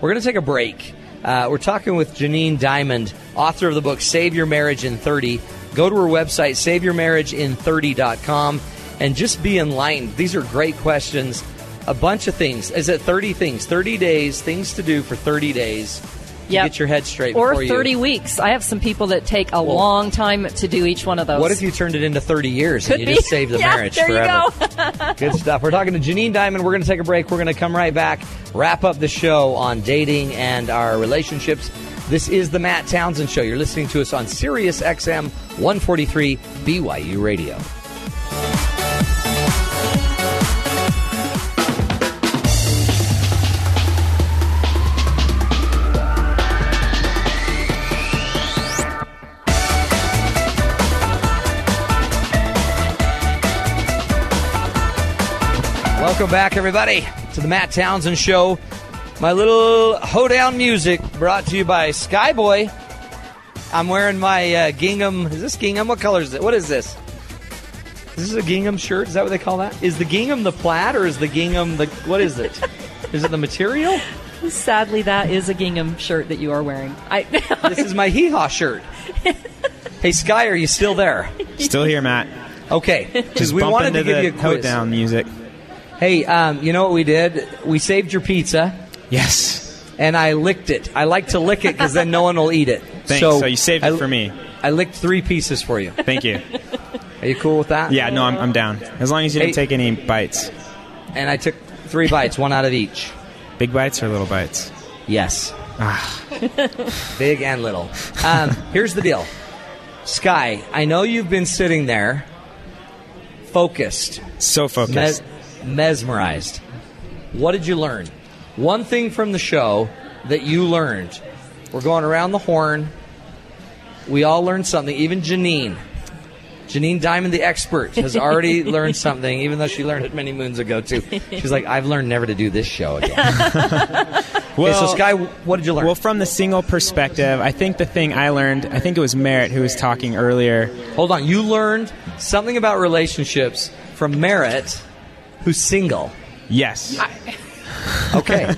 A: We're going to take a break. Uh, we're talking with Janine Diamond, author of the book Save Your Marriage in 30. Go to her website, saveyourmarriagein30.com, and just be enlightened. These are great questions. A bunch of things. Is it 30 things? 30 days, things to do for 30 days to
L: Yep.
A: get your head straight
L: Or
A: before
L: 30
A: you.
L: weeks. I have some people that take a long time to do each one of those.
A: What if you turned it into 30 years
L: Could
A: and you
L: be.
A: just saved the
L: Yeah,
A: marriage
L: there you
A: forever?
L: go.
A: Good stuff. We're talking to Janine Diamond. We're going to take a break. We're going to come right back, wrap up the show on dating and our relationships. This is the Matt Townsend Show. You're listening to us on Sirius XM 143 BYU Radio. Welcome back, everybody, to the Matt Townsend Show. My little hoedown music brought to you by Skyboy. I'm wearing my uh, gingham. Is this gingham? What color is it? What is this? Is this a gingham shirt? Is that what they call that? Is the gingham the plaid or is the gingham the. What is it? is it the material?
L: Sadly, that is a gingham shirt that you are wearing. I,
A: this is my hee haw shirt. hey, Sky, are you still there?
M: Still here, Matt.
A: Okay, because
M: Just
A: we
M: bump
A: wanted
M: into
A: to give
M: the
A: you a quiz.
M: down music.
A: Hey, um, you know what we did? We saved your pizza.
M: Yes.
A: And I licked it. I like to lick it because then no one will eat it.
M: Thanks. So you saved it for me.
A: I licked three pieces for you.
M: Thank you.
A: Are you cool with that?
M: Yeah, no, I'm, I'm down. As long as you didn't
A: Hey.
M: take any bites.
A: And I took three bites, one out of each.
M: Big bites or little bites? Ah.
A: Yes. Big and little. Um, here's the deal Sky, I know you've been sitting there focused.
M: So focused.
A: mesmerized. What did you learn? One thing from the show that you learned. We're going around the horn. We all learned something, even Janine. Janine Diamond, the expert, has already learned something, even though she learned it many moons ago, too. She's like, I've learned never to do this show again. so Sky, what did you learn?
M: Well, from the single perspective, I think the thing I learned, I think it was Merritt who was talking earlier.
A: Hold on, you learned something about relationships from Merritt, who's single.
M: Yes.
A: Okay. well,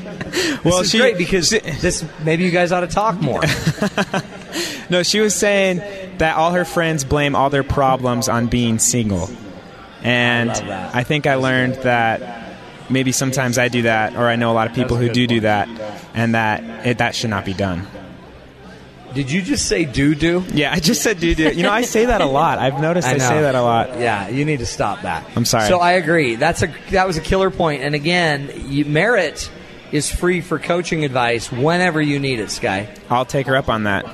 M: Well,
A: this is
M: she-
A: great because this maybe you guys ought to talk more.
M: No, she was saying that all her friends blame all their problems on being single. And I think I learned that maybe sometimes I do that, or I know a lot of people
A: That's
M: who
A: a good
M: do do
A: point.
M: that, and that it, that should not be done.
A: Did you just say do do?
M: Yeah, I just said do do. You know, I say that a lot. I've noticed I,
A: I know.
M: say that a lot.
A: Yeah, you need to stop that.
M: I'm sorry.
A: So I agree. That's a that was a killer point. And again, you, Merritt is free for coaching advice whenever you need it. Sky
M: I'll take her up on that.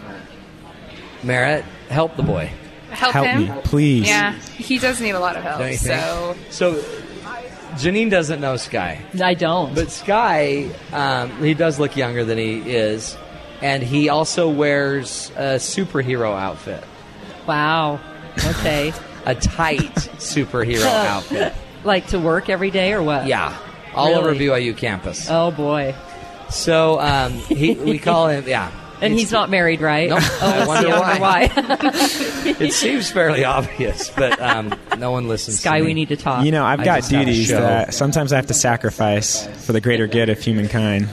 A: Merritt, help the boy.
C: Help,
M: Help
C: him,
M: me, please.
C: Yeah, he does need a lot of
L: Oh,
C: help.
A: Don't you think?
C: So
A: So Janine doesn't know Sky.
L: I don't.
A: But Sky, um, he does look younger than he is, and he also wears a superhero outfit,
L: wow. Okay.
A: a tight superhero outfit.
L: like to work every day or what?
A: Yeah, all
L: Really?
A: over BYU campus.
L: Oh boy.
A: So um, he, we call him. Yeah,
L: And he's not married, right?
A: No,
L: Oh,
A: I
L: let's
A: wonder
L: see,
A: why.
L: why.
A: it seems fairly obvious, but um, no one listens.
L: Sky,
A: to me.
L: we need to talk.
M: You know, I've
A: I
M: got
A: just got a
M: duties
A: show.
M: that sometimes I have to sacrifice for the greater good of humankind.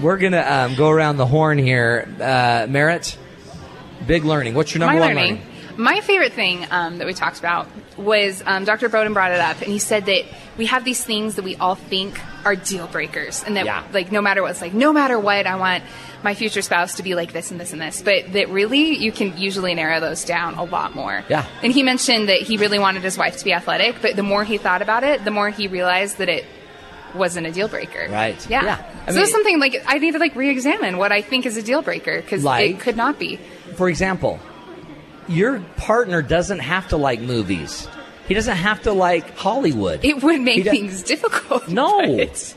A: We're gonna um, go around the horn here. Uh, Merritt, big learning. What's your number
G: my
A: one
G: learning.
A: learning?
G: My favorite thing um, that we talked about was um, Dr. Bowden brought it up, and he said that we have these things that we all think are deal breakers, and that
A: Yeah.
G: like no matter what, it's like no matter what, I want my future spouse to be like this and this and this. But that really, you can usually narrow those down a lot more.
A: Yeah.
G: And he mentioned that he really wanted his wife to be athletic, but the more he thought about it, the more he realized that it wasn't a deal breaker.
A: Right.
G: Yeah.
A: Yeah. I
G: so
A: mean-
G: it's something like I need to like re-examine what I think is a deal breaker because
A: Like?
G: it could not be.
A: For example, your partner doesn't have to like movies. He doesn't have to like Hollywood.
G: It would
A: He
G: make
A: does-
G: things difficult.
A: no,
G: Right?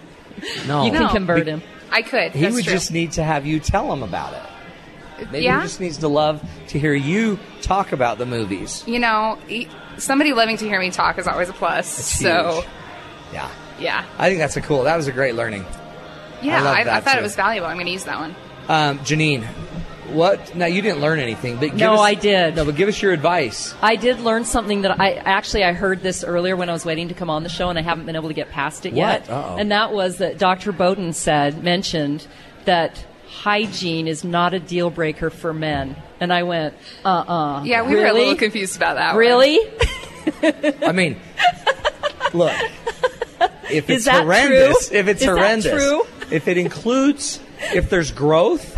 A: no.
L: You can
G: No.
L: convert him.
G: I could.
A: He
G: That's
A: would
G: true.
A: just need to have you tell him about it. Maybe
G: Yeah.
A: he just needs to love to hear you talk about the movies.
G: you know, e- somebody loving to hear me talk is always a plus.
A: It's
G: so,
A: huge. Yeah.
G: yeah,
A: I think that's a cool. That was a great learning.
G: yeah.
A: love
G: I, I,
A: that,
G: thought
A: too.
G: it was valuable. I'm going to use that one.
A: Um, Janine, what? Now you didn't learn anything, but give
L: No,
A: us-
L: I did.
A: No, but give us your advice.
L: I did learn something that I actually I heard this earlier when I was waiting to come on the show and I haven't been able to get past it
A: What?
L: yet.
A: Uh-oh.
L: And that was that Dr. Bowden said mentioned that hygiene is not a deal breaker for men. And I went, uh uh
G: Yeah, we were a little confused about that. one.
L: Really?
A: I mean, look. If
L: Is
A: it's
L: that
A: horrendous,
L: true?
A: if it's
L: Is that
A: horrendous,
L: true?
A: if it includes, if there's growth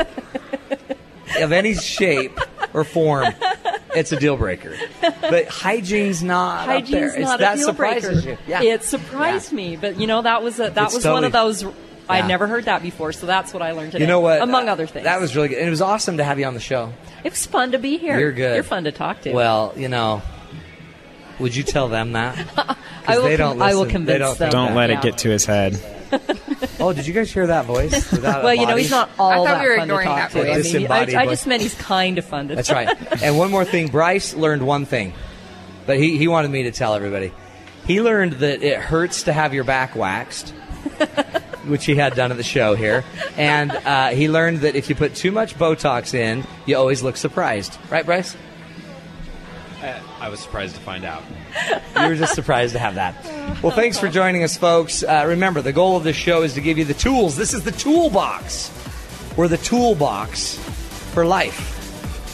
A: of any shape or form, it's a deal breaker. But hygiene's not up there.
L: Hygiene's
A: It's-
L: not
A: that
L: a deal
A: surprises
L: breaker.
A: you. Yeah.
L: It surprised me, but you know that was a, that
A: It's
L: was one of
A: totally-
L: those I
A: Yeah.
L: never heard that before, so that's what I learned today.
A: you know what?
L: Among
A: Uh,
L: other things,
A: That was really good. And it was awesome to have you on the show.
L: it was fun to be here.
A: You're good.
L: You're fun to talk to.
A: Well, you know, would you tell them that? 'Cause
L: I will
A: they
L: con-
A: don't
L: I will
A: listen. They
L: convince
A: don't
L: them.
A: think
M: Don't
A: that.
M: let
L: Yeah.
M: it get to his head.
A: Oh, did you guys hear that voice? Without a
L: Well, you know,
A: body?
L: he's not all
G: I thought
L: that
G: we were
L: fun to
G: ignoring
L: talk
G: that
L: to. I,
A: voice.
L: mean, he-
A: Disembodied
L: I, I
A: voice.
L: just meant he's kind of fun to
A: That's
L: talk
A: right. And one more thing, Bryce learned one thing, but he, he wanted me to tell everybody. He learned that it hurts to have your back waxed, which he had done at the show here. And uh, he learned that if you put too much Botox in, you always look surprised. Right, Bryce?
B: I was surprised to find out.
A: You were just surprised to have that. Well, thanks for joining us, folks. Uh, remember, the goal of this show is to give you the tools. This is the toolbox. We're the toolbox for life.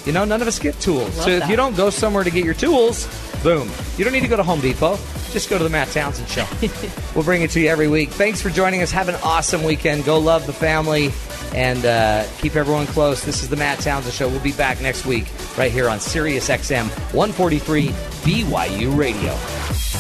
A: You know, none of us get tools. so if
L: that.
A: you don't go somewhere to get your tools, boom. You don't need to go to Home Depot. Just go to the Matt Townsend Show. we'll bring it to you every week. Thanks for joining us. Have an awesome weekend. Go love the family and uh, keep everyone close. This is the Matt Townsend Show. We'll be back next week right here on Sirius XM 143 BYU Radio.